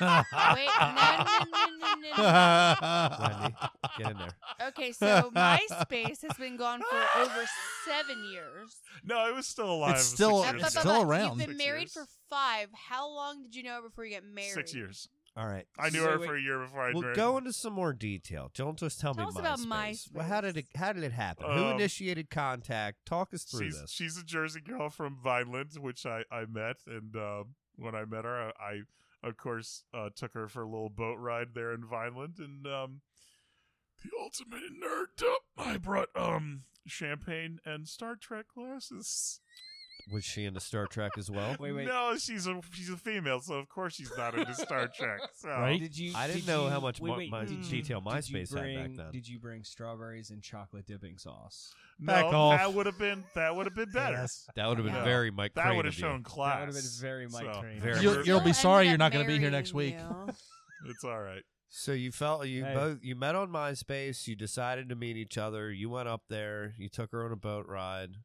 Oh, Wait, no, no, no, no, no, [LAUGHS] no. Wendy, get [LAUGHS] in there. Okay, so MySpace has been gone [LAUGHS] for over seven years. [LAUGHS] no, it was still alive. It's still- six But- years but- it's ago. but- still but around. You've been Six married years. for five. How long did you know before you got married? Six years. All right. I knew So her wait- for a year before I Well, married go her. into some more detail. Don't just tell, Tell me us about Well, how did MySpace. it? How did it happen? Who Um, initiated contact? Talk us through she's, this. She's a Jersey girl from Vineland, which I, I met. And uh, when I met her, I, I of course, uh, took her for a little boat ride there in Vineland. And um, the ultimate in nerddom, I brought um champagne and Star Trek glasses. Was she into Star Trek as well? Oh, [LAUGHS] Wait, wait. No, she's a she's a female, so of course she's not into Star [LAUGHS] Trek. So Did you? I didn't did know you- how much wait, mo- wait, my- did you- detail did you MySpace had back bring- then. Did you bring strawberries and chocolate dipping sauce? no, Back off. that would have been that would have [LAUGHS] been better. That would have been Yeah. very Mike. That Crane would have of you. shown class. That would have been very Mike So, Crane. very- You'll- you'll be Still sorry ended you're not up gonna be here marrying next week. you. It's all right. So you felt you Hey. both you met on MySpace. You decided to meet each other. You went up there. You took her on a boat ride.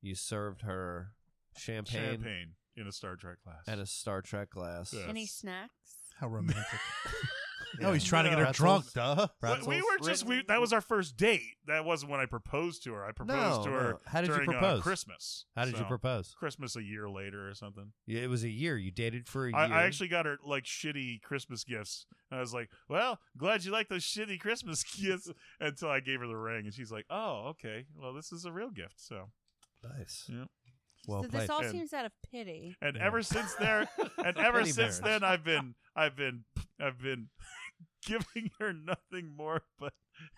You served her champagne, Champagne in a Star Trek class. and a Star Trek glass. Yeah. Any Yes. snacks? How romantic. [LAUGHS] No, he's trying to get her Pretzels. drunk, duh. But we were just we that was our first date. That wasn't when I proposed to her. I proposed No, to her no. How did you during, uh, propose? Christmas. How did you So, propose? Christmas a year later or something. Yeah, It was a year. You dated for a year. I, I actually got her like shitty Christmas gifts. And I was like, Well, glad you like those shitty Christmas [LAUGHS] gifts until I gave her the ring and she's like, Oh, okay. Well this is a real gift. So nice. Yeah. Well so played. this all And- seems out of pity. and Yeah. ever since [LAUGHS] there and ever Pretty since marriage. then I've been I've been I've been [LAUGHS] giving her nothing more but [LAUGHS]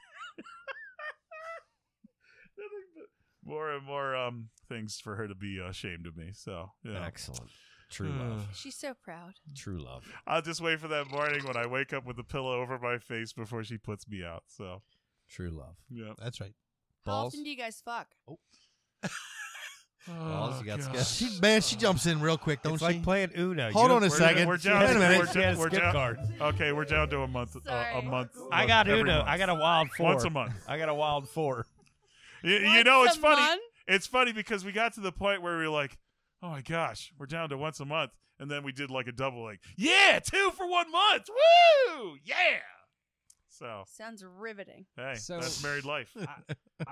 nothing but more and more um things for her to be ashamed of me. So yeah. Excellent. True love. She's so proud. True love. I'll just wait for that morning when I wake up with a pillow over my face before she puts me out. So True love. yeah. That's right. How Balls. often do you guys fuck? Balls, you got Oh, God. sketch. She, man, she jumps in real quick, [LAUGHS] don't it's she? like playing Uno. Hold You on a don't- We're second. down- We're down. Wait a minute. We're She had down. a We're skip down. card. Okay, we're down to a month. Uh, a Sorry. month. I month- got every Uno. month. I got a wild four. Once a month. I got [LAUGHS] a wild four. You, you know, Once it's a funny. month? It's funny because we got to the point where we were like, "Oh my gosh, we're down to once a month," and then we did like a double, like, "Yeah, two for one month, woo, yeah." So Sounds riveting. hey, So- that's married life. I'm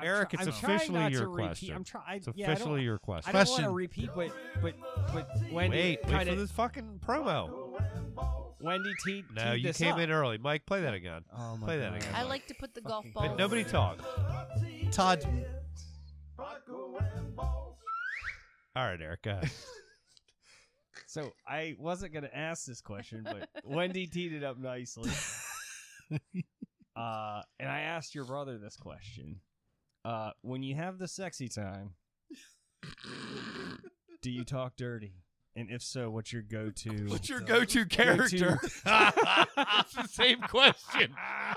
Eric, try- it's I'm trying officially not to your repeat- question. I'm trying. It's officially your question. I don't want Question. to repeat, but but but Wendy Wait, wait kinda, for this fucking promo. Wendy T. No, you came in early. Mike, play that again. Oh my Play that God. again. I like to put the golf Fucking balls. But nobody talk. Todd, All right, Eric. Go ahead. So I wasn't gonna ask this question, [LAUGHS] but Wendy teed it up nicely. uh, and I asked your brother this question: uh, When you have the sexy time, do you talk dirty? And if so, what's your go-to? What's your go-to [LAUGHS] character? That's the same question. [LAUGHS]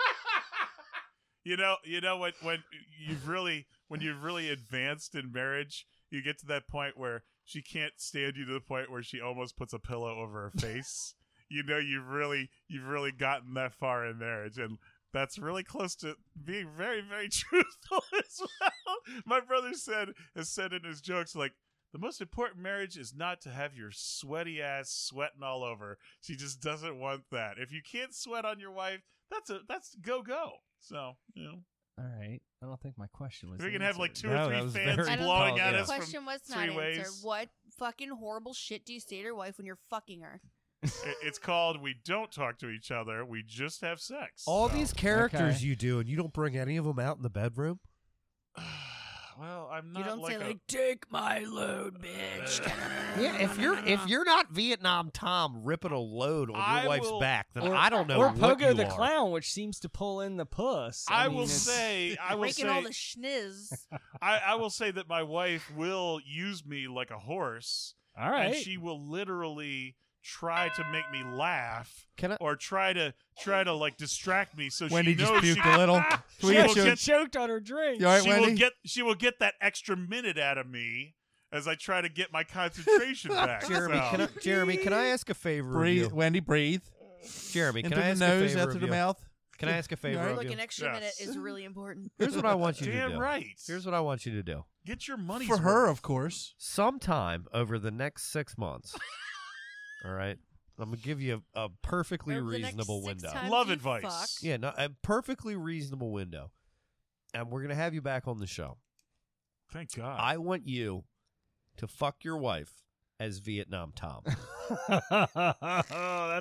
You know, you know when when you've really when you've really advanced in marriage, you get to that point where she can't stand you to the point where she almost puts a pillow over her face. you know, you've really you've really gotten that far in marriage, and that's really close to being very very [LAUGHS] truthful as well. My brother said has said in his jokes like. The most important marriage is not to have your sweaty ass sweating all over. She just doesn't want that. If you can't sweat on your wife, that's a that's go go. So you know, All right, I don't think my question was. if we can have like answered. two No, or that three was fans very I don't blowing think at the us from question was not three ways. answered. What fucking horrible shit do you say to your wife when you're fucking her? It- it's called "We Don't Talk to Each Other, We Just Have Sex." All So- these characters Okay. you do, and you don't bring any of them out in the bedroom. [SIGHS] well, I'm not You don't like say a- like, "Take my load, bitch." Yeah, if you're if you're not Vietnam Tom ripping a load on your I wife's will- back, then Or- I don't know. Or what Pogo you the are. clown, which seems to pull in the puss. I, mean, will it's- [LAUGHS] say, I will Breaking say, all [LAUGHS] the schniz. I, I will say that my wife will use me like a horse, All right. and she will literally try to make me laugh Can I- or try to try to like distract me so Wendy she just knows she, puked a [LAUGHS] little. Can we yeah, get she you- choked on her drink. You all right, she Wendy? will get she will get that extra minute out of me as I try to get my concentration back. Jeremy, So- can I, [LAUGHS] Jeremy, can I ask a favor breathe. of you? Wendy, breathe. Jeremy, can Into I the ask a nose, favor out of through the you? mouth. Can I ask a favor of Look, you? an extra Yes. minute is [LAUGHS] really important. Here's what I want you to Damn do. right. Here's what I want you to do. Get your money For her, of course. Sometime over the next six [LAUGHS] months. all right, I'm gonna give you a, a perfectly Over the next reasonable six window. times Love you advice. fuck. Yeah, no, a perfectly reasonable window. And we're gonna have you back on the show. Thank God. I want you to fuck your wife as Vietnam [LAUGHS] Tom. oh, that's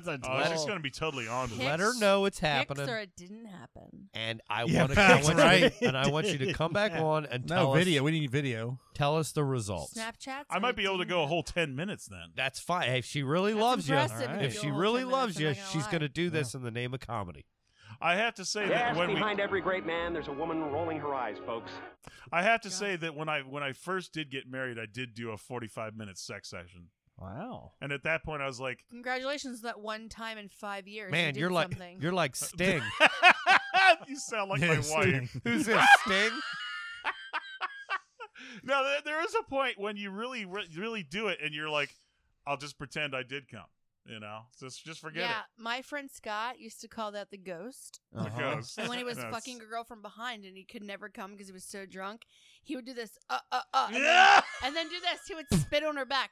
a oh, twist. she's gonna be totally on to Let that. her know it's Hicks happening. or it didn't happen. and I Yeah, want to that's right. and I want you to come [LAUGHS] back on and tell No video. us We need video. tell us the results. Snapchat. I might be able to go a whole ten minutes then. That's fine. Hey, if she really That's loves you, impressive if you if do she a whole really 10 loves minutes, you, I'm not gonna she's lie. to do this in the name of comedy. I have to say that when we, every great man, there's a woman rolling her eyes, folks. I have to say that when I when I first did get married, I did do a forty five minute sex session, Wow. and at that point, I was like, [LAUGHS] Congratulations, that one time in five years. you Man, did you're like something. you're like Sting. "You sound [LAUGHS] like Yeah, my wife." [LAUGHS] [LAUGHS] Who's this? Sting? No, there, there is a point when you really re- really do it, and you're like, "I'll just pretend I did come," you know, just just forget yeah, my friend Scott used to call that the ghost. it. The ghost. And [LAUGHS] when he was That's- fucking a girl from behind and he could never come because he was so drunk, he would do this, uh, uh, uh, and, [LAUGHS] Yeah! [LAUGHS] then, and then do this. He would spit on her back.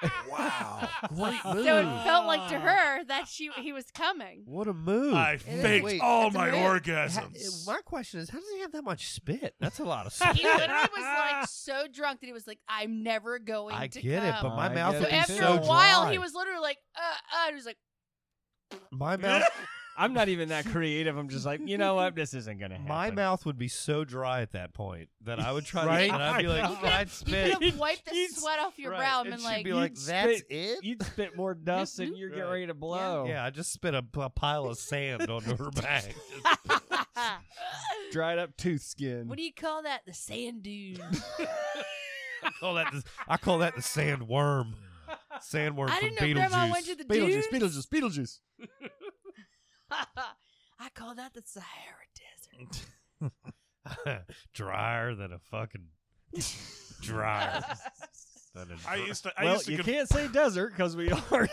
[LAUGHS] Wow. Great So move. it felt like to her that she he was coming. What a move. I is. faked Wait, all that's my weird. Ha- eh, orgasms. my question is, how does he have that much spit? That's a [LAUGHS] lot of He spit. literally was like so drunk that he was like, "I'm never going I to get it, come." but my I mouth get so would it be after so a while, dry. he was literally like, "Uh, uh," and he was like, my mouth I'm not even that creative. I'm just like, you know what? This isn't gonna happen. My mouth would be so dry at that point that I would try Right? to, and I'd be like, You could- I'd "You spit. could have wiped the He's- sweat off your Right, brow and and been she'd like, be like, you'd that's spit- it? You'd spit [LAUGHS] more dust and you're getting Right. ready to blow. Yeah, I just spit a, a pile of [LAUGHS] sand onto her back. [LAUGHS] Dried up tooth skin. what do you call that? The [LAUGHS] sand dune." [LAUGHS] I call that the, I call that the sand worm. Sandworm I from didn't know Grandma went to Beetlejuice. the dunes. Beetlejuice, Beetlejuice. I call that the Sahara Desert. [LAUGHS] drier than a [LAUGHS] fucking drier. than a I dri- used to. I Well, used to. you Conf- can't say desert because [LAUGHS] we are.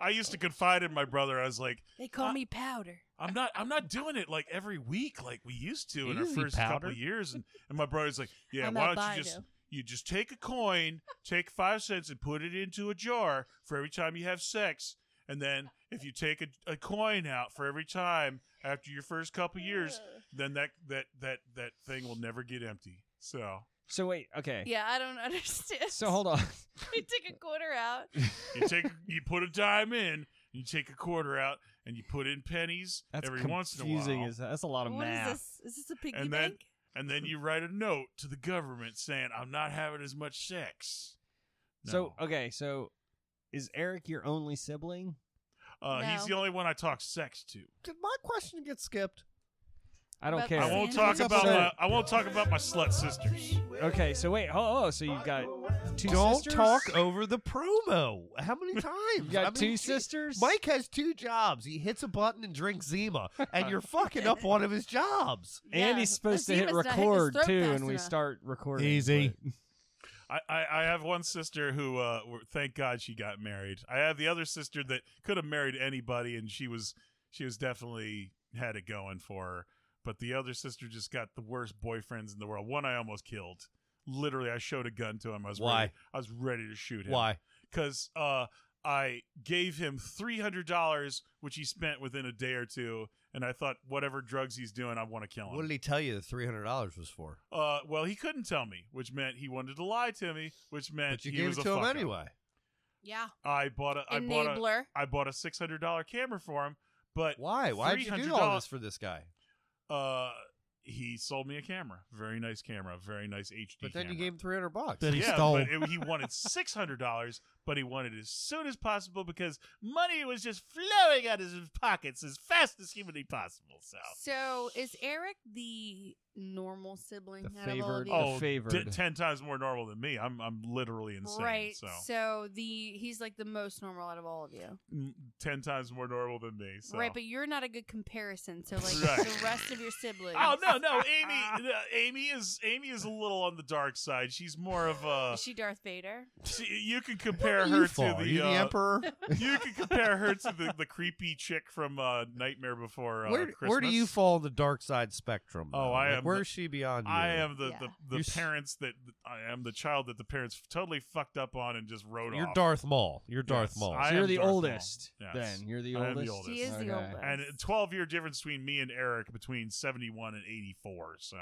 I used to confide in my brother. I was like, They call Uh, me powder. "I'm not. I'm not doing it like every week like we used to in our Easy, first powder. couple of years." And and my brother's like, "Yeah, I'm why don't albino. you just you just take a coin, take five cents, and put it into a jar for every time you have sex, and then if you take a, a coin out for every time after your first couple of years, then that that that that thing will never get empty." So so wait, okay. Yeah, [LAUGHS] I don't understand. [LAUGHS] So hold on. we take a quarter out. you take you put a dime in, You take a quarter out and you put in pennies [LAUGHS] That's every confusing. once in a while. As, that's a lot of What is math. this? Is this a piggy and then bank? and then you write a note to the government saying, "I'm not having as much sex." So okay, so is Eric your only sibling? Uh, He's No. the only one I talk sex to. [LAUGHS] my question get skipped? I don't But- care. I won't Sandra? talk What's about my upset? I won't talk about my slut sisters. Okay, so wait. Oh, oh so you've got 2 Don't sisters? talk over the promo. How [LAUGHS] many times? You got I mean, two gee, sisters. Mike has two jobs. He hits a button and drinks Zima, and [LAUGHS] you're fucking up one of his jobs. Andy's supposed to hit Azima's not hitting his record throat uh, too, fast and we enough. start recording. Easy. but- I, I, I have one sister who, uh, were- thank God, she got married. I have the other sister that could have married anybody, and she was she was definitely had it going for her. But the other sister just got the worst boyfriends in the world. One I almost killed. Literally, I showed a gun to him. I was Why? Ready, I was ready to shoot him. Why? Because uh, I gave him three hundred dollars, which he spent within a day or two. And I thought, whatever drugs he's doing, I want to kill him. What did he tell you the three hundred dollars was for? Uh, well, he couldn't tell me, which meant he wanted to lie to me, which meant But you he gave was it a to him fuck-up. anyway. Yeah. I bought a I bought a Enabler. I bought a six hundred dollar camera for him, but Why? Why did you do all $300 this for this guy? uh, he sold me a camera, very nice camera, very nice HD. But then camera. you gave him three hundred bucks. That he yeah, stole. but it- he wanted six hundred dollars, but he wanted it as soon as possible because money was just flowing out of his pockets as fast as humanly possible. So, So is Eric the normal sibling The out of all favored- of these? The oh, favored. d- ten times more normal than me. I'm I'm literally insane. right. So, the he's like the most normal out of all of you. Mm, ten times more normal than me. So. Right, but you're not a good comparison. So like Right. the rest of your siblings. [LAUGHS] Oh no, [LAUGHS] no, Amy, no, Amy is Amy is a little on the dark side. She's more of a. Is she Darth Vader? she- you can compare You her to fall. the. You uh, [LAUGHS] emperor. [LAUGHS] you can compare her to the, the creepy chick from uh, Nightmare Before uh, where, Christmas. where do you fall on the dark side spectrum? Oh, though? I Like, am Where's the- she beyond you? I am the, Yeah. the, You the s- parents that I am the child that the parents totally fucked up on and just rode You're off. Darth Maul. You're Darth Yes, Maul. I So you're am the Darth Maul. oldest. Yes. Then you're the I am oldest. the oldest. She is the Okay. [LAUGHS] oldest. and a 12 year difference between me and Eric between 71 and 84. So,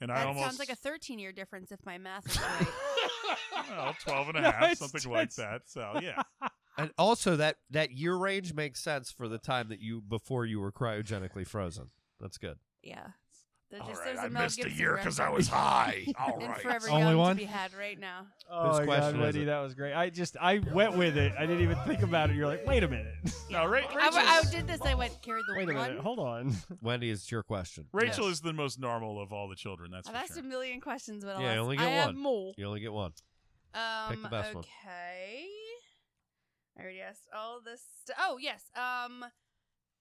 and I that almost sounds like a 13 year difference if my [LAUGHS] math is right. [LAUGHS] well, 12 and a No, half, it's something just- like that. So yeah, And also that that year range makes sense for the time that you before you were cryogenically frozen. That's good. yeah. There's All just- right, there's I Mel missed a Gibson year because I reference. was [LAUGHS] high. All And right. forever Oh, Only young one? to be had right now. Oh Whose my question God, is Wendy, it? that was great. I just I went with it. I didn't even think about it. You're like, wait a [LAUGHS] minute, no, Ra- I, Rachel's- I did this. I went carried the wait a one. minute, hold on. Wendy, it's your question. Rachel is the most normal of all the children. That's I've for asked sure. a million questions, but I'll Yeah, ask- only get I have one. more. You only get one. Um, the best one. okay. I already asked all this. St- oh yes. Um,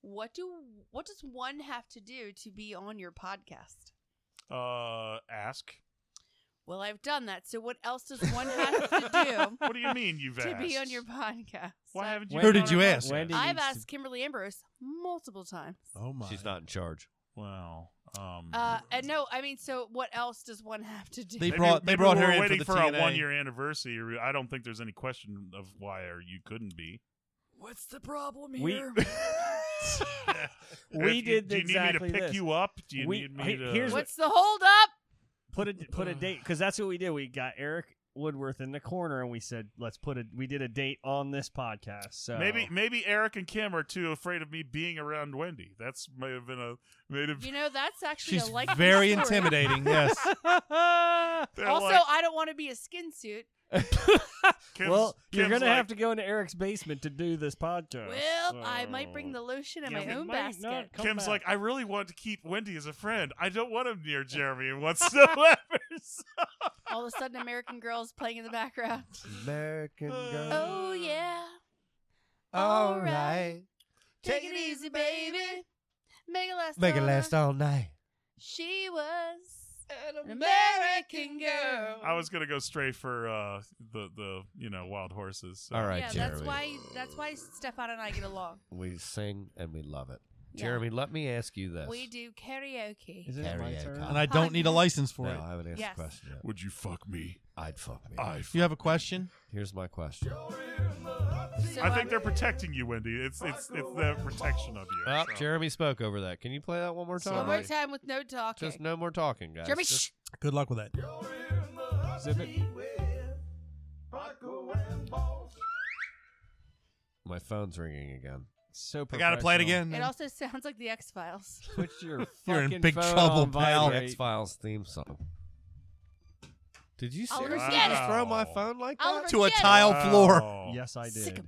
what do what does one have to do to be on your podcast? Uh, ask. Well, I've done that. So what else does one have to [LAUGHS] What do you mean you've do [LAUGHS] to asked? be on your Uh, podcast? Why I- haven't you? Who been did on you our ask? podcast? Wendy I've needs to- asked Kimberly Ambrose multiple times. Oh my! She's not in charge. Wow. Um, Uh, and no, I mean, so what else does one have to do? They maybe- brought they maybe brought we're her in waiting for the our TNA. one year anniversary. I don't think there's any question of why or you couldn't [LAUGHS] be. What's the problem [LAUGHS] We- here? If We you- did Do you exactly need me to pick this. you up? Do you We- need me he- to? here's What's the hold up? Put a put a date because that's what we did. We got Eric Woodworth in the corner and we said let's put a we did a date on this podcast. So [LAUGHS] Maybe maybe Eric and Kim are too afraid of me being around Wendy. That's may have been a may have. You know, that's actually She's a likely story. very [LAUGHS] intimidating. Yes. they're Also, like, I don't want to be a skin suit. Kim's- well, you're Kim's gonna like, have to go into Eric's basement to do this podcast. Well, I might bring so- the lotion in Yeah, my we own might basket. not come Kim's back. like, I really want to keep Wendy as a friend. I don't want him near Jeremy whatsoever. [LAUGHS] So- All of a sudden, American Girls playing in the background. American girl. Oh yeah, all all right. right. take it easy, baby. Make it last. Make it all last night. all night. She was an American girl. I was gonna go straight for uh, the the you know wild horses. So. All right, Yeah, Jeremy. that's why. That's why Stefan and I get along. we sing and we love it. Yeah. Jeremy, let me ask you this. We do karaoke. Is it my Karaoke. turn? And I don't need a license for No, it. I haven't asked Yes. a question yet. Would you fuck me? I'd fuck me. Uh, I. You have a question? Here's my question. So I think I'm- they're protecting you, Wendy. It's it's it's the protection of you. Oh, so. Jeremy spoke over that. Can you play that one more time? one more time with no talking. Just no more talking, guys. Jeremy, Just- shh. Good luck with that. Zip it. My phone's ringing again. So I gotta play it again. It then. also sounds like the X Files. Put your You're in fucking big phone trouble, on pal. vibrate. X Files theme song. Did you Oliver, seriously get just it. throw my phone like that? Oliver, to a get it. tile floor. [LAUGHS] Wow. Yes, I did.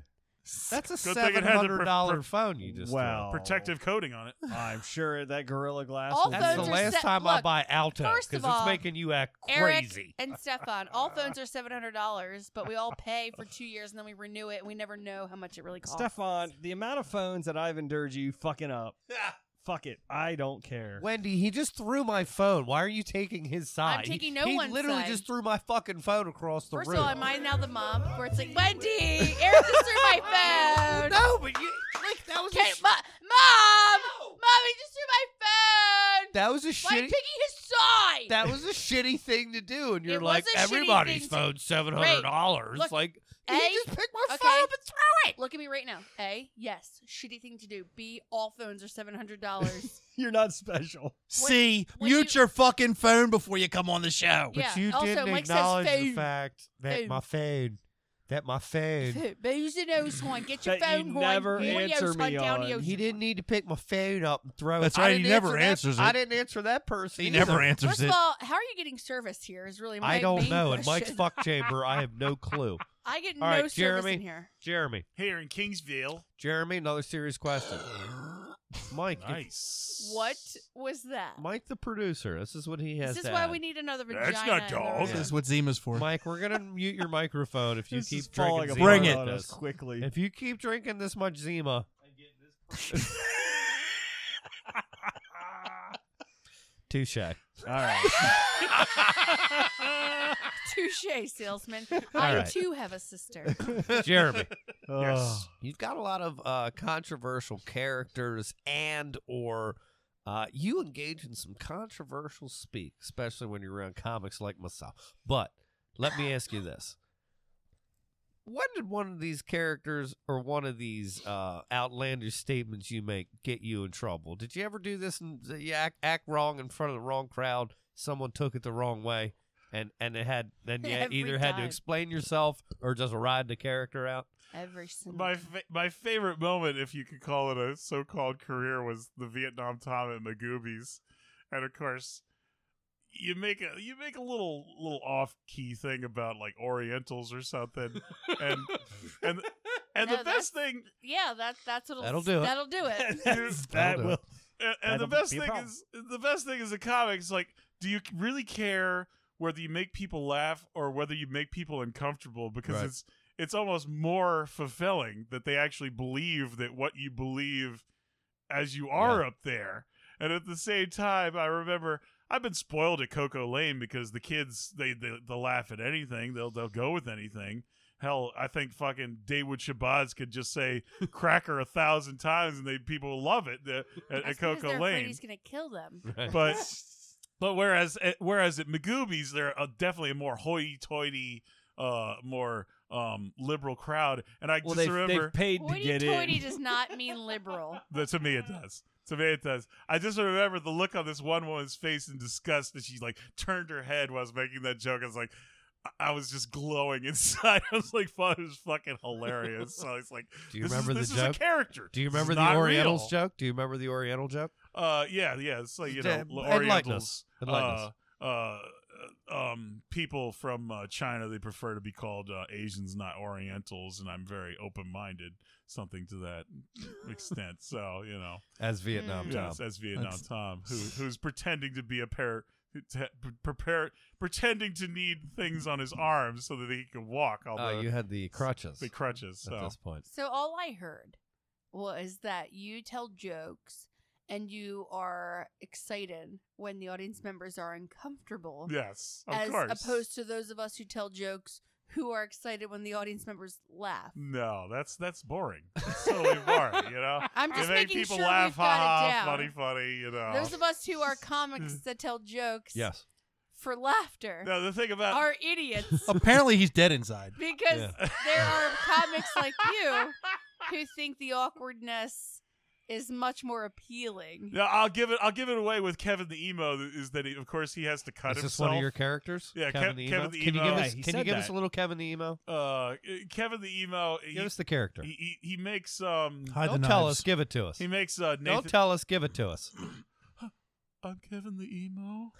That's a Oh. Good thing it seven had the pre- hundred dollar phone you just. Wow. Protective coating on it. I'm sure that Gorilla Glass. All will threw. Phones That's do the are last set- time I look, buy Alto first because of all, it's making you act Eric crazy. and Stefan, all phones are seven hundred dollars, but we all pay for two years and then we renew it. and We never know how much it really costs. [LAUGHS] Stefan, the amount of phones that I've endured you fucking up. Fuck it. I don't care. Wendy, he just threw my phone. Why are you taking his side? He- taking no he, one's literally side. just threw my fucking phone across the First room. of all, am I now the mom where it's like Wendy, Eric just threw my phone. No, but you like that was a Okay, sh- mo- mom, mom, he just threw my phone. that was a Why are you shitty picking his side? that was a shitty thing to do, and you're It was like a shitty everybody's thing to- phone's seven hundred dollars. look, Like A- he just picked my okay. phone up and threw it. Look at me right now. A, yes, shitty thing to do. B, all phones are seven hundred [LAUGHS] dollars. You're not special. See, when mute you- your fucking phone before you come on the show. But Yeah, you also, didn't Mike says acknowledge the phone. fact that Phone. my phone, that my phone. [LAUGHS] but who's the nose horn? [LAUGHS] Get your That you phone horn. never horn, nose answer horn, me down on. nose He horn. didn't need to pick my phone up and throw That's it. I right, he didn't never answer answers that, it. I didn't answer that person. He either. never answers First it. of all, how are you getting service here? Is really my I don't main know. Question. In Mike's [LAUGHS] fuck chamber, I have no clue. I get no All right, service Jeremy. in here. Jeremy, Here in Kingsville. Jeremy, another serious question. Mike, if- Nice. What was that? Mike, the producer. This is what he has. This is to why add. [LAUGHS] we need another vagina. That's not in the dog. room. This is what Zima's for. Mike, we're gonna mute your microphone if you This is keep falling drinking. apart Zima Bring like it. on us this. quickly. If you keep drinking this much Zima, [LAUGHS] touche. All [LAUGHS] right. [LAUGHS] Touche, [LAUGHS] salesman. I right. too have [LAUGHS] a sister. Jeremy, yes. you've got a lot of uh, controversial characters, and or uh, you engage in some controversial speak, especially when you're around comics like myself. But let me ask you this: When did one of these characters or one of these uh, outlandish statements you make get you in trouble? Did you ever do this and that you act, act wrong in front of the wrong crowd? Someone took it the wrong way, and and it had then you [LAUGHS] Every either had to time. explain yourself or just ride the character out. Every single. My fa- my favorite moment, if you could call it a so-called career, was the Vietnam Tom at Magoobies, and of course, you make a you make a little little off-key thing about like Orientals or [LAUGHS] something, and and and No, the that's- best thing yeah, that's that's what'll That'll do it. That'll [LAUGHS] do it. That's- [LAUGHS] that That'll do will. and, and the That'll best be a thing problem. is the best thing is the comics. Like, do you really care whether you make people laugh or whether you make people uncomfortable? Because Right. it's it's almost more fulfilling that they actually believe that what you believe as you are up there. And at the same time, I remember I've been spoiled at Coco Lane because the kids they they they'll laugh at anything. They'll they'll go with anything. Hell, I think fucking David Shabazz could just [LAUGHS] say "cracker" a thousand times, and they people love it uh, at, That's at because Coco they're afraid Lane. He's gonna kill them. But [LAUGHS] but whereas at, whereas at Magoobies, they're uh, definitely a more hoity-toity, uh, more um liberal crowd. And I Well, just they've, remember they've paid to Hoity get toity [LAUGHS] in. does not mean liberal. that to me it does. To me it does. I just remember the look on this one woman's face in disgust that she like turned her head while I was making that joke. I was like, I- I was just glowing [LAUGHS] inside. I was like, "Fuck, it was fucking hilarious." So it's like, Do you this remember is, the this joke? Is a character. Do you This remember is the not Orientals real. joke? Do you remember the Oriental joke? Uh, yeah, yeah. It's like you know, Yeah, l- enlighten Orientals. us. Enlighten us. uh, uh, um, people from uh, China they prefer to be called uh, Asians, not Orientals, and I'm very open-minded, something to that [LAUGHS] extent. So you know, As Vietnam Mm. Tom. yes, as Vietnam That's- Tom, [LAUGHS] who who's pretending to be a pair, to, prepare, pretending to need things on his arms so that he can walk. Although Oh, you had the crutches the crutches. at So [LAUGHS] this point. So all I heard was that you tell jokes and you are excited when the audience members are uncomfortable, yes, of as course. opposed to those of us who tell jokes who are excited when the audience members laugh. no, that's that's [LAUGHS] boring. That's totally boring. You know. I'm just you make making people sure laugh, we've got ha it ha, down. funny, funny, you know. Those of us [LAUGHS] who are comics that tell jokes Yes. for laughter no, the thing about are idiots Apparently, he's dead inside. because Yeah. [LAUGHS] there are comics like you who think the awkwardness is much more appealing. Yeah, I'll give it. I'll give it away with Kevin the emo. Is that he, of course he has to cut Is himself. this one of your characters? Yeah, Kevin Kev- the Emo? Kevin the Can you give Emo. us- Yeah, he can you said give us that. a little Kevin the emo? Uh, Kevin the emo. Give us the character. He, he, he makes um. Don't tell us. Give it to us. He makes uh. Nathan, Don't tell us. Give it [LAUGHS] to us. I'm Kevin the emo.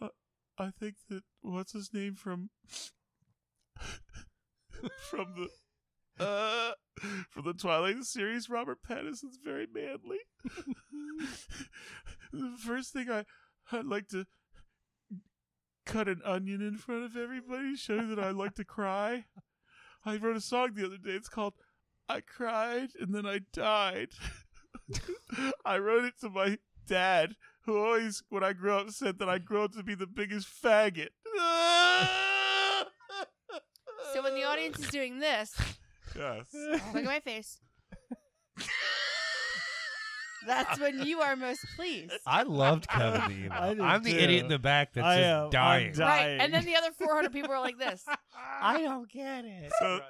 Uh, I think that what's his name from from the uh, from the Twilight series, Robert Pattinson's very manly. the first thing I I'd like to cut an onion in front of everybody, show that I like to cry. I wrote a song the other day. It's called "I Cried and Then I Died." [LAUGHS] I wrote it to my dad, who always, when I grew up, said that I grew up to be the biggest faggot. [LAUGHS] So when the audience is doing this, oh, Yes. look at my face. That's when you are most pleased. [LAUGHS] I [LAUGHS] loved Kevin the emo. I do I'm the too. idiot in the back that's I just am. I'm dying. dying. Right. And [LAUGHS] then the other 400 people are [LAUGHS] like this. I don't get it. So,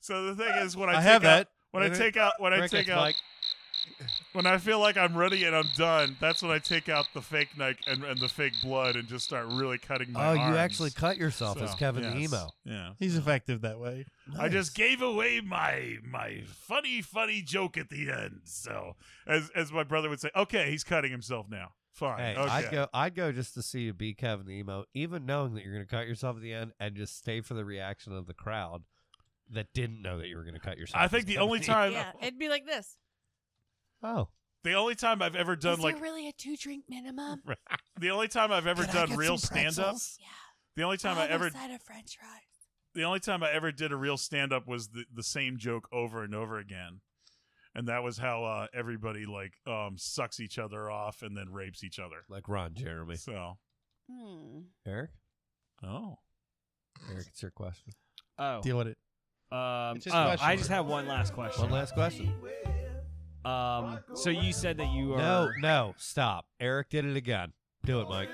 so the thing is, when I, I take have out, that. when I Mhm. take out, when I Crickets, take out, Mike. when I feel like I'm ready and I'm done, that's when I take out the fake neck and, and the fake blood and just start really cutting my Oh, you arms. actually cut yourself as So, Kevin the yes. emo. Yeah. He's effective that way. I just gave away my my funny funny joke at the end. So as as my brother would say, okay, he's cutting himself now. Fine. Hey, okay. I'd go. I'd go just to see you be Kevin the emo, even knowing that you're going to cut yourself at the end, and just stay for the reaction of the crowd that didn't know that you were going to cut yourself. I as think the Kevin only Emo. time [LAUGHS] Yeah. It'd be like this. [LAUGHS] Oh, the only time I've ever done Is like there really a two drink [LAUGHS] minimum? the only time I've ever Can I done get real some stand up. pretzels? Yeah. The only time I Have a ever side of French fries. the only time I ever did a real stand up was the, the same joke over and over again. And that was how uh, everybody like um, sucks each other off and then rapes each other. like Ron Jeremy, So, Hmm. Eric. oh, Eric, it's your question. Oh, deal with it. um, It's just oh, question. I just have one last question. One last question. Um, so you said that you are No, no, stop. Eric did it again. Do it, Mike.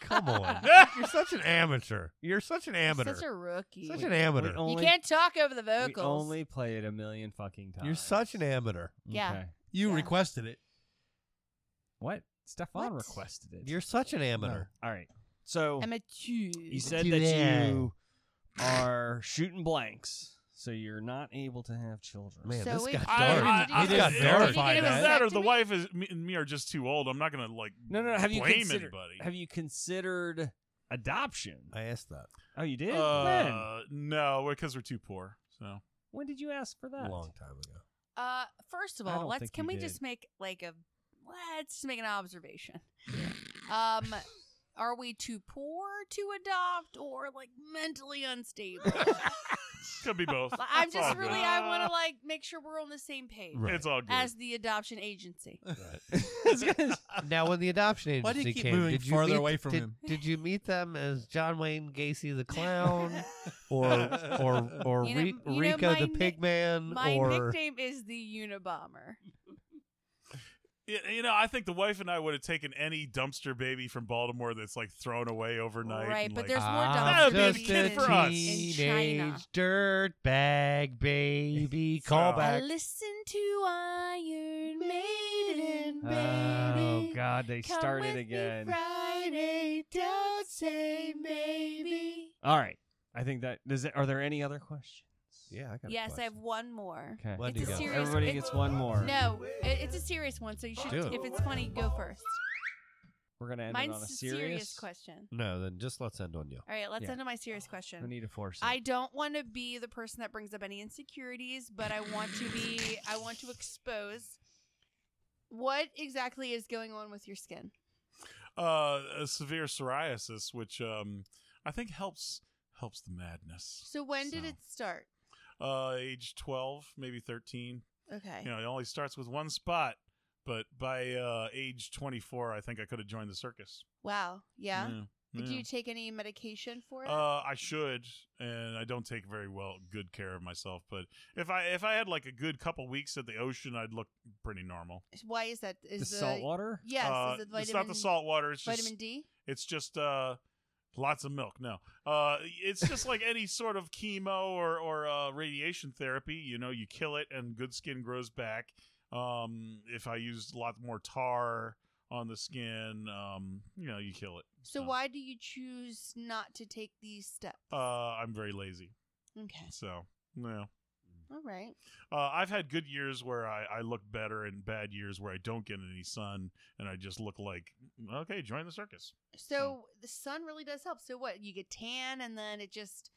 Come on. [LAUGHS] You're such an amateur. You're such an amateur. Such a rookie. Such an amateur. We only, you can't talk over the we vocals. only play it a million fucking times. You're such an amateur. Yeah. Okay. You Yeah. requested it. What? Stefan What? requested it. You're such an amateur. All right. So I'm a two. you said Do that that. you are shooting blanks, so you're not able to have children. Man, So this we- got I- dark. I- I- This got I- dark. Did you get Either a that or the vasectomy? wife is me, and me are just too old. I'm not gonna like No, no, no. Have you blame considered? anybody. Have you considered adoption? I asked that oh, you did. when? uh, no because we're too poor. So When did you ask for a that? [LAUGHS] long time ago. Uh, first of I all, don't let's think can you we did. just make like a let's just make an observation. um, are we too poor to adopt or like mentally unstable? could be [LAUGHS] both. Like, I'm It's all just good. really I want to like make sure we're on the same page Right. It's all good. as the [LAUGHS] adoption agency. [LAUGHS] Now, when the adoption agency Why do you keep came, moving did you farther meet- away from did- him? Did you meet them as John Wayne Gacy the clown, or [LAUGHS] or or You know- Ri- you know, Rico my the nick- Pig Man, My or nickname is the Unabomber. Y- You know, I think the wife and I would have taken any dumpster baby from Baltimore that's like thrown away overnight. Right, and, but like, there's more I'm dumb That'd just be babies a kid a for us. in Ah, teenage China. dirtbag baby. [LAUGHS] So- Call I back. listen to Iron Maiden, Oh baby. God, they Come with started me again. Friday, don't say maybe. All right. I think that does. It, are there any other questions? Yeah, I got a Yes, I have question. one more. Okay. One It's to a go. serious. Everybody it- gets one more. No, it, it's a serious one, so you should. Do it. If it's funny, go first. We're gonna end it Mine's on a a serious, serious question. No, then just let's end on you. All right, let's Yeah. end on my serious I question. need to force. it. I don't want to be the person that brings up any insecurities, but I want to be. I want to expose. What exactly is going on with your skin? uh, a severe psoriasis, which um, I think helps helps the madness. So when did So. it start? Uh, age twelve, maybe thirteen. Okay. You know, it only starts with one spot, but by uh, age twenty four, I think I could have joined the circus. Wow. Yeah. Mm, Yeah. Do you take any medication for it? Uh, I should, and I don't take very well good care of myself. But if I if I had like a good couple weeks at the ocean, I'd look pretty normal. Why is that? the Is salt water. Yes, Uh, is it vitamin, it's not the salt water. It's just vitamin D. it's just uh Lots of milk. No, uh, it's just like any sort of chemo or or uh, radiation therapy. You know, you kill it and good skin grows back. Um, if I used a lot more tar on the skin, um, you know, you kill it. So why do you choose not to take these steps? Uh, I'm very lazy, okay. so no. All right. Uh, I've had good years where I, I look better and bad years where I don't get any sun and I just look like, okay, join the circus. So the sun really does help. So what? You get tan, and then it just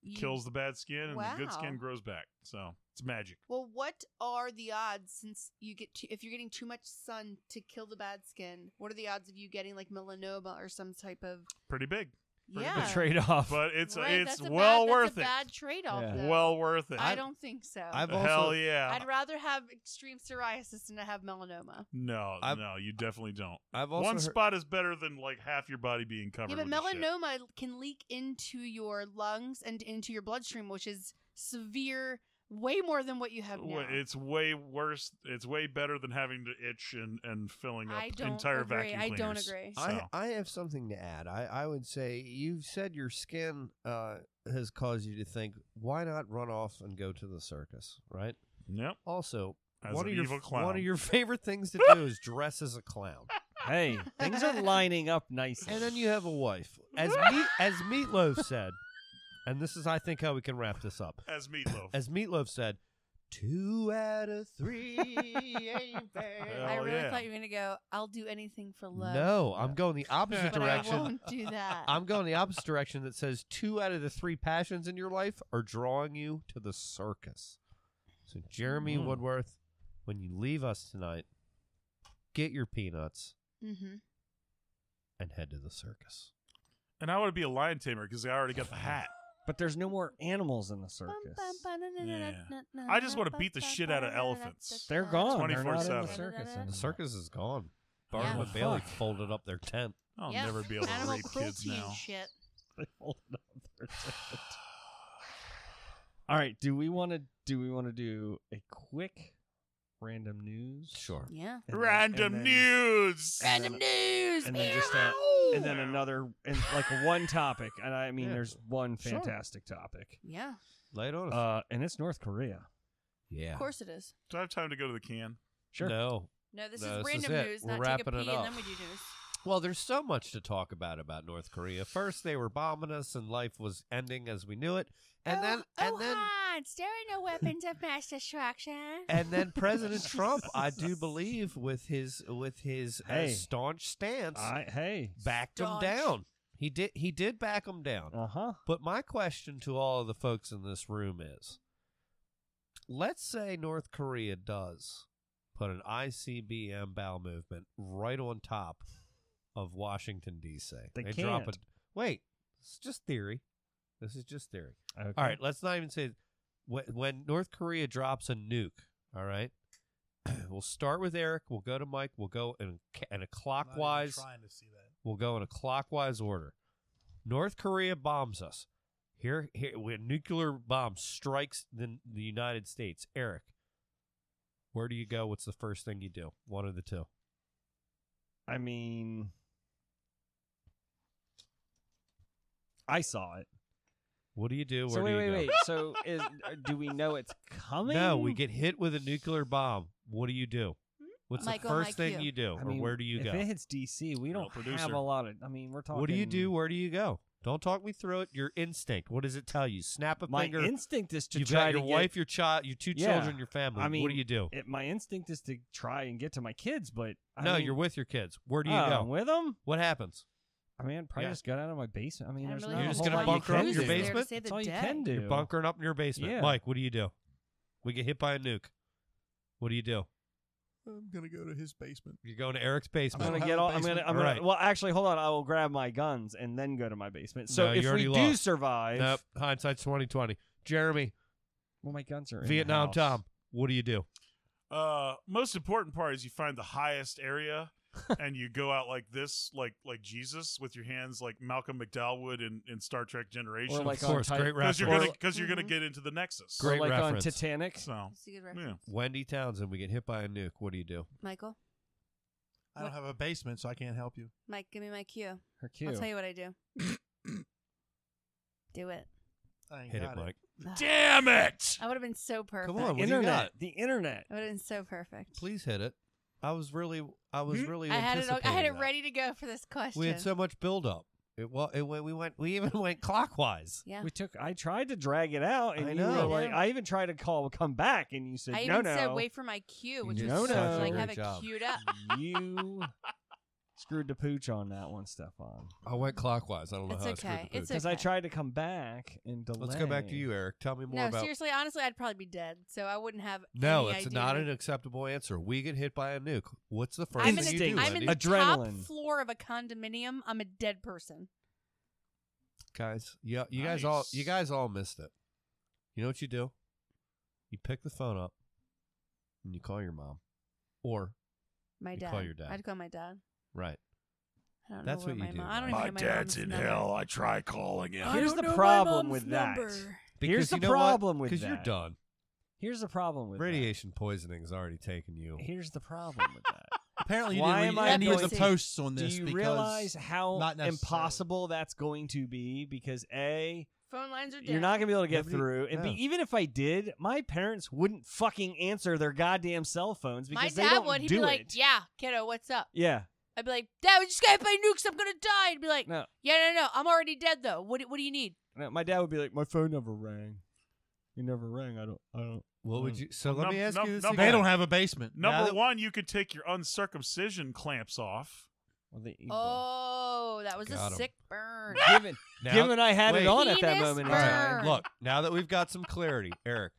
you- Kills the bad skin and the good skin Wow. grows back. So it's magic. Well, what are the odds since you get too, if you're getting too much sun to kill the bad skin? What are the odds of you getting like melanoma or some type of Pretty big. Pretty Yeah. big. trade-off. But it's Right, it's that's a bad- well that's a worth it. bad trade-off, [LAUGHS] Yeah. though. Well worth it. I don't think so. I've also- Hell yeah. I'd rather have extreme psoriasis than to have melanoma. No, I've- no, you definitely don't. I've also One heard- spot is better than like half your body being covered. Yeah, but with this shit. melanoma can leak into your lungs and into your bloodstream, which is severe, way more than what you have now. Wa- It's way worse. It's way better than having to itch and, and filling up I don't entire agree. vacuum I cleaners. don't agree. So. I, I have something to add. I, I would say you've said your skin uh, has caused you to think, why not run off and go to the circus, right? Yep. Also, As one an of your evil one clown. of your favorite [LAUGHS] things to do is dress as a clown. Hey, things [LAUGHS] are lining up nicely. And then you have a wife, as meat as Meatloaf said, and this is I think how we can wrap this up. As Meatloaf. as Meatloaf said, two out of three ain't bad. I really yeah. thought you were gonna go. I'll do anything for love. No, I'm going the opposite But I direction. won't [LAUGHS] do that. I'm going the opposite direction that says two out of the three passions in your life are drawing you to the circus. So, Jeremy Mm. Woodworth, when you leave us tonight, get your peanuts Mm-hmm. and head to the circus. And I want to be a lion tamer because I already got the hat. But there's no more animals in the circus. I just want to beat the shit out of elephants. They're gone. They're 24 not in 7. the circus The anymore. circus is gone. Barnum Yeah. and Bailey Fuck. folded up their tent. I'll never be able to Animal rape kids cruelty and now. shit. [LAUGHS] All right, do we want to do we want to do a quick random news? Sure. Yeah. Random news. Random news. And then just a, and then another and like one topic, and I mean Yeah. there's one Sure. fantastic topic. Yeah. Lay it on us. Uh, and it's North Korea. yeah. Of course it is. Do I have time to go to the can? Sure. No. No, this No, this is is random it. news. We're Not take a wrapping it pee and up. then we do news. Well, there's so much to talk about about North Korea. First, they were bombing us, and life was ending as we knew it. Oh, And then, and then, there are no weapons of mass destruction. [LAUGHS] and then President Trump, I do believe, with his with his Hey. uh, staunch stance, I, hey. backed Staunch. him down. He did he did back him down. Uh huh. But my question to all of the folks in this room is: Let's say North Korea does put an ICBM bowel movement right on top of Washington D.C. They drop a can't. wait. It's just theory. This is just theory. Okay. All right, let's not even say when, when North Korea drops a nuke. All right, [CLEARS THROAT] we'll start with Eric. We'll go to Mike. We'll go in, a- in a clockwise. trying to see that. We'll go in a clockwise order. North Korea bombs us. Here, here, when nuclear bomb strikes the, the United States, Eric, where do you go? What's the first thing you do? One of the two. I mean, I saw it. What do you do? Where so do wait, you wait, go? wait. So is do we know it's coming? No, we get hit with a nuclear bomb. What do you do? What's Mike the on first my thing cue. you do, I or mean, where do you go? If it hits DC, we don't have producer. a lot of. I mean, we're talking. What do you do? Where do you go? Don't talk me through it. Your instinct. What does it tell you? Snap a My finger. instinct is to You've try got your to get- wife, your child, your two Yeah. children, your family. I mean, what do you do? It, my instinct is to try and get to my kids, but I no, mean, you're with your kids. Where do you oh, go? I'm with them. what happens? I mean, I'd probably Yeah. just got out of my basement. I mean, I there's really not You're a just whole gonna lot you bunker up can your do. basement? Save That's the all you day. can do. You're bunkering up in your basement. Yeah. Mike, what do you do? We get hit by a nuke. What do you do? I'm gonna go to his basement. You're going to Eric's I'm basement. gonna have get a all. I'm basement. gonna. I'm All gonna. right. Well, actually, hold on. I will grab my guns and then go to my basement. So No, you if we already do lost. survive, Nope. Hindsight's twenty twenty. Jeremy, well, my guns are in the Vietnam house. Tom. What do you do? Uh, most important part is you find the highest area, and you go out like this, like like Jesus, with your hands like Malcolm McDowell would in, in Star Trek Generation. Or like Of course, on Ti- great because you're reference. gonna because you're gonna Mhm. get into the Nexus. or Great like reference. on Titanic. So That's a good yeah, reference. Wendy Townsend, we get hit by a nuke. What do you do? Michael, I don't have a basement, so I can't help you. Mike, give me my cue. Her cue. [COUGHS] I'll tell you what I do. Do it. I ain't Hit it, got Mike. Damn it! I would have been so perfect. on, what do you Internet. got? The internet. I would have been so perfect. Please hit it. I was really, I was really. I had it. I had anticipating it that. ready to go for this question. We had so much buildup. It was. It, went- we went. We even [LAUGHS] went clockwise. yeah. We took. I tried to drag it out, and I you know. were like, Yeah. I even tried to call, come back, and you said, I no, even no, said wait for my cue, which No, was so no. like Great have it job. queued up. [LAUGHS] you screwed the pooch on that one, Stefan. I went clockwise. I don't know It's how I screwed okay. the It's pooch. Because I tried to come back and delay. Let's go back to you, Eric. Tell me more No, about. seriously, honestly, I'd probably be dead, so I wouldn't have. No, any it's idea. not an acceptable answer. We get hit by a nuke. What's the 1st I'm thing in, you a, do? I'm in Wendy? the Adrenaline. top floor of a condominium. I'm a dead person. guys, yeah, you guys all, you guys all missed it. You know what you do? You pick the phone up and you call your mom, or My You dad. call your dad. I'd call my dad. right. I don't That's know where what my you do, mom. I don't right? even My know my dad's mom's in number. hell. I try calling him. Here's don't the know my problem mom's with that. number. Here's Because the you know what? problem with 'Cause that. you're done. Here's the problem with Radiation poisoning's already taken you. That. Here's the problem with [LAUGHS] that. Apparently, you Why didn't am read I any of going the to- posts on this Do you because realize how not necessarily. impossible that's going to be? Because a, Phone lines are dead. you're not gonna be able to get Nobody- through, and no. b, even if I did, my parents wouldn't fucking answer their goddamn cell phones My because they dad don't would. He'd do be it. like, "Yeah, kiddo, what's up?" yeah, I'd be like, "Dad, we just got hit by nukes. I'm gonna die." He'd be like, no, "Yeah, no, no, I'm already dead though. What, do- what do you need?" no. My dad would be like, my phone never rang. It never rang. I don't. I don't. What would Mm. you? So Well, let num- me ask num- you this num- they Yeah. again. don't [LAUGHS] have a basement. Number Now that- one, you could take your uncircumcision clamps off. Well, they, Oh, that was Got a 'em. sick burn. given, Now- given I had it wait. on at that Penis moment. in All time. right, Burn. Look, now that we've got some clarity, Eric,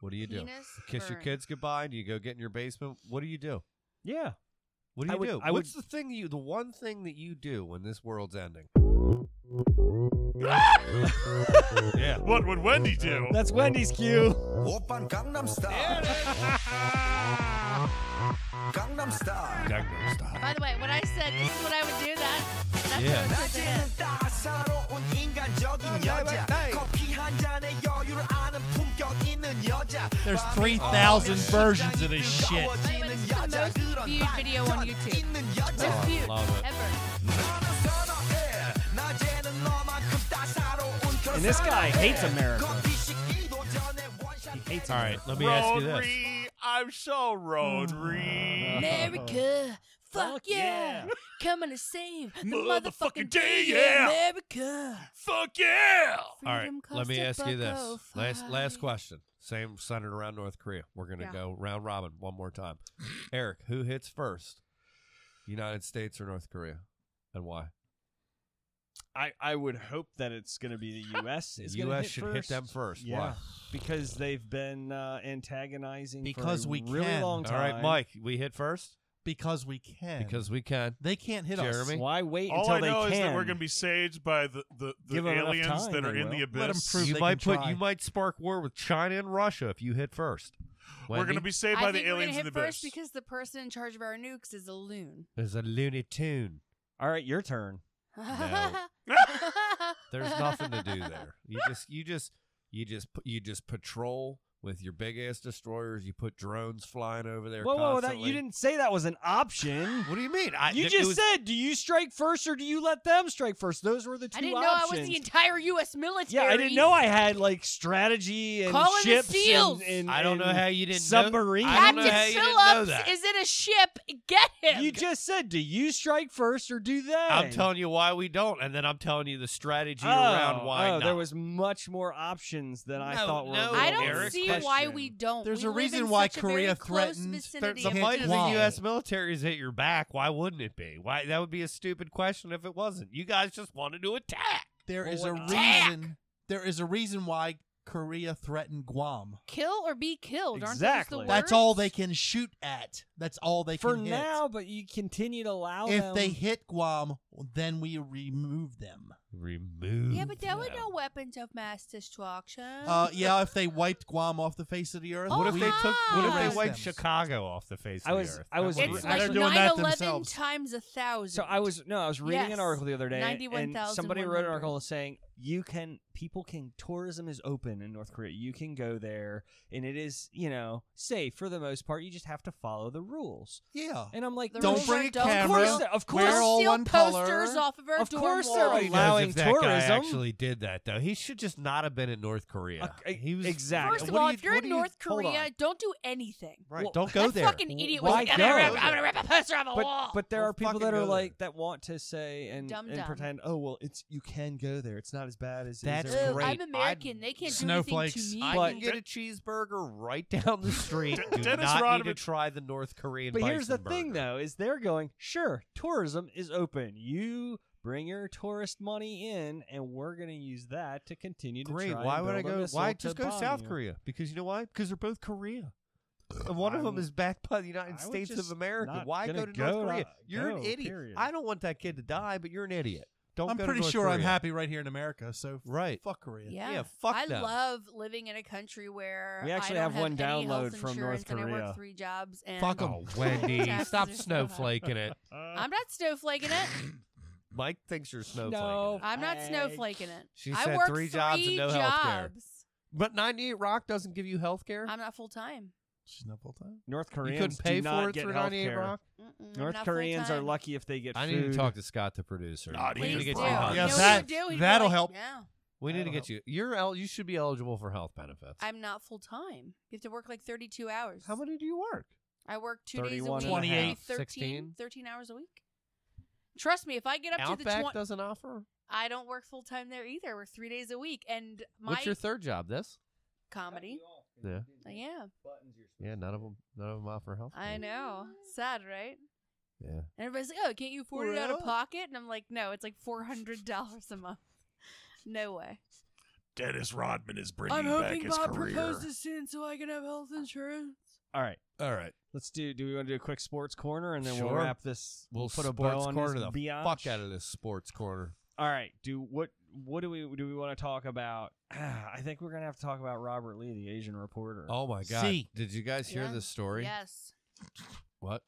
what do you do? Penis Kiss your burn. kids goodbye? Do you go get in your basement? What do you do? Yeah. What do I you would- do? I would- What's the thing you? The one thing that you do when this world's ending? yeah. What would Wendy do? That's Wendy's cue. Gangnam Style. By the way, when I said this is what I would do, that that's Yeah. what I was thinking. 아, 네, There's Oh, 3,000 versions of this shit. By the way, this is the most viewed video on YouTube. Most viewed love it. ever. And this guy hates America. He [LAUGHS] hates All right, America. let me ask you this. Rotary, I'm so rotary. America, fuck Fuck yeah. [LAUGHS] yeah. Coming to save the Motherfucking motherfucking day, day, yeah. America. Fuck yeah! All right, Freedom let cost me a ask you buck this. oh Last last five. question. Same centered around North Korea. We're gonna Yeah. go round robin one more time. Eric, who hits first? United States or North Korea, and why? I, I would hope that it's going to be [LAUGHS] the U.S. is gonna U.S. hit should first. hit them first. Yeah, Why? because they've been uh, antagonizing for Because a we really can. long time. All right, Mike, we hit first Because we can. because we can. they can't hit us. Jeremy? Why wait All until I know they is can? that we're going to be saved by the, the, the Give 'em enough aliens time, that are they in the will. abyss. Let 'em prove you they might can put try. you might spark war with China and Russia if you hit first. We're going Wendy? to be saved I by think the we're gonna aliens in hit the abyss. first because the person in charge of our nukes is a loon. There's a Looney Tune. All right, your turn. No. There's nothing to do there. You just you just you just p- you just patrol with your big ass destroyers. You put drones flying over there. Whoa, whoa, that constantly. you didn't say that was an [GASPS] option. [LAUGHS] What do you mean? I, you th- it just was- said, do you strike first or do you let them strike first? Those were the two I didn't know options. I was the entire U.S. military. yeah, I didn't know I had like strategy and Call in the ships and- SEALs. and, I don't know and how you didn't know- submarines. I don't know Captain how you didn't know Phillips that. is in a ship. Get him. You just said, do you strike first or do that? I'm telling you why we don't, and then I'm telling you the strategy oh, around why oh, not. there was much more options than I No, thought were. no, I don't Eric see why question. we don't. There's We a live reason in why such a very Korea close threatens- There- vicinity the of might of the Japan. Why? U.S. military is at your back. Why wouldn't it be? Why that would be a stupid question if it wasn't. You guys just wanted to attack. There Well, is what- a reason. There is a reason why Korea threatened Guam. Kill or be killed. Aren't those Exactly. the That's words? all they can shoot at. That's all they for can hit. now, but you continue to allow if them. they hit Guam, then we remove them. Remove. Yeah, but there were them. no weapons of mass destruction. Uh, yeah, if they wiped Guam off the face of the earth, What if we- they took? Oh, What if hi. they wiped Raise them. Chicago off the face I of was- the earth? I was- That would it's be- they're like doing nine that eleven themselves. times a thousand. So I was no, I was reading Yes. an article the other day, and 91,100. somebody wrote an article saying you can people can tourism is open in North Korea. You can go there, and it is you know safe for the most part. You just have to follow the rules. yeah. And I'm like, The no, Don't rules bring are a dumb. Of camera. course, of course, We're all Still one posters color. posters off of our Of dorm course wall. they're Nobody knows allowing if that guy tourism. actually did that though. He should just not have been in North Korea. he was exactly. First What of do all, you- if you're what in do you- North hold on. Korea, don't do anything. Right, Well, don't go that there. fucking idiot was Why like, I'm gonna, go rip, there? I'm gonna rip a poster off a but, wall. but there Don't are people fucking that go are there. like that want to say and, Dumb and dumb. pretend, oh well, it's you can go there. It's not as bad as it is That's everywhere." Ew, great. I'm American. they can't do Snowflakes. anything to me. I can get a cheeseburger right down the street. [LAUGHS] Do Dennis not need to Rodman- try the North Korean. But here's the bison thing, burger. though, is they're going, sure, tourism is open. You bring your tourist money in, and we're going to use that to continue to Great. try Why and would I build a go? missile Why to just go bomb South you. Korea? Because you know why? Because they're both Korea. And one of them I'm- is backed by the I United would States of just America. not Why gonna go to go North Korea? to- You're an go, idiot. period. I don't want that kid to die, but you're an idiot. Don't I'm go to pretty North sure I'm Korea. happy right here in America. So Right. fuck Korea. Yeah. Yeah, fuck I them. love living in a country where We actually I have don't one any health download from North insurance and I Korea. work three jobs and Fuck 'em. Oh, Wendy, Taxes stop are so high. snowflaking it. Uh, I'm not snowflaking it. Mike thinks you're snowflaking. No. it. I'm not Hey. snowflaking it. She I said work three jobs and three no healthcare. jobs. But 98 Rock doesn't give you health care. I'm not full time. She's not full time. North You Koreans couldn't pay do not for it get through health 98 Rock. North Koreans are lucky if they get I food. need to talk to Scott, the producer. Not we need to even get broad. you. on. Yes, Yes, that- that'll like, help. No, We need to That'll get help. you. You're el- you should be eligible for health benefits. I'm not full time. You have to work like 32 hours. How many do you work? I work two days a 31 week. and a half. 28, 13, 16? 13 hours a week. Trust me, if I get up to the Outback 20, doesn't offer. I don't work full time there either. I work three days a week, and my What's your third job? This? comedy. Yeah. Yeah, Yeah. None of them. None of them offer health. I care. know. Sad, right? Yeah. And everybody's like, "Oh, can't you afford it out of pocket?" And I'm like, "No, it's like four hundred dollars a month. [LAUGHS] No way." Dennis Rodman is bringing back his career. soon so I can have health insurance. All right. All right. Let's do. Do we want to do a quick sports corner and then we'll Sure. wrap this? We'll put a sports bow on corner this the biatch? fuck out of this sports corner. All right. Do what? What do we do? We want to talk about? [SIGHS] I think we're gonna have to talk about Robert Lee, the Asian reporter. Oh my god! See. Did you guys hear Yeah. this story? Yes. What?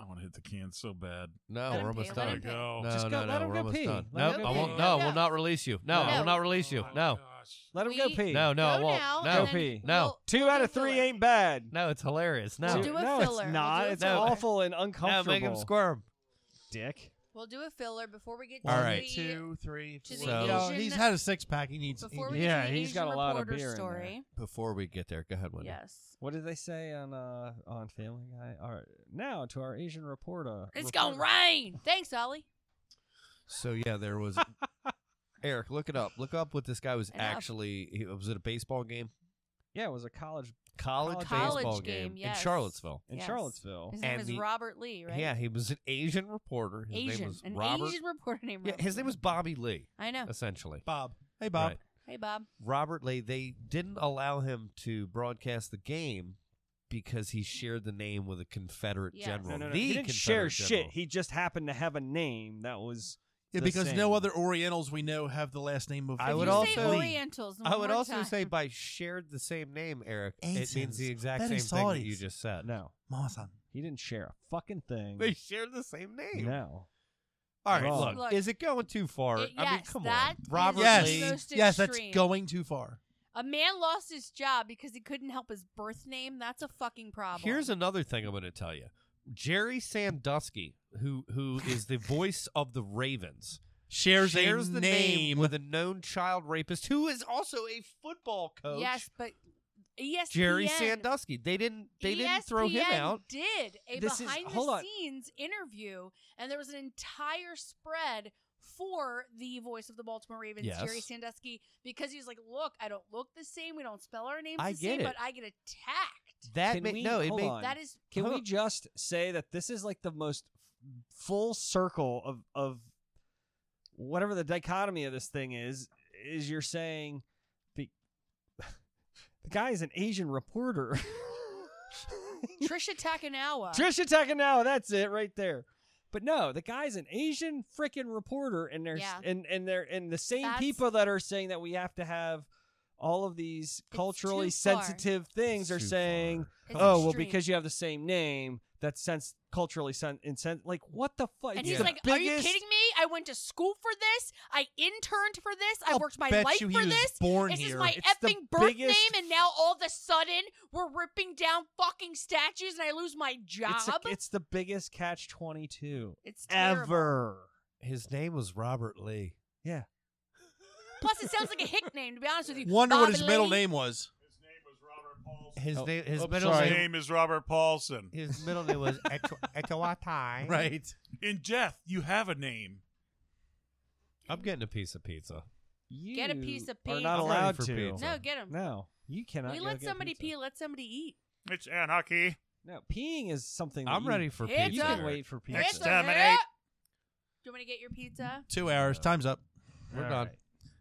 I want to hit the can so bad. No, Let him Oh, we're pee, almost let There we done. him pee. go. No, Just no, go- no, let him we're go almost pee. done. Let No, him I go won't. pee. No, No. we'll not release you. No, I No. will not release you. No, Oh, gosh. Let him We- go pee. no, no, I Go won't. now, No, and then Pee. No. we'll- Two we'll out of do three it. ain't bad. no, it's hilarious. We'll No, do a no, filler. it's We'll not. do a it's filler. awful and no, uncomfortable. make him squirm. Dick. We'll do a filler before we get All to right. the Two, three, to four. the So- Yeah, Asian- he's had a six pack. He needs. before we he, Yeah, get to the he's Asian got a lot of reporter beer in there. story. Before we get there, go ahead, Wendy. Yes. What did they say on uh on Family Guy? All right, now to our Asian reporter. It's gonna rain. Thanks, Ollie. So yeah, there [LAUGHS] was Eric. Look it up. Look up what this guy was Enough. actually. He, was it a baseball game? Yeah, it was a college College, College baseball game, yes. in Charlottesville. in Yes. Charlottesville. His name And is the- Robert Lee, right? Yeah, he was an Asian reporter. His Asian. name was an Robert. Asian reporter Oh. named yeah, Robert. his name was Bobby Lee, I know. essentially. Bob. Hey, Bob. Right. Hey, Bob. Robert Lee. They didn't allow him to broadcast the game because he shared the name with a Confederate Yes. general. No, no, no. The He didn't share Confederate shit. general. He just happened to have a name that was. Yeah, the because same. no other Orientals we know have the last name of. I If would you say also- Orientals. I one would more also time. say by shared the same name, Eric, it means the Asians. exact That same is thing that Saudis. you just said. No, Masan. he didn't share a fucking thing. [LAUGHS] They share the same name. No. All right, Wrong. look, Look. Is it going too far? It- I mean, yes, come that on. is Robert Yes. Lee. Most yes, that's extreme. going too far. A man lost his job because he couldn't help his birth name. That's a fucking problem. Here's another thing I'm going to tell you. Jerry Sandusky, who who is the voice of the Ravens, Shares, shares a the name with a known child rapist who is also a football coach. yes, but E ESPN. Jerry Sandusky. They didn't they didn't throw him ESPN out. Did a This is- behind hold the on. scenes interview, and there was an entire spread for the voice of the Baltimore Ravens, Yes. Jerry Sandusky, because he was like, "Look, I don't look the same. We don't spell our names I the get same, it. but I get attacked." That Can ma- we- no, it hold made on. That is Can Huh. we just say that this is like the most f- full circle of of whatever the dichotomy of this thing is? Is you're saying the [LAUGHS] the guy is an Asian [LAUGHS] reporter. Trisha Takanawa. Trisha Takanawa, that's it right there. But no, the guy's an Asian freaking reporter, and there's Yeah. and and they're and the same That's- people that are saying that we have to have all of these too culturally far. sensitive things It's are too saying, far. It's oh well, extreme. because you have the same name, that's sense culturally sen- incent. Like what the fuck? And It's he's the like, "Are you biggest- kidding me? I went to school for this. I interned for this. I I'll worked my bet life you for he was this. born this is here. my It's the effing birth biggest- name, and now all of a sudden we're ripping down fucking statues, and I lose my job. It's, a- it's the biggest catch twenty two It's terrible. ever. His name was Robert Lee. Yeah. Plus, it sounds like a [LAUGHS] hick name. To be honest with you, Wonder what Bob his and middle Lady. name was. His Oh, name. His oops, middle sorry. name. name is Robert Paulson. His middle name was [LAUGHS] Etowatai. Right. In death, you have a name. I'm getting a piece of pizza. You Get a piece of Are not pizza. I'm ready allowed for to. pizza. No, get him. No, you cannot. we go let get somebody pizza. pee. Let somebody eat. It's anarchy. No, peeing is something. that I'm you- ready for Pizza. You pizza. can wait for pizza. Next Pizza. time at Do you want me to get your pizza? Two hours. Time's up. We're All done. right.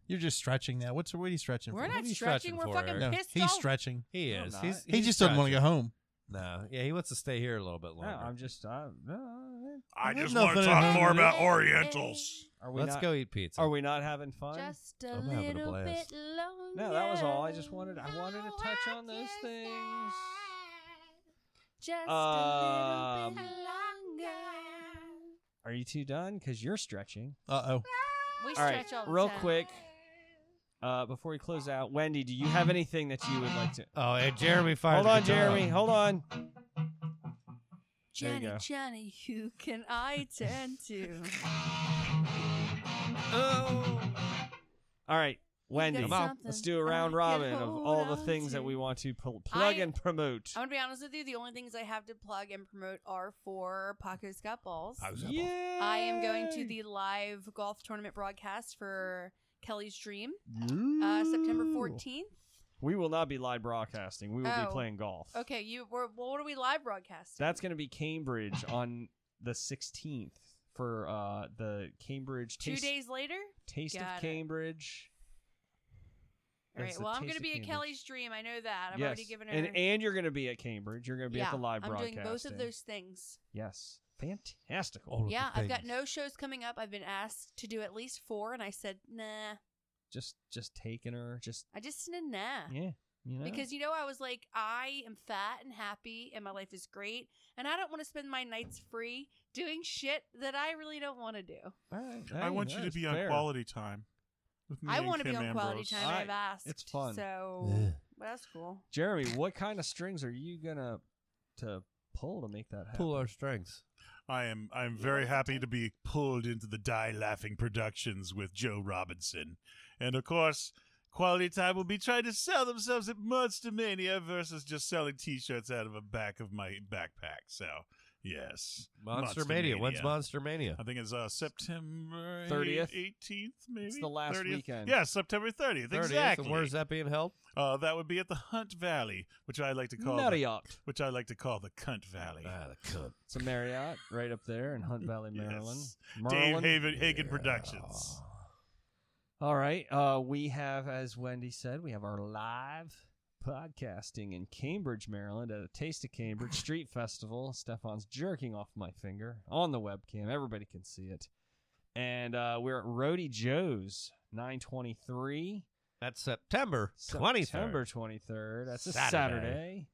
You're just stretching now. What's what are you stretching We're for? not are you stretching. stretching We're for, fucking no, pissed he's off. stretching. He I'm is. not. He's, He just doesn't want to go home. No. Yeah, he wants to stay here a little bit No, longer. I'm just. Uh, no, I There's just want to nothing in talk here. more about Orientals. are we Let's not, go eat pizza. Are we not having fun? Just a I'm having a little blast. bit longer. No, that was all. I just wanted- I wanted to touch on those things. Just a little Um, bit longer. Are you two done? Because you're stretching. Uh oh. We All right, stretch all the real time. quick. Uh, before we close out, Wendy, do you [LAUGHS] have anything that you would like to? Oh, and Jeremy [LAUGHS] fired. Hold on, Jeremy. Hold on. There you Johnny, go. Johnny, who can I turn [LAUGHS] to? All right, Wendy. Got something Let's do a I round can robin of hold all the on things that to. we want to pl- plug I- and promote. I'm gonna be honest with you. The only things I have to plug and promote are for Paco's Gut Balls. Yeah. I am going to the live golf tournament broadcast for Kelly's Dream, uh, September 14th. We will not be live broadcasting. We will be Oh. playing golf. Okay, you. We're, well, what are we live broadcasting? That's going to be Cambridge on the 16th for uh, the Cambridge Two Taste, days later. Taste Got of it. Cambridge. All That's right. the Well, I'm Taste going to of be at Cambridge. Kelly's Dream. I know that. I've yes. already given her. And, and you're going to be at Cambridge. You're going to be yeah, at the live I'm doing broadcasting. both of those things. Yes. Fantastical. Yeah, I've got no shows coming up. I've been asked to do at least four, and I said nah. Just just taking her. Just, I just said nah. yeah. You know? Because you know, I was like, I am fat and happy, and my life is great, and I don't want to spend my nights free doing shit that I really don't want to do. All right, I hey, want you that to is be on fair. quality time. With me I want to be on quality time. Alright, I've asked. it's fun. So Yeah. well, that's cool. Jeremy, what kind of strings are you going to to pull to make that happen? Pull our strings. I am I am very happy to be pulled into the Die Laughing Productions with Joe Robinson. And of course, Quality Time will be trying to sell themselves at Monster Mania versus just selling t shirts out of a back of my backpack. So yes. Monster, Mania. When's Monster Mania? I think it's uh, September 30th? eighteenth, maybe. It's the last 30th? weekend. Yeah, September thirtieth. 30th, Exactly. And where's that being held? Uh, that would be at the Hunt Valley, which I like to call Nutty Uh, the, Opt. which I like to call the Cunt Valley. Ah, [LAUGHS] the cunt. It's a Marriott right up there in Hunt Valley, [LAUGHS] Maryland. Yes. Dave Merlin. Haven, Hagen Productions. All right. Uh, we have, as Wendy said, we have our live podcasting in Cambridge, Maryland at a Taste of [LAUGHS] Cambridge Street Festival. Stefan's jerking off my finger on the webcam. Everybody can see it. And uh, we're at Roadie Joe's, 923. That's September 23rd. September 23rd. That's a Saturday.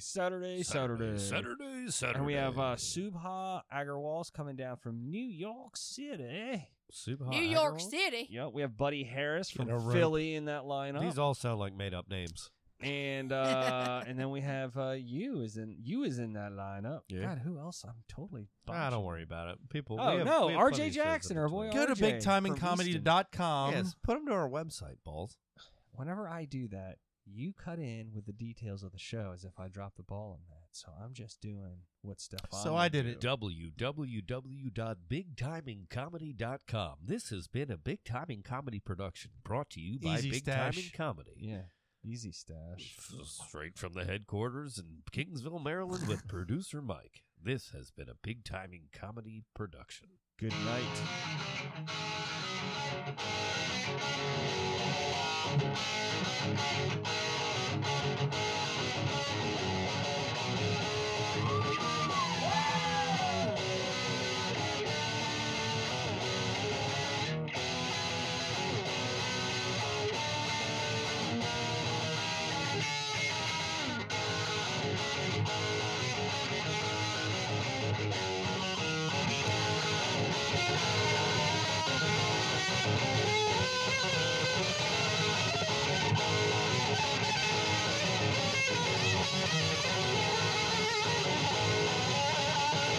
Saturday. Saturday. Saturday. Saturday, Saturday. And we have uh, Subha Agarwal's coming down from New York City. Subha New York Agarwal? City. Yep, we have Buddy Harris Get from a rope. Philly in that lineup, These all sound like made up names. and uh, and then we have uh, you is in you is in that lineup. Yeah. God, who else? I'm totally. Ah, botching. don't worry about it. People. Oh, we have, no, we have RJ plenty of shows Jackson, in our boy between. Go RJ to from bigtimeincomedy.com. Yes, put them to our website, balls. Whenever I do that, you cut in with the details of the show as if I dropped the ball on that. So I'm just doing what Stefan. So I would did do. it. www.bigtimingcomedy.com. This has been a Big Timing Comedy production brought to you by Easy Big stash. Timing Comedy. Yeah, easy stash. S- Straight from the headquarters in Kingsville, Maryland, with producer Mike. This has been a Big Timing Comedy production. Good night.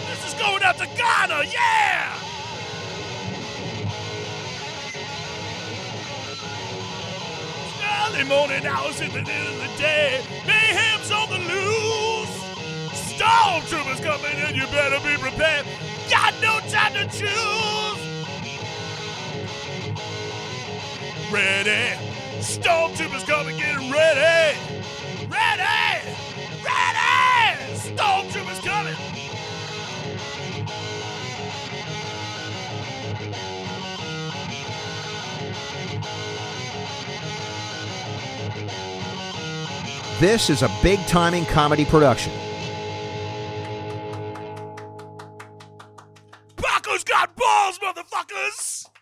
This is going out to Ghana, yeah! early morning hours in the middle of the day. Mayhem's on the loose. Stormtroopers coming in, you better be prepared. Got no time to choose. Ready. Stormtroopers coming, get ready. Ready. Ready. Stormtroopers coming. This is a big timing comedy production. Paco's got balls, motherfuckers!